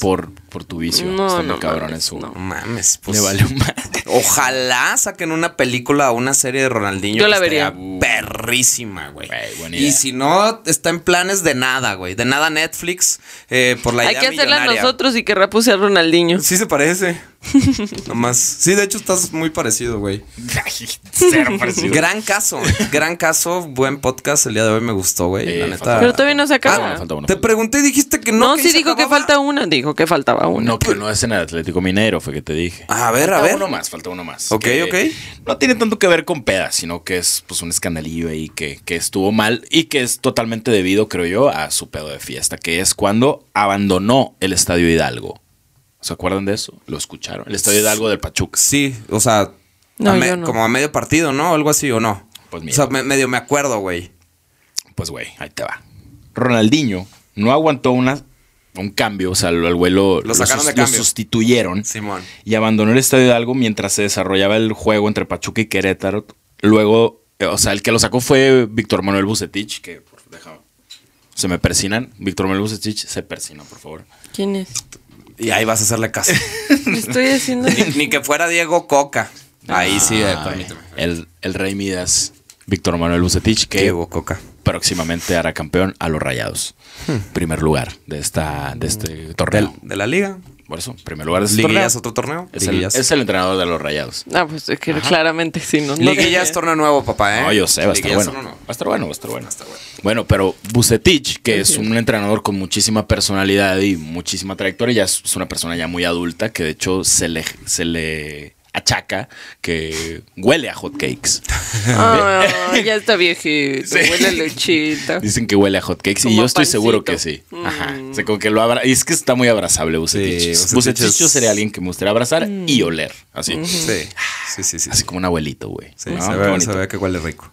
Speaker 1: por, por tu vicio.
Speaker 3: No,
Speaker 1: Está muy
Speaker 3: no
Speaker 1: cabrón
Speaker 3: mames,
Speaker 1: eso,
Speaker 3: no.
Speaker 1: güey.
Speaker 2: No mames, pues.
Speaker 1: Le valió madre.
Speaker 2: Ojalá saquen una película o una serie de Ronaldinho.
Speaker 3: Yo
Speaker 2: que
Speaker 3: la
Speaker 2: estaría
Speaker 1: vería.
Speaker 2: Perrísima, güey.
Speaker 1: Güey, buena idea.
Speaker 2: Y si no, está en planes de nada, güey. De nada Netflix. eh, por la
Speaker 3: Hay
Speaker 2: idea
Speaker 3: que hacerla
Speaker 2: millonaria.
Speaker 3: nosotros y que rapuse a Ronaldinho.
Speaker 2: Sí se parece. Nomás. Sí, de hecho estás muy parecido, güey.
Speaker 1: Ay, Cero parecido.
Speaker 2: Gran caso, eh. gran caso, buen podcast el día de hoy me gustó, güey.
Speaker 1: Eh,
Speaker 2: la
Speaker 1: falta-
Speaker 2: neta.
Speaker 3: Pero todavía no se
Speaker 1: Ah,
Speaker 3: acaba.
Speaker 1: falta uno.
Speaker 2: Te pregunté y dijiste que no.
Speaker 3: no, sí
Speaker 2: se
Speaker 3: dijo que
Speaker 2: acababa.
Speaker 3: falta una. Dijo que faltaba una.
Speaker 1: No, que no es en el Atlético Minero, fue que te dije.
Speaker 2: A ver, Ah, a
Speaker 1: Falta
Speaker 2: ver.
Speaker 1: uno más, falta uno más.
Speaker 2: Ok,
Speaker 1: Que
Speaker 2: ok.
Speaker 1: No tiene tanto que ver con pedas, sino que es pues un escandalillo ahí que, que estuvo mal y que es totalmente debido, creo yo, a su pedo de fiesta, que es cuando abandonó el Estadio Hidalgo. ¿Se acuerdan de eso? ¿Lo escucharon? El Estadio Hidalgo del Pachuca.
Speaker 2: Sí, o sea,
Speaker 3: No,
Speaker 2: a me-
Speaker 3: yo no.
Speaker 2: como a medio partido, ¿no? Algo así o no.
Speaker 1: Pues
Speaker 2: o
Speaker 1: mira.
Speaker 2: sea, me- medio me acuerdo, güey.
Speaker 1: Pues güey, ahí te va. Ronaldinho no aguantó una, un cambio, o sea, al al güey lo,
Speaker 2: Lo sacaron
Speaker 1: sus-
Speaker 2: de cambio.
Speaker 1: sustituyeron.
Speaker 2: Simón.
Speaker 1: y abandonó el Estadio Hidalgo mientras se desarrollaba el juego entre Pachuca y Querétaro. Luego, eh, o sea, el que lo sacó fue Víctor Manuel Bucetich, que por- deja- se me persinan. Víctor Manuel Bucetich se persina, por favor.
Speaker 3: ¿Quién es?
Speaker 2: Y ahí vas a hacerle caso.
Speaker 3: Me estoy haciendo.
Speaker 2: ni, ni que fuera Diego Coca. Ahí sí, eh,
Speaker 1: Ay,
Speaker 2: permíteme.
Speaker 1: El, el rey Midas, Víctor Manuel Bucetich, que
Speaker 2: Diego Coca.
Speaker 1: próximamente hará campeón a los Rayados. Primer lugar de, esta, de este
Speaker 2: Hmm. Del-
Speaker 1: torneo.
Speaker 2: de la liga.
Speaker 1: Por eso, primer lugar de este torneo.
Speaker 2: Liguillas, otro torneo.
Speaker 1: Es el,
Speaker 2: Liguillas.
Speaker 1: es el entrenador de los Rayados.
Speaker 3: Ah, pues es que claramente sí, no. no
Speaker 2: Liguillas,
Speaker 3: tenía-
Speaker 2: torneo nuevo, papá, ¿eh?
Speaker 1: No, yo sé, va a estar
Speaker 2: Liguillas,
Speaker 1: bueno.
Speaker 2: torneo
Speaker 1: Va
Speaker 2: nuevo.
Speaker 1: a estar bueno, va a estar bueno.
Speaker 2: estar bueno.
Speaker 1: Bueno, pero Bucetich, que es un entrenador con muchísima personalidad y muchísima trayectoria, ya es es una persona ya muy adulta que de hecho se le, se le achaca que huele a hotcakes.
Speaker 3: Ay, ya está viejito. Huele a lechita.
Speaker 1: Dicen que huele a hotcakes y
Speaker 3: Como
Speaker 1: yo estoy
Speaker 3: pancito. Mm.
Speaker 1: seguro que sí. Ajá. O sea, como que lo abra... Y es que está muy abrazable Bucetich.
Speaker 2: Sí,
Speaker 1: Bucetich,
Speaker 2: Bucetich es-
Speaker 1: sería alguien que me gustaría abrazar
Speaker 3: Mm.
Speaker 1: y oler. Así.
Speaker 2: Sí, sí, sí, sí.
Speaker 1: Así como un abuelito, güey.
Speaker 2: Sí,
Speaker 1: ¿no?
Speaker 2: se,
Speaker 1: Qué
Speaker 2: ve,
Speaker 1: bonito.
Speaker 2: se ve que huele rico.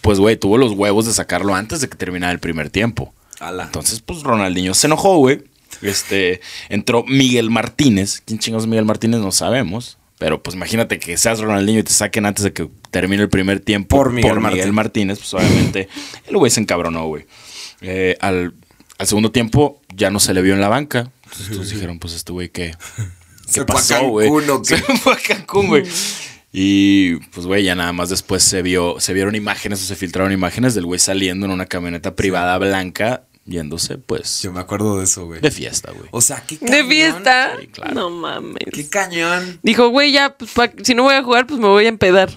Speaker 1: Pues, güey, tuvo los huevos de sacarlo antes de que terminara el primer tiempo.
Speaker 2: Ala.
Speaker 1: Entonces, pues Ronaldinho se enojó, güey. Este, entró Miguel Martínez. ¿Quién chingados es Miguel Martínez? No sabemos. Pero pues imagínate que seas Ronaldinho y te saquen antes de que termine el primer tiempo
Speaker 2: Por Miguel Martínez.
Speaker 1: Martínez. Pues obviamente el güey se encabronó, güey. Eh, al, al segundo tiempo ya no se le vio en la banca. Entonces todos dijeron, pues este güey que... ¿Qué
Speaker 2: Se fue a
Speaker 1: pasó, güey?
Speaker 2: Cancún, ¿o qué?
Speaker 1: Se fue a Cancún,
Speaker 2: Mm.
Speaker 1: güey. Y pues, güey, ya nada más después se vio, se vieron imágenes o se filtraron imágenes del güey saliendo en una camioneta privada blanca, yéndose, pues,
Speaker 2: Yo me acuerdo de eso, güey.
Speaker 1: de fiesta, güey.
Speaker 2: O sea, qué cañón.
Speaker 3: ¿De fiesta?
Speaker 1: Sí, claro.
Speaker 3: No mames.
Speaker 2: Qué cañón.
Speaker 3: Dijo, güey, ya, pues, pa- si no voy a jugar, pues me voy a empedar.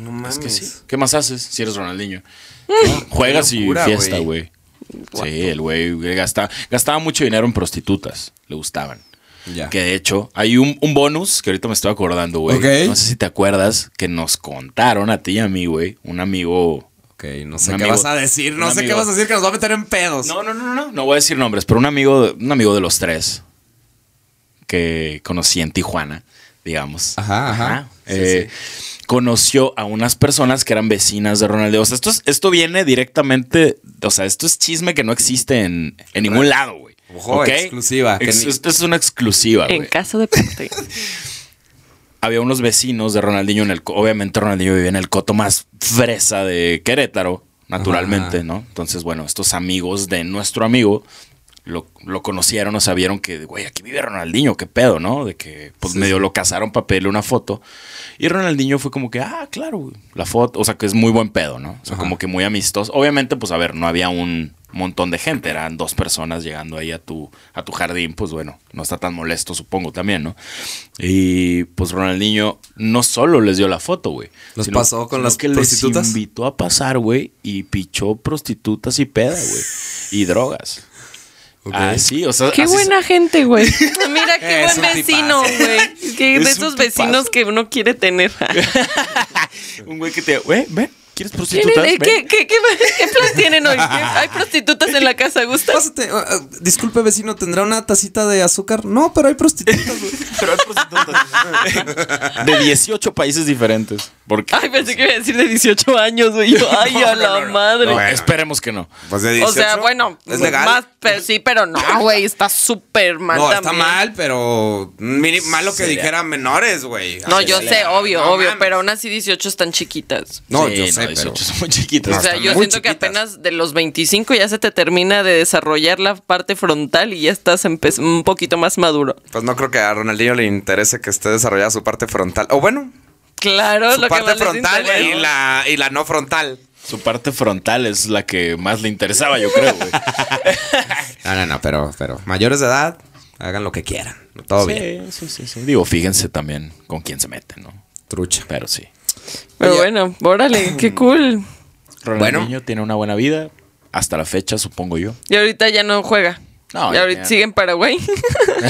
Speaker 2: No mames.
Speaker 1: Es
Speaker 2: Ah,
Speaker 1: que sí. ¿Qué más haces si eres Ronaldinho? Juegas y
Speaker 2: locura,
Speaker 1: fiesta,
Speaker 2: güey.
Speaker 1: güey. Sí, el güey güey, gasta- gastaba mucho dinero en prostitutas. Le gustaban.
Speaker 2: Ya.
Speaker 1: Que de hecho, hay un, un bonus que ahorita me estoy acordando, güey.
Speaker 2: Ok.
Speaker 1: No sé si te acuerdas que nos contaron a ti y a mí, güey. Un amigo
Speaker 2: Ok, no sé
Speaker 1: Un
Speaker 2: qué
Speaker 1: amigo-
Speaker 2: vas a decir. No
Speaker 1: un
Speaker 2: sé qué
Speaker 1: amigo-
Speaker 2: vas a decir que nos va a meter en pedos.
Speaker 1: No, no, no, no, no. No voy a decir nombres, pero un amigo, de- un amigo de los tres que conocí en Tijuana, digamos.
Speaker 2: Ajá, ajá. Sí,
Speaker 1: Eh, Conoció a unas personas que eran vecinas de Ronaldinho. O sea, esto, es- esto viene directamente. O sea, esto es chisme que no existe en, en ningún lado, güey.
Speaker 2: Ojo,
Speaker 1: ¿Ok?
Speaker 2: exclusiva, que
Speaker 1: Ex-
Speaker 2: ni-
Speaker 1: esto es una exclusiva,
Speaker 2: Ah,
Speaker 3: En
Speaker 1: güey.
Speaker 3: caso de parte.
Speaker 1: Había unos vecinos de Ronaldinho en el. co- Obviamente, Ronaldinho vivía en el coto más fresa de Querétaro, naturalmente,
Speaker 2: Ajá.
Speaker 1: ¿no? Entonces, bueno, estos amigos de nuestro amigo lo, lo conocieron, o sea, vieron que, güey, aquí vive Ronaldinho, qué pedo, ¿no? De que pues medio lo cazaron para pedirle una foto. Y Ronaldinho fue como que, ah, claro, güey, la foto, o sea, que es muy buen pedo, ¿no? O sea, como que muy amistoso. Obviamente, pues a ver, no había un montón de gente, eran dos personas llegando ahí a tu, a tu jardín, pues bueno, no está tan molesto, supongo también, ¿no? Y pues Ronaldinho no solo les dio la foto, güey.
Speaker 2: ¿Los
Speaker 1: sino-
Speaker 2: pasó con
Speaker 1: sino
Speaker 2: las
Speaker 1: que les
Speaker 2: prostitutas?
Speaker 1: invitó a pasar, güey, y pichó prostitutas y peda, güey, y drogas.
Speaker 2: Ok.
Speaker 1: Así, o sea,
Speaker 3: Qué
Speaker 1: así-
Speaker 3: buena gente, güey. Mira qué
Speaker 2: Es
Speaker 3: buen
Speaker 2: un
Speaker 3: vecino,
Speaker 2: tipazo.
Speaker 3: güey. Que
Speaker 1: Es
Speaker 3: de
Speaker 1: un tipazo.
Speaker 3: esos vecinos que uno quiere tener.
Speaker 1: Un güey que te, güey, ven, ¿quieres
Speaker 3: ¿Tienen-
Speaker 1: prostitutas?
Speaker 3: eh,
Speaker 1: Ven.
Speaker 3: ¿Qué, qué, qué, qué plan tienen hoy? ¿Qué- Hay prostitutas en la casa, ¿gusta?
Speaker 2: Pásate, ah, ah, disculpe vecino, ¿tendrá una tacita de azúcar? No, pero hay prostitutas, güey.
Speaker 1: Pero hay prostitutas. de 18 países diferentes. Porque
Speaker 3: Ay, pensé que iba a decir de 18 años, güey. Yo, Ay,
Speaker 2: No, no,
Speaker 3: a la
Speaker 2: no, no.
Speaker 3: madre.
Speaker 1: No, esperemos que no.
Speaker 2: Pues de
Speaker 3: o sea,
Speaker 2: 18,
Speaker 3: bueno,
Speaker 2: es legal. Ah.
Speaker 3: más, pero sí, pero no, güey, está súper mal
Speaker 2: no, está
Speaker 3: también.
Speaker 2: mal, pero mini- malo que
Speaker 1: Sería-
Speaker 2: dijera menores, güey.
Speaker 3: No,
Speaker 2: Así
Speaker 3: yo
Speaker 2: de-
Speaker 3: sé, obvio,
Speaker 2: no
Speaker 3: obvio,
Speaker 2: mames.
Speaker 3: pero aún así 18 están chiquitas.
Speaker 2: No,
Speaker 1: Sí,
Speaker 2: yo sé,
Speaker 1: 18
Speaker 2: pero
Speaker 1: son muy chiquitas.
Speaker 2: No,
Speaker 3: o sea,
Speaker 2: están
Speaker 3: yo
Speaker 2: muy
Speaker 3: siento que
Speaker 2: chiquitas.
Speaker 3: apenas de los 25 ya se te termina de desarrollar la parte frontal y ya estás empe- un poquito más maduro.
Speaker 2: pues no creo que a Ronaldinho le interese que esté desarrollada su parte frontal. O bueno,
Speaker 3: Claro,
Speaker 2: su
Speaker 3: lo que
Speaker 2: parte
Speaker 3: más les
Speaker 2: frontal y
Speaker 3: interesa.
Speaker 2: la, y la no frontal.
Speaker 1: Su parte frontal es la que más le interesaba, yo creo, güey.
Speaker 2: No, no, no, pero, pero mayores de edad, hagan lo que quieran. Todo bien.
Speaker 1: Sí, sí, sí, sí. Digo, fíjense también con quién se meten, ¿no?
Speaker 2: Trucha.
Speaker 1: Pero sí.
Speaker 3: Pero
Speaker 2: Oye.
Speaker 3: bueno, órale, qué cool.
Speaker 1: Ronaldinho
Speaker 2: Bueno.
Speaker 1: tiene una buena vida hasta la fecha, supongo yo.
Speaker 3: Y ahorita ya no juega.
Speaker 1: No,
Speaker 3: y
Speaker 1: ya-
Speaker 3: ahorita sigue en Paraguay.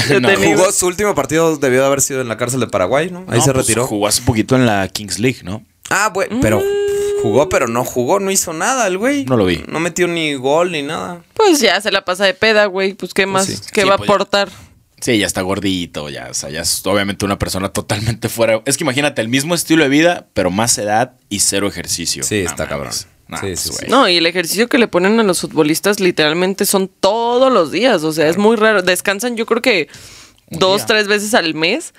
Speaker 3: Yo
Speaker 1: No,
Speaker 3: te digo.
Speaker 2: Jugó su último partido, debió de haber sido en la cárcel de Paraguay, ¿no? Ahí
Speaker 1: No,
Speaker 2: se
Speaker 1: pues,
Speaker 2: retiró.
Speaker 1: Jugó hace poquito en la Kings League, ¿no?
Speaker 2: Ah, güey, pero jugó, pero no jugó, no hizo nada el güey.
Speaker 1: No lo vi.
Speaker 2: No metió ni gol ni nada.
Speaker 3: Pues ya se la pasa de peda, güey. Pues qué más,
Speaker 2: sí.
Speaker 3: qué
Speaker 1: Sí,
Speaker 3: va
Speaker 1: pues
Speaker 3: a
Speaker 1: ya.
Speaker 3: aportar.
Speaker 1: Sí, ya está gordito, ya, o sea, ya es obviamente una persona totalmente fuera. Es que imagínate, el mismo estilo de vida, pero más edad y cero ejercicio.
Speaker 2: Sí,
Speaker 1: No
Speaker 2: está cabrón.
Speaker 1: No,
Speaker 2: Sí, sí,
Speaker 1: pues,
Speaker 2: sí.
Speaker 1: güey.
Speaker 3: No, y el ejercicio que le ponen a los futbolistas literalmente son todos los días. O sea, es muy raro. Descansan, yo creo que dos,
Speaker 1: día.
Speaker 3: tres veces al mes.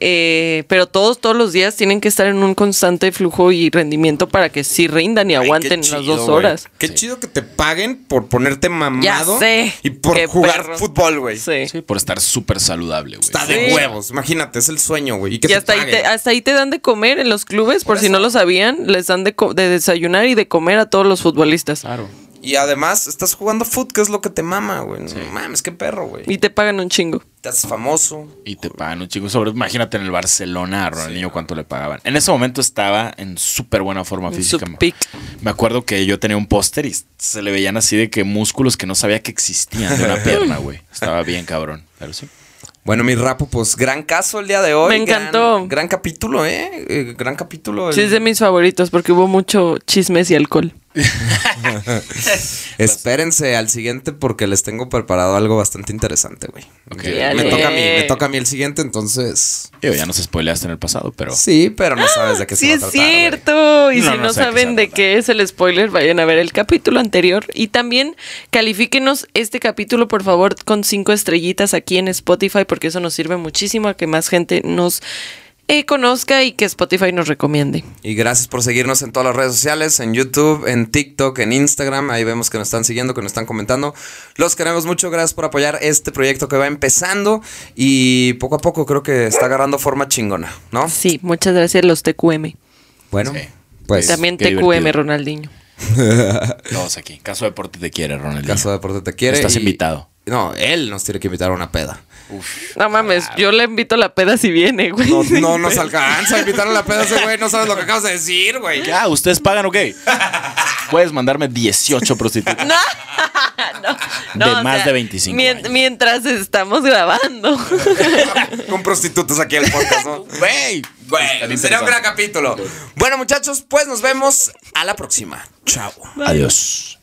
Speaker 3: eh, pero todos, todos los días tienen que estar en un constante flujo y rendimiento para que sí rindan y
Speaker 2: Ay, qué
Speaker 3: aguanten
Speaker 2: chido,
Speaker 3: las dos
Speaker 2: güey.
Speaker 3: horas.
Speaker 2: Qué
Speaker 1: Sí.
Speaker 2: chido que te paguen por ponerte mamado
Speaker 3: sé,
Speaker 2: y por
Speaker 3: qué
Speaker 2: jugar
Speaker 3: perro.
Speaker 2: fútbol, güey.
Speaker 3: Sí.
Speaker 1: Sí, por estar súper saludable, güey.
Speaker 2: Está
Speaker 3: eh. Sí.
Speaker 2: de huevos, imagínate, es el sueño, güey. Y que
Speaker 3: Y
Speaker 2: te
Speaker 3: hasta ahí,
Speaker 2: paguen.
Speaker 3: te, hasta ahí te dan de comer en los clubes, por,
Speaker 2: Por
Speaker 3: si no
Speaker 2: eso.
Speaker 3: lo sabían, les dan de, co- de desayunar y de comer a todos los futbolistas.
Speaker 2: Ah,
Speaker 1: Claro.
Speaker 2: Y además estás jugando fútbol, que es lo que te mama, güey. No mames, qué perro, güey.
Speaker 3: Y te pagan un chingo.
Speaker 2: Te haces famoso.
Speaker 1: Y te pagan un chico sobre. Imagínate en el Barcelona a Ronaldinho cuánto le pagaban. En ese momento estaba en súper buena forma
Speaker 3: En su
Speaker 1: física.
Speaker 3: pic.
Speaker 1: Me acuerdo que yo tenía un póster y se le veían así de que músculos que no sabía que existían de una pierna, güey. Estaba bien cabrón. Pero sí.
Speaker 2: Bueno, mi rapo, pues gran caso el día de hoy.
Speaker 3: Me
Speaker 2: gran-
Speaker 3: encantó.
Speaker 2: Gran, capítulo, ¿eh? Eh, Gran capítulo. el-
Speaker 3: Sí, es de mis favoritos porque hubo mucho chismes y alcohol.
Speaker 2: Espérense al siguiente porque les tengo preparado algo bastante interesante, güey.
Speaker 1: Ok.
Speaker 2: Eh, Me
Speaker 3: Dale.
Speaker 2: toca a mí, me toca a mí el siguiente, entonces.
Speaker 1: Digo, ya nos spoileaste en el pasado, pero.
Speaker 2: Sí, pero no sabes de qué
Speaker 3: Sí,
Speaker 2: se va a
Speaker 3: es
Speaker 2: tratar. güey.
Speaker 3: cierto. Y
Speaker 1: No,
Speaker 3: si
Speaker 1: no
Speaker 3: no
Speaker 1: sé de qué se va
Speaker 3: saben
Speaker 1: a
Speaker 3: de
Speaker 1: tratar.
Speaker 3: qué es el spoiler, vayan a ver el capítulo anterior. Y también califíquenos este capítulo, por favor, con cinco estrellitas aquí en Spotify, porque eso nos sirve muchísimo a que más gente nos eh, conozca y que Spotify nos recomiende.
Speaker 2: Y gracias por seguirnos en todas las redes sociales, en YouTube, en TikTok, en Instagram. Ahí vemos que nos están siguiendo, que nos están comentando. Los queremos mucho. Gracias por apoyar este proyecto que va empezando. Y poco a poco creo que está agarrando forma chingona, ¿no?
Speaker 3: Sí, muchas gracias, los TQM.
Speaker 2: Bueno,
Speaker 1: Sí.
Speaker 2: pues.
Speaker 3: También
Speaker 1: qué
Speaker 3: TQM,
Speaker 1: divertido.
Speaker 3: Ronaldinho.
Speaker 1: Todos aquí. Caso Deporte te quiere, Ronaldinho.
Speaker 2: Caso de Deporte te quiere.
Speaker 1: Estás
Speaker 2: y-
Speaker 1: invitado.
Speaker 2: No, él nos tiene que invitar a una peda.
Speaker 3: No mames,
Speaker 1: Ah.
Speaker 3: yo le invito la peda si viene, güey.
Speaker 2: No, no nos alcanza a invitar a la peda ese güey. No sabes lo que acabas de decir, güey.
Speaker 1: Ah, ¿ustedes pagan o qué? Puedes mandarme 18 prostitutas.
Speaker 3: No, no, no,
Speaker 1: De
Speaker 3: o
Speaker 1: más de 25 años.
Speaker 3: Mientras estamos grabando.
Speaker 2: Con prostitutas aquí al podcast, ¿no?
Speaker 1: ¡Güey!
Speaker 2: Bueno, sería un gran capítulo. Bueno, muchachos, pues nos vemos a la próxima. Chao.
Speaker 1: Adiós.